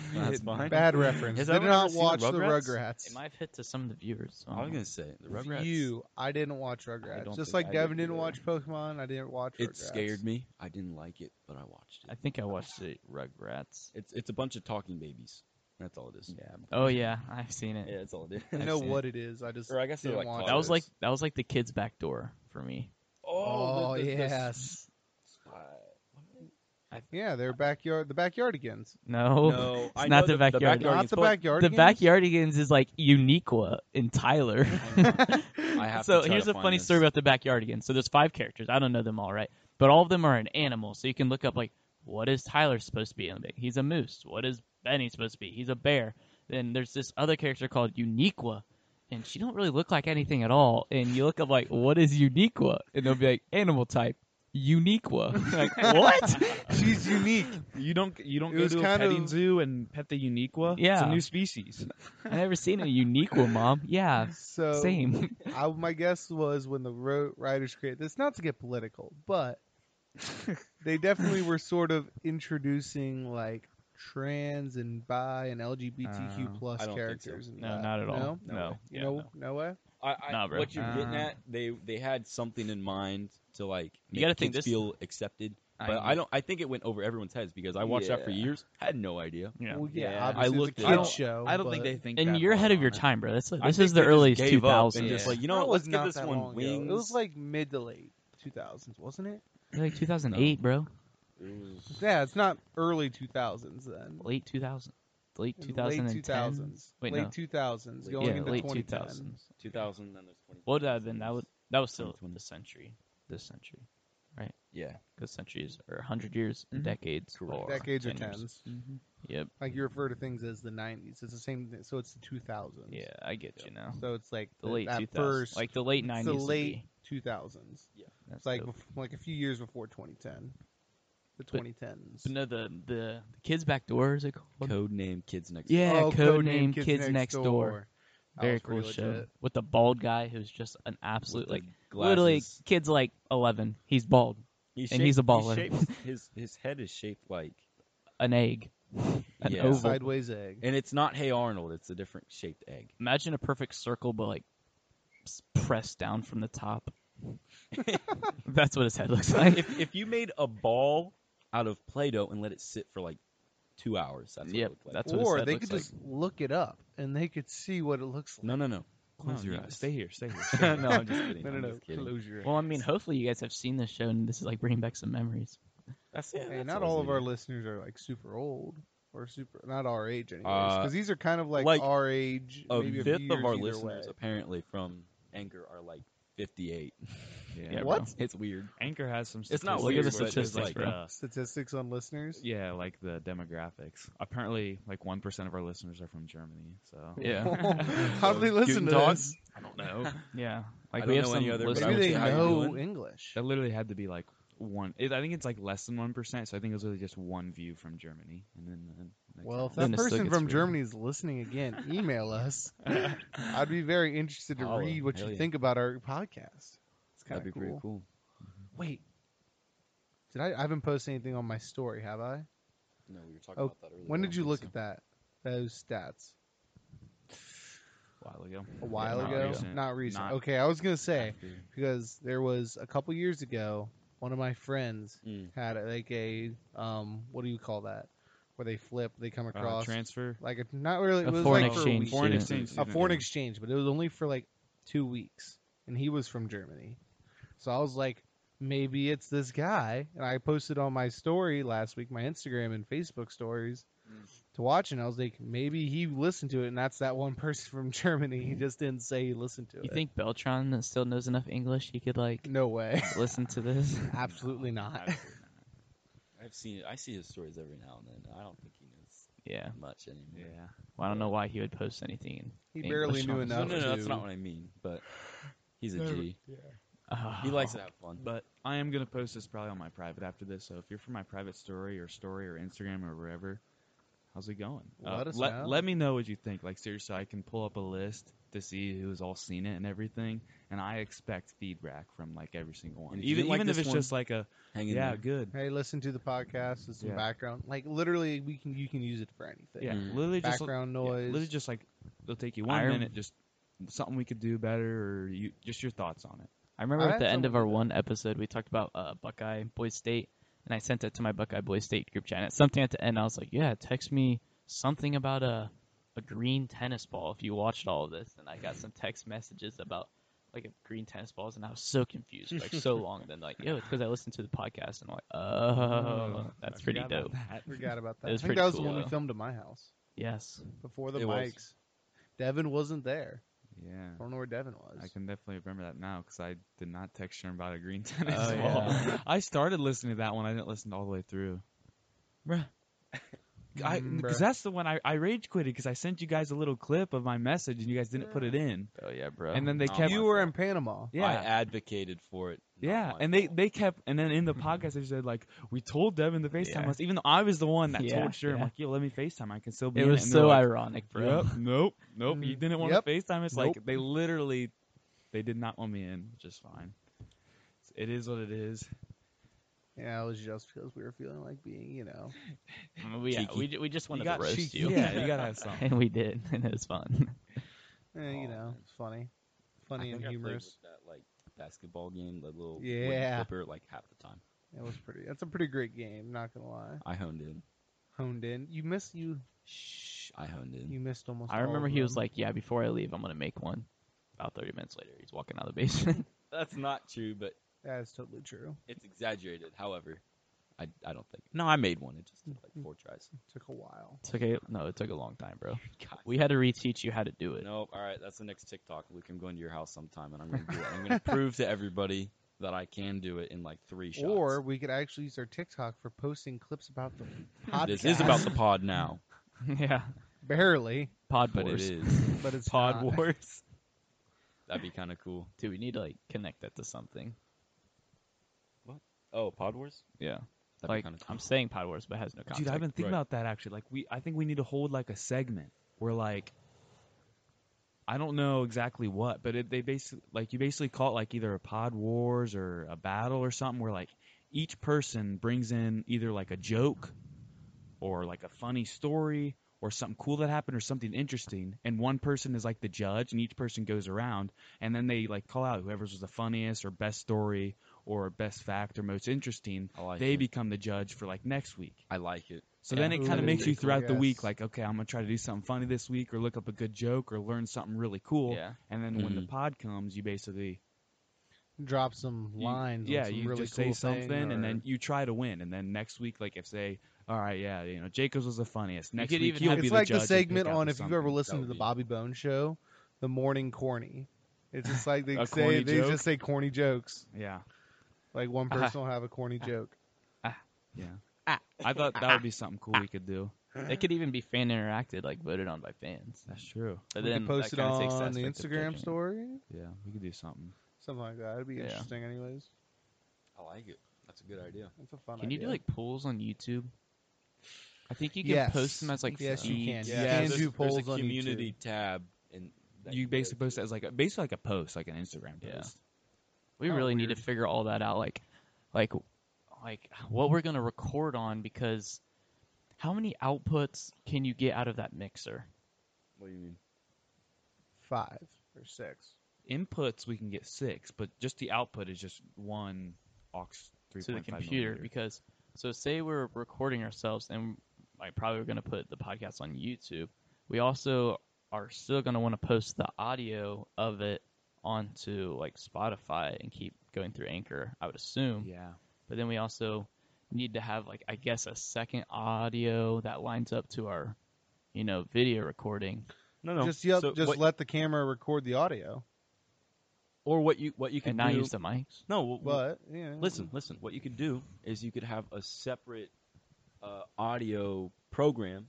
Speaker 1: That's fine.
Speaker 2: bad reference.
Speaker 1: Has
Speaker 2: Did
Speaker 1: anyone ever
Speaker 2: not
Speaker 1: seen
Speaker 2: watch the
Speaker 1: Rugrats?
Speaker 2: Rugrats.
Speaker 4: It might have hit to some of the viewers. so I
Speaker 1: I was
Speaker 4: don't
Speaker 1: gonna say the
Speaker 2: For
Speaker 1: Rugrats.
Speaker 2: You, I didn't watch Rugrats.
Speaker 1: don't
Speaker 2: Just
Speaker 1: think
Speaker 2: like
Speaker 1: I
Speaker 2: Devin
Speaker 1: did
Speaker 2: didn't watch Pokemon, I didn't watch.
Speaker 1: It
Speaker 2: Rugrats.
Speaker 1: scared me. I didn't like it, but I watched
Speaker 4: know. I
Speaker 1: it.
Speaker 4: think I watched it. Rugrats.
Speaker 1: It's it's a bunch of talking babies. That's all it is. Yeah.
Speaker 4: Oh yeah, I've seen it.
Speaker 1: Yeah, that's all it
Speaker 2: I
Speaker 1: is.
Speaker 4: I've
Speaker 2: know
Speaker 4: seen
Speaker 2: what it is. I just
Speaker 1: Or I guess they're
Speaker 2: didn't
Speaker 1: like
Speaker 2: watch
Speaker 4: That was
Speaker 1: toddlers.
Speaker 4: like that was like the kids' back door for me.
Speaker 2: Oh,
Speaker 1: the- the- the-
Speaker 2: yes.
Speaker 1: uh,
Speaker 2: yeah, their backyard, the backyardigans.
Speaker 4: No.
Speaker 1: no, I
Speaker 4: not
Speaker 1: know
Speaker 4: the
Speaker 1: that
Speaker 4: backyard.
Speaker 1: backyard
Speaker 2: Not
Speaker 1: is
Speaker 2: the
Speaker 1: full-
Speaker 2: backyardigans.
Speaker 4: The Backyardigans is like Uniqua in Tyler.
Speaker 1: I have
Speaker 4: so
Speaker 1: to try
Speaker 4: here's
Speaker 1: to
Speaker 4: a
Speaker 1: find
Speaker 4: funny
Speaker 1: this.
Speaker 4: story about the Backyardigans. So there's five characters. I don't know them all, right? But all of them are an animal. So you can look up like, what is Tyler supposed to be? And He's a moose. What is Benny supposed to be? He's a bear. Then there's this other character called Uniqua, and she don't really look like anything at all. And you look up like, what is Uniqua? And they'll be like, animal type. Uniqua. like what?
Speaker 2: She's unique.
Speaker 3: you don't you don't
Speaker 2: It
Speaker 3: go
Speaker 2: was
Speaker 3: to a
Speaker 2: kind
Speaker 3: petting
Speaker 2: of-
Speaker 3: zoo and pet the uniqua it's a
Speaker 4: Yeah.
Speaker 3: new species
Speaker 4: I never seen a Uniqua mom. Yeah,
Speaker 2: So
Speaker 4: same.
Speaker 2: I, my guess was when the ro- writers created this, not to get political, but they definitely were sort of introducing like trans and bi and LGBTQ
Speaker 3: Oh,
Speaker 2: plus
Speaker 1: Uh, I don't think so.
Speaker 2: characters. and
Speaker 4: No,
Speaker 2: that.
Speaker 4: not at all.
Speaker 2: No,
Speaker 1: No way.
Speaker 2: You know, no way.
Speaker 1: I, I,
Speaker 4: Nah, bro.
Speaker 1: What you're getting
Speaker 3: Uh.
Speaker 1: at? They they had something in mind to like
Speaker 4: You
Speaker 1: make
Speaker 4: gotta
Speaker 1: kids
Speaker 4: think this-
Speaker 1: feel accepted,
Speaker 3: I
Speaker 1: but
Speaker 3: know.
Speaker 1: I don't. I think it went over everyone's heads because I watched that for
Speaker 3: Yeah.
Speaker 1: years. had no idea.
Speaker 4: Yeah.
Speaker 2: Well, yeah,
Speaker 1: Yeah. I
Speaker 2: obviously it's
Speaker 1: looked
Speaker 2: a
Speaker 1: it
Speaker 2: kid
Speaker 1: up. I don't-
Speaker 2: show.
Speaker 3: i don't think
Speaker 2: but-
Speaker 3: they think
Speaker 4: and
Speaker 3: that
Speaker 4: you're
Speaker 3: hard
Speaker 4: ahead of
Speaker 3: on
Speaker 4: your
Speaker 3: it.
Speaker 4: time, bro. That's
Speaker 1: I
Speaker 4: this
Speaker 1: think
Speaker 4: is the
Speaker 1: they just
Speaker 4: early
Speaker 1: gave up
Speaker 4: 2000s.
Speaker 1: and just
Speaker 3: Yeah.
Speaker 1: like you
Speaker 2: No,
Speaker 1: know
Speaker 2: it
Speaker 1: what?
Speaker 2: was
Speaker 1: Let's
Speaker 2: not
Speaker 1: give this
Speaker 2: that
Speaker 1: one
Speaker 2: long ago.
Speaker 1: wings.
Speaker 2: It was like mid to late 2000s, wasn't it?
Speaker 4: like 2008, bro.
Speaker 1: It was-
Speaker 2: Yeah, it's not early 2000s then.
Speaker 4: Late 2000, late
Speaker 2: It was
Speaker 4: 2010s.
Speaker 2: Late 2000s.
Speaker 4: Wait,
Speaker 2: late
Speaker 4: no.
Speaker 2: 2000s,
Speaker 1: Late-
Speaker 2: going
Speaker 4: yeah,
Speaker 2: into
Speaker 4: late
Speaker 2: 2010s.
Speaker 4: 2000s.
Speaker 1: 2000 then there's 20.
Speaker 4: What would that have been? That would That was still
Speaker 1: 2020.
Speaker 4: the century. This century,
Speaker 1: Yeah.
Speaker 4: because centuries are hundred years, and
Speaker 3: Mhm.
Speaker 4: decades,
Speaker 1: Correct.
Speaker 4: or
Speaker 2: Mm-hmm. Decades or
Speaker 4: 10 years.
Speaker 2: tens.
Speaker 4: Yep.
Speaker 2: Like you refer to things as the '90s. It's the same. thing. So it's the 2000s.
Speaker 4: Yeah, I get you now.
Speaker 2: So it's like
Speaker 4: The late
Speaker 2: that
Speaker 4: 2000s,
Speaker 2: first,
Speaker 4: like the late
Speaker 2: it's
Speaker 4: nineties.
Speaker 2: the late 2000s.
Speaker 4: That's
Speaker 2: It's like
Speaker 4: dope.
Speaker 2: bef- like a few years before 2010, the 2010s.
Speaker 4: But no, the the the kids back door is it called?
Speaker 1: Code name Kids Next Door.
Speaker 4: Yeah,
Speaker 2: Oh,
Speaker 4: code
Speaker 2: Codename
Speaker 4: name Kids, Next Door.
Speaker 2: That
Speaker 4: Very
Speaker 2: was pretty
Speaker 4: cool show
Speaker 2: legit.
Speaker 4: with the bald guy who's just an
Speaker 1: With
Speaker 4: absolute
Speaker 1: the
Speaker 4: like
Speaker 1: glasses.
Speaker 4: literally kids like eleven. He's bald,
Speaker 1: He's
Speaker 4: and he's a baller.
Speaker 1: shaped- his his head is shaped like
Speaker 4: an egg. An
Speaker 1: Yeah.
Speaker 4: oval.
Speaker 2: Sideways egg.
Speaker 1: and it's not Hey Arnold. It's a different shaped egg.
Speaker 4: Imagine a perfect circle, but like s- pressed down from the top. That's what his head looks like.
Speaker 1: if if you made a ball out of Play-Doh and let it sit for like two hours, that's what
Speaker 4: Yep,
Speaker 1: it looked like.
Speaker 4: that's what his
Speaker 2: or
Speaker 4: head
Speaker 2: they
Speaker 4: looks
Speaker 2: could
Speaker 4: like.
Speaker 2: just look it up and they could see what it looks like.
Speaker 1: no, no, no. Close
Speaker 3: No,
Speaker 1: your
Speaker 3: no,
Speaker 1: eyes.
Speaker 3: Stay here. Stay here.
Speaker 1: no,
Speaker 3: stay here.
Speaker 1: I'm just kidding.
Speaker 2: no, no,
Speaker 1: I'm
Speaker 2: no.
Speaker 1: just kidding.
Speaker 2: Close your
Speaker 4: Well, I
Speaker 2: eyes.
Speaker 4: mean, hopefully you guys have seen this show, and this is like bringing back some memories.
Speaker 1: That's yeah,
Speaker 2: Hey,
Speaker 1: that's
Speaker 2: not
Speaker 1: what I was
Speaker 2: all of our
Speaker 1: thinking.
Speaker 2: listeners are like super old or super not our age anyways.
Speaker 1: Uh,
Speaker 2: Because these are kind of like,
Speaker 1: like,
Speaker 2: our age. maybe
Speaker 1: a
Speaker 2: a
Speaker 1: fifth
Speaker 2: few
Speaker 1: of
Speaker 2: years
Speaker 1: our
Speaker 2: either
Speaker 1: listeners
Speaker 2: way.
Speaker 1: apparently from Anchor are like 58.
Speaker 3: Yeah,
Speaker 4: What?
Speaker 3: bro.
Speaker 1: It's weird.
Speaker 3: Anchor has some.
Speaker 1: It's not
Speaker 3: statistics,
Speaker 1: weird,
Speaker 3: but
Speaker 4: but
Speaker 3: there's,
Speaker 4: it's
Speaker 3: like,
Speaker 4: like,
Speaker 3: uh,
Speaker 2: Statistics on listeners.
Speaker 3: yeah, like the demographics. Apparently, like one percent of our listeners are from Germany. So
Speaker 4: Yeah.
Speaker 2: How do they listen to
Speaker 3: Guten Tag.
Speaker 2: this?
Speaker 3: I don't know.
Speaker 4: Yeah,
Speaker 1: I
Speaker 4: like
Speaker 1: don't
Speaker 4: we have
Speaker 1: know
Speaker 4: some
Speaker 1: any other
Speaker 4: listeners-
Speaker 1: But I
Speaker 2: Maybe
Speaker 1: would
Speaker 2: they
Speaker 1: say how you
Speaker 2: know
Speaker 1: doing?
Speaker 2: English.
Speaker 3: That literally had to be like one. It, I think it's like less than one percent. So I think it was really just one view from Germany, and then. then that's
Speaker 2: Well, if
Speaker 3: all.
Speaker 2: that
Speaker 4: Then it still
Speaker 2: person
Speaker 4: gets
Speaker 2: from
Speaker 4: weird.
Speaker 2: Germany is listening again, email us. I'd be very interested to
Speaker 1: Holla.
Speaker 2: read what
Speaker 1: Oh, Hell
Speaker 2: you
Speaker 1: yeah.
Speaker 2: think about our podcast. It's kind
Speaker 1: That'd be
Speaker 2: of
Speaker 1: pretty
Speaker 2: cool.
Speaker 1: cool.
Speaker 2: Wait, did I? I haven't posted anything on my story, have I?
Speaker 1: No, we were talking
Speaker 2: Oh,
Speaker 1: about that earlier.
Speaker 2: When
Speaker 1: I
Speaker 2: did
Speaker 1: don't
Speaker 2: you
Speaker 1: think
Speaker 2: look
Speaker 1: so.
Speaker 2: at that? Those stats
Speaker 3: a while ago.
Speaker 2: a while
Speaker 3: not
Speaker 2: ago,
Speaker 3: recent.
Speaker 2: not recent.
Speaker 3: Not-
Speaker 2: okay, I was gonna say
Speaker 1: After-
Speaker 2: because there was a couple years ago, one of my friends
Speaker 3: Hmm.
Speaker 1: Mm.
Speaker 2: had like a um, what do you call that? Where they flip, they come
Speaker 3: Uh,
Speaker 2: across
Speaker 3: transfer.
Speaker 2: like a, not really.
Speaker 4: A
Speaker 2: it was
Speaker 4: foreign
Speaker 2: like for a
Speaker 4: exchange
Speaker 2: week.
Speaker 3: Foreign
Speaker 4: student.
Speaker 3: exchange.
Speaker 2: a
Speaker 3: student,
Speaker 2: foreign
Speaker 3: yeah.
Speaker 2: exchange, but it was only for like two weeks, and he was from Germany. So I was like, maybe it's this guy, and I posted on my story last week, my Instagram and Facebook stories
Speaker 1: Mm.
Speaker 2: to watch, and I was like, maybe he listened to it, and that's that one person from Germany.
Speaker 1: Mm-hmm.
Speaker 2: He just didn't say he listened to
Speaker 4: You
Speaker 2: it.
Speaker 4: think Beltron still knows enough English? He could like
Speaker 2: No way,
Speaker 4: listen to this.
Speaker 2: absolutely not.
Speaker 3: Absolutely not.
Speaker 1: I've seen. I see his stories every now and then. I don't think he knows
Speaker 4: Yeah,
Speaker 1: much
Speaker 3: Yeah.
Speaker 1: anymore.
Speaker 4: well, I don't know why he would post anything.
Speaker 2: He
Speaker 4: English
Speaker 2: barely knew
Speaker 4: on his-
Speaker 1: No,
Speaker 2: enough.
Speaker 1: no, no. That's
Speaker 2: to-
Speaker 1: not what I mean. But he's a G.
Speaker 4: Oh.
Speaker 1: He likes to have fun.
Speaker 3: But I am gonna post this probably on my private after this. So if you're from my private story or story or Instagram or wherever, how's it going?
Speaker 2: Let us
Speaker 3: let,
Speaker 2: know.
Speaker 3: let me know what you think. Like seriously, I can pull up a list to see who's all seen it and everything, and I expect feedback from like every single one.
Speaker 1: And if you
Speaker 3: even
Speaker 1: didn't like
Speaker 3: even if
Speaker 1: this
Speaker 3: it's
Speaker 1: one,
Speaker 3: just like a
Speaker 1: Hanging
Speaker 3: yeah,
Speaker 1: there.
Speaker 3: good.
Speaker 2: Hey, listen to the podcast as some
Speaker 3: Yeah.
Speaker 2: background. Like literally, we can you can use it for anything.
Speaker 3: Yeah,
Speaker 1: Mhm.
Speaker 3: literally just
Speaker 2: Background
Speaker 3: yeah,
Speaker 2: noise.
Speaker 3: literally just like they'll take you one
Speaker 4: Iron-
Speaker 3: minute, just something we could do better, or you just your thoughts on it.
Speaker 4: I remember
Speaker 2: I
Speaker 4: at
Speaker 2: had
Speaker 4: the end of
Speaker 2: someone
Speaker 4: our
Speaker 2: do that.
Speaker 4: one episode, we talked about uh, Buckeye Boys State, and I sent it to my Buckeye Boys State group chat. And something at the end, I was like, "Yeah, text me something about a a green tennis ball if you watched all of this." And I got some text messages about like a green tennis balls, and I was so confused, for, like so long. Then like, yo, it's because I listened to the podcast, and I'm like, oh,
Speaker 3: Oh,
Speaker 4: that's
Speaker 3: I
Speaker 4: pretty
Speaker 3: forgot
Speaker 4: dope.
Speaker 3: about that.
Speaker 2: Forgot about that.
Speaker 4: It was
Speaker 2: I think
Speaker 4: pretty
Speaker 2: that was
Speaker 4: cool,
Speaker 2: the one we
Speaker 4: though.
Speaker 2: filmed at my house
Speaker 4: Yes,
Speaker 2: before the
Speaker 1: It was.
Speaker 2: mics. Devin wasn't there.
Speaker 3: Yeah.
Speaker 2: I don't know where Devin was.
Speaker 3: I can definitely remember that now because I did not text Sharon about a green tennis
Speaker 4: Oh,
Speaker 3: ball.
Speaker 4: yeah.
Speaker 3: I started listening to that one. I didn't listen all the way through.
Speaker 4: Bruh.
Speaker 2: Mm, bruh.
Speaker 3: Because that's the one I, I rage quitted because I sent you guys a little clip of my message and you guys didn't put it in.
Speaker 4: oh yeah, bro.
Speaker 3: And then they
Speaker 1: Oh,
Speaker 3: kept.
Speaker 1: my
Speaker 2: you were in Panama.
Speaker 3: yeah.
Speaker 1: I advocated for it. not
Speaker 3: yeah,
Speaker 1: my
Speaker 3: and they,
Speaker 1: fault.
Speaker 3: they kept, and then in the podcast they said like, "We told Devin the Facetime
Speaker 4: Mm-hmm. Yeah.
Speaker 3: us," even though I was the one that
Speaker 4: Yeah,
Speaker 3: told Sharon
Speaker 4: yeah.
Speaker 3: like, "Yo, let me Facetime. I can still be."
Speaker 4: it
Speaker 3: in
Speaker 4: was
Speaker 3: and they're
Speaker 4: so
Speaker 3: like,
Speaker 4: ironic, bro.
Speaker 3: Yep, nope, nope. You didn't want
Speaker 2: Mm, Yep.
Speaker 3: to FaceTime. It's
Speaker 2: Nope.
Speaker 3: like they literally, they did not want me in, which is fine. It is what it is.
Speaker 2: Yeah, it was just because we were feeling like being, you know.
Speaker 4: I mean, we, yeah,
Speaker 1: Cheeky.
Speaker 4: we ju- we just wanted
Speaker 3: got
Speaker 4: to roast
Speaker 3: cheeky.
Speaker 4: you.
Speaker 3: Yeah, you gotta have something.
Speaker 4: and we did, and it was fun.
Speaker 2: Eh,
Speaker 1: Oh,
Speaker 2: you know,
Speaker 1: man.
Speaker 2: it's funny.
Speaker 1: I
Speaker 2: Funny
Speaker 1: think
Speaker 2: and
Speaker 1: I played
Speaker 2: humorous.
Speaker 1: with That like basketball game, the little
Speaker 2: Yeah.
Speaker 1: yeah flipper, like half the time.
Speaker 2: It was pretty. That's a pretty great game, not going to lie.
Speaker 1: I honed in.
Speaker 2: Honed in. You missed you
Speaker 1: Shh, I honed in.
Speaker 2: you missed almost
Speaker 4: I
Speaker 2: all
Speaker 4: remember
Speaker 2: of
Speaker 4: he was
Speaker 2: them.
Speaker 4: like, "Yeah, before I leave, I'm gonna make one." About 30 minutes later, he's walking out of the basement.
Speaker 1: That's not true, but
Speaker 2: That is totally true.
Speaker 1: it's exaggerated. However, I, I don't think. No, I made one. It just took like four tries.
Speaker 2: took a while.
Speaker 4: Took a no, it took a long time, bro.
Speaker 1: God.
Speaker 4: We had to reteach you how to do it.
Speaker 1: Nope. All right, that's the next TikTok, Luke. I'm going to your house sometime, and I'm going to do it. I'm going to prove to everybody that I can do it in like three shots.
Speaker 2: Or we could actually use our TikTok for posting clips about the podcast.
Speaker 1: this is about the pod now,
Speaker 4: yeah,
Speaker 2: barely,
Speaker 4: pod
Speaker 1: but it
Speaker 4: wars.
Speaker 1: is.
Speaker 2: but it's
Speaker 4: Pod
Speaker 2: not.
Speaker 4: wars.
Speaker 1: That'd be kind of cool.
Speaker 4: Dude, we need to like connect that to something.
Speaker 1: Oh, Pod Wars.
Speaker 4: Yeah,
Speaker 1: That'd
Speaker 4: like
Speaker 1: be kind of cool.
Speaker 4: I'm saying pod wars, but it has no context.
Speaker 3: Dude, I've been thinking
Speaker 1: right.
Speaker 3: about that actually. Like we I think we need to hold like a segment where like I don't know exactly what, but it, they basically like you basically call it like either a pod wars or a battle or something where like each person brings in either like a joke or like a funny story or something cool that happened or something interesting and one person is like the judge and each person goes around and then they like call out whoever's was the funniest or best story or best fact or most interesting
Speaker 1: I like
Speaker 3: they
Speaker 1: it.
Speaker 3: become the judge for like next week
Speaker 1: I like it.
Speaker 3: so
Speaker 4: Yeah.
Speaker 3: then it kind
Speaker 2: Ooh,
Speaker 3: of makes you
Speaker 2: cool,
Speaker 3: throughout the week
Speaker 2: yes.
Speaker 3: like, okay, I'm gonna try to do something funny this week, or look up a good joke, or learn something really cool.
Speaker 4: Yeah.
Speaker 3: And then when the
Speaker 2: Mm-hmm.
Speaker 3: pod comes, you basically
Speaker 2: Drop some
Speaker 3: you-
Speaker 2: lines.
Speaker 3: yeah,
Speaker 2: on some
Speaker 3: you
Speaker 2: really
Speaker 3: just
Speaker 2: cool
Speaker 3: say
Speaker 2: thing,
Speaker 3: something, and
Speaker 2: or-
Speaker 3: then you try to win. And then next week, like if say, all right, yeah, you know, Jacobs was the funniest. Next
Speaker 4: could
Speaker 3: week
Speaker 4: even
Speaker 3: he'll
Speaker 4: have-
Speaker 3: be
Speaker 2: it's like
Speaker 3: the,
Speaker 2: the
Speaker 3: judge and
Speaker 2: segment
Speaker 3: pick out
Speaker 2: on
Speaker 3: the
Speaker 2: if you've ever
Speaker 3: something.
Speaker 2: listened
Speaker 1: That
Speaker 2: to
Speaker 1: would
Speaker 2: the
Speaker 1: be-
Speaker 2: Bobby Bones show, the morning corny. It's just like they
Speaker 3: A
Speaker 2: say
Speaker 3: corny
Speaker 2: they
Speaker 3: joke?
Speaker 2: just say corny jokes.
Speaker 3: Yeah,
Speaker 2: Like one
Speaker 4: Ah.
Speaker 2: person will have a corny joke.
Speaker 3: yeah. I thought that would be something cool we could do.
Speaker 4: It could even be fan interacted, like voted on by fans.
Speaker 3: That's true.
Speaker 4: But
Speaker 2: we
Speaker 4: then
Speaker 2: could post
Speaker 4: that
Speaker 2: it
Speaker 4: kinda takes
Speaker 2: on the
Speaker 4: aspect of
Speaker 2: Instagram
Speaker 4: judging.
Speaker 2: story,
Speaker 3: Yeah, we could do something.
Speaker 2: something like that. It'd be
Speaker 4: Yeah.
Speaker 2: interesting, anyways.
Speaker 1: I like it. That's a good idea.
Speaker 2: It's a fun.
Speaker 4: Can you do
Speaker 2: idea.
Speaker 4: like polls on YouTube? I think you can
Speaker 2: Yes.
Speaker 4: post them as like
Speaker 2: Yes, you can.
Speaker 4: feeds.
Speaker 2: Yeah, Yeah,
Speaker 3: there's-
Speaker 2: do polls
Speaker 1: a
Speaker 2: on
Speaker 1: community tab, and that
Speaker 3: you
Speaker 1: can go
Speaker 3: basically post
Speaker 1: to.
Speaker 3: it as like a, basically like a post, like an Instagram
Speaker 4: Yeah.
Speaker 3: post.
Speaker 4: We
Speaker 3: Oh,
Speaker 4: really need
Speaker 3: weird.
Speaker 4: to figure all that out, like, like, like what we're gonna record on because how many outputs can you get out of that mixer?
Speaker 1: What do you mean?
Speaker 2: five or six?
Speaker 3: Inputs we can get six, but just the output is just one aux three
Speaker 4: to the
Speaker 3: point five
Speaker 4: computer
Speaker 3: millimeter.
Speaker 4: because so say we're recording ourselves and I probably we're going to put the podcast on YouTube. We also are still going to want to post the audio of it onto like Spotify and keep going through Anchor, I would assume.
Speaker 3: Yeah.
Speaker 4: But then we also need to have like I guess a second audio that lines up to our you know video recording.
Speaker 1: No, no.
Speaker 2: Just yep,
Speaker 1: So
Speaker 2: just
Speaker 1: what-
Speaker 2: let the camera record the audio.
Speaker 1: or what you what you can
Speaker 4: and not
Speaker 1: do.
Speaker 4: use the mics.
Speaker 1: no, w- w-
Speaker 2: But yeah,
Speaker 1: Mm-hmm.
Speaker 3: Mm-hmm.
Speaker 1: listen, listen. What you could do is you could have a separate uh, audio program,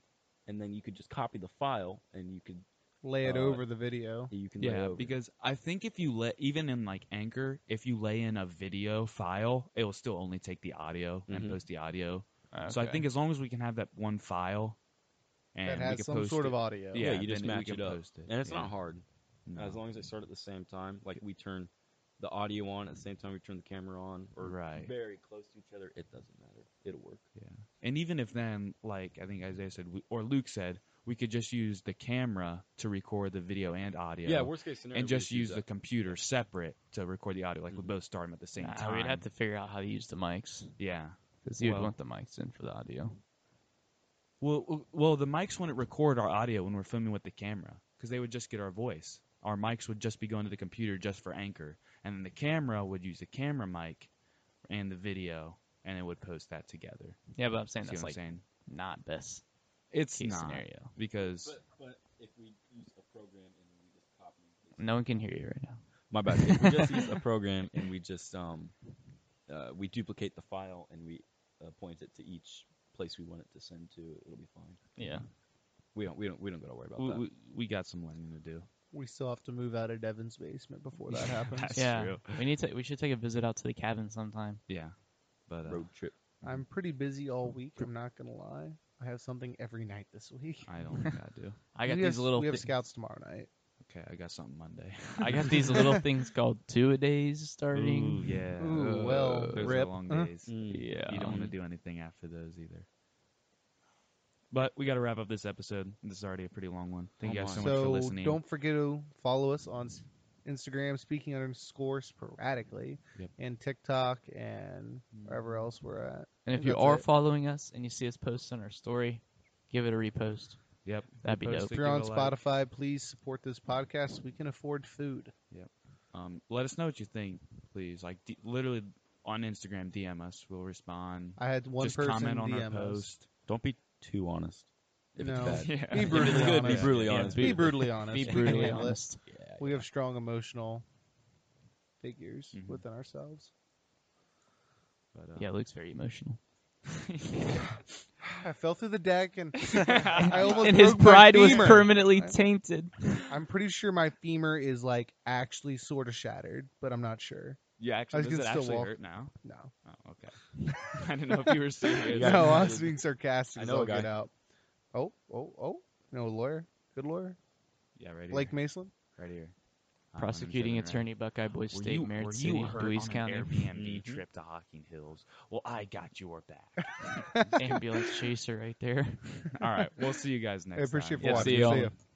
Speaker 1: and then you could just copy the file, and you could
Speaker 2: lay it
Speaker 1: uh,
Speaker 2: over the video.
Speaker 1: you can lay
Speaker 3: Yeah,
Speaker 1: over.
Speaker 3: because I think if you let even in like Anchor, if you lay in a video file, it will still only take the audio
Speaker 1: Mhm.
Speaker 2: Mm-hmm.
Speaker 3: and post the audio. So I think as long as we can have that one file, and
Speaker 2: That
Speaker 3: we
Speaker 2: has
Speaker 3: can
Speaker 2: some
Speaker 3: post
Speaker 2: sort
Speaker 3: it,
Speaker 2: of audio.
Speaker 3: yeah,
Speaker 1: you just
Speaker 3: then we
Speaker 1: match
Speaker 3: can
Speaker 1: it up,
Speaker 3: post it.
Speaker 1: and it's
Speaker 3: yeah.
Speaker 1: not hard
Speaker 3: No.
Speaker 1: as long as they start at the same time. Like we turn the audio on at the same time we turn the camera on, or
Speaker 3: Right.
Speaker 1: very close to each other. It doesn't matter. It'll work.
Speaker 3: And even if then, like I think Isaiah said we, or Luke said, we could just use the camera to record the video and audio.
Speaker 1: worst case scenario.
Speaker 3: and
Speaker 1: we
Speaker 3: just use the
Speaker 1: that.
Speaker 3: computer separate to record the audio. Like we
Speaker 1: Mhm.
Speaker 3: both start them at the same
Speaker 4: Nah,
Speaker 3: time.
Speaker 4: we'd have to figure out how to use the mics
Speaker 3: Yeah.
Speaker 4: because you'd
Speaker 3: Well-
Speaker 4: want the mics in for the audio.
Speaker 3: Well, w- well, the mics wouldn't record our audio when we're filming with the camera because they would just get our voice. Our mics would just be going to the computer just for anchor, and then the camera would use the camera mic and the video, and it would post that together.
Speaker 4: Yeah, but I'm saying
Speaker 3: See
Speaker 4: that's
Speaker 3: what I'm
Speaker 4: like
Speaker 3: saying?
Speaker 4: not best
Speaker 3: It's
Speaker 4: case
Speaker 3: not
Speaker 4: scenario.
Speaker 3: because
Speaker 1: but if we use a program and we just copy.
Speaker 4: No one can hear you right now.
Speaker 1: My bad. If we just use a program and we just um, uh, we duplicate the file and we uh, point it to each place we want it to send to. It'll be fine.
Speaker 4: Yeah.
Speaker 1: We don't. We don't. We don't gotta worry about
Speaker 3: we,
Speaker 1: that.
Speaker 3: we, we got some learning to do.
Speaker 2: We still have to move out of Devin's basement before that happens.
Speaker 3: That's
Speaker 4: yeah.
Speaker 3: true.
Speaker 4: We need to we should take a visit out to the cabin sometime.
Speaker 3: Yeah, but uh,
Speaker 1: Road trip.
Speaker 2: I'm pretty busy all week. I'm not gonna lie. I have something every night this week.
Speaker 3: I don't think I do.
Speaker 4: I got
Speaker 2: We
Speaker 4: these
Speaker 2: have-
Speaker 4: little
Speaker 2: We have
Speaker 4: thi-
Speaker 2: scouts tomorrow night.
Speaker 3: Okay, I got something Monday.
Speaker 4: I got these little things called two a days starting.
Speaker 3: Ooh, yeah.
Speaker 2: Ooh, well,
Speaker 3: those
Speaker 2: rip.
Speaker 3: are long
Speaker 2: Huh?
Speaker 3: days.
Speaker 1: Mm.
Speaker 4: Yeah.
Speaker 3: You don't want to
Speaker 4: um,
Speaker 3: do anything after those either. But we got to wrap up this episode. This is already a pretty long one. Thank you
Speaker 1: Oh
Speaker 3: guys so
Speaker 1: my.
Speaker 3: much for listening.
Speaker 2: don't forget to follow us on s- Instagram, speaking underscore sporadically,
Speaker 3: Yep.
Speaker 2: and TikTok, and wherever else we're at. I
Speaker 4: and if
Speaker 2: think
Speaker 4: you
Speaker 2: that's
Speaker 4: are
Speaker 2: it.
Speaker 4: following us and you see us post on our story, give it a repost.
Speaker 3: Yep,
Speaker 4: That'd be
Speaker 3: Repost
Speaker 4: dope.
Speaker 3: it,
Speaker 2: If you're on
Speaker 3: give it a like.
Speaker 2: Spotify, please support this podcast. We can afford food.
Speaker 3: Um, let us know what you think, please. Like, d- literally, on Instagram. DM us. We'll respond.
Speaker 2: I had one
Speaker 3: Just
Speaker 2: person
Speaker 3: comment on
Speaker 2: DM
Speaker 3: our
Speaker 2: us.
Speaker 3: post.
Speaker 1: Don't be too honest. If
Speaker 2: No.
Speaker 1: it's bad.
Speaker 3: Yeah.
Speaker 2: Be
Speaker 1: If it's
Speaker 2: brutally
Speaker 1: good, be
Speaker 2: honest.
Speaker 1: brutally
Speaker 3: Yeah,
Speaker 1: honest.
Speaker 2: Be brutally honest.
Speaker 3: Be
Speaker 2: We
Speaker 3: brutally
Speaker 2: can't
Speaker 3: honest.
Speaker 2: list.
Speaker 1: Yeah,
Speaker 2: We have strong emotional figures
Speaker 3: Mhm.
Speaker 2: within ourselves.
Speaker 3: But, uh,
Speaker 4: Yeah, Luke's very emotional.
Speaker 2: I fell through the deck and I almost
Speaker 4: and his
Speaker 2: broke my
Speaker 4: pride was
Speaker 2: femur.
Speaker 4: permanently
Speaker 2: I-
Speaker 4: tainted.
Speaker 2: I'm pretty sure my femur is like actually sort of shattered, but I'm not sure.
Speaker 3: yeah,
Speaker 2: I
Speaker 3: actually,
Speaker 2: can
Speaker 3: does it
Speaker 2: still
Speaker 3: actually
Speaker 2: walk.
Speaker 3: hurt now?
Speaker 2: No.
Speaker 3: Oh, okay. I didn't know if you were serious.
Speaker 1: Yeah.
Speaker 2: no, I was being sarcastic.
Speaker 1: I
Speaker 2: I
Speaker 1: know a
Speaker 2: know
Speaker 1: guy.
Speaker 2: get out. Oh, oh, oh. No lawyer. Good lawyer.
Speaker 3: Yeah, right here.
Speaker 2: Blake Mason.
Speaker 3: right here. I'm
Speaker 4: Prosecuting
Speaker 3: on Instagram.
Speaker 4: attorney, Buckeye Boy
Speaker 3: Were
Speaker 4: State,
Speaker 3: you- were
Speaker 4: Merritt
Speaker 3: you
Speaker 4: City,
Speaker 3: hurt
Speaker 4: Louise
Speaker 3: on an
Speaker 4: County.
Speaker 3: Airbnb
Speaker 1: Mhm.
Speaker 2: Mm-hmm.
Speaker 3: trip to Hocking Hills. Well, I got your back.
Speaker 4: Ambulance chaser right there.
Speaker 3: All right, we'll see you guys next
Speaker 2: I appreciate
Speaker 3: time.
Speaker 2: for
Speaker 1: Yeah,
Speaker 2: watching.
Speaker 1: see y'all.
Speaker 2: ya.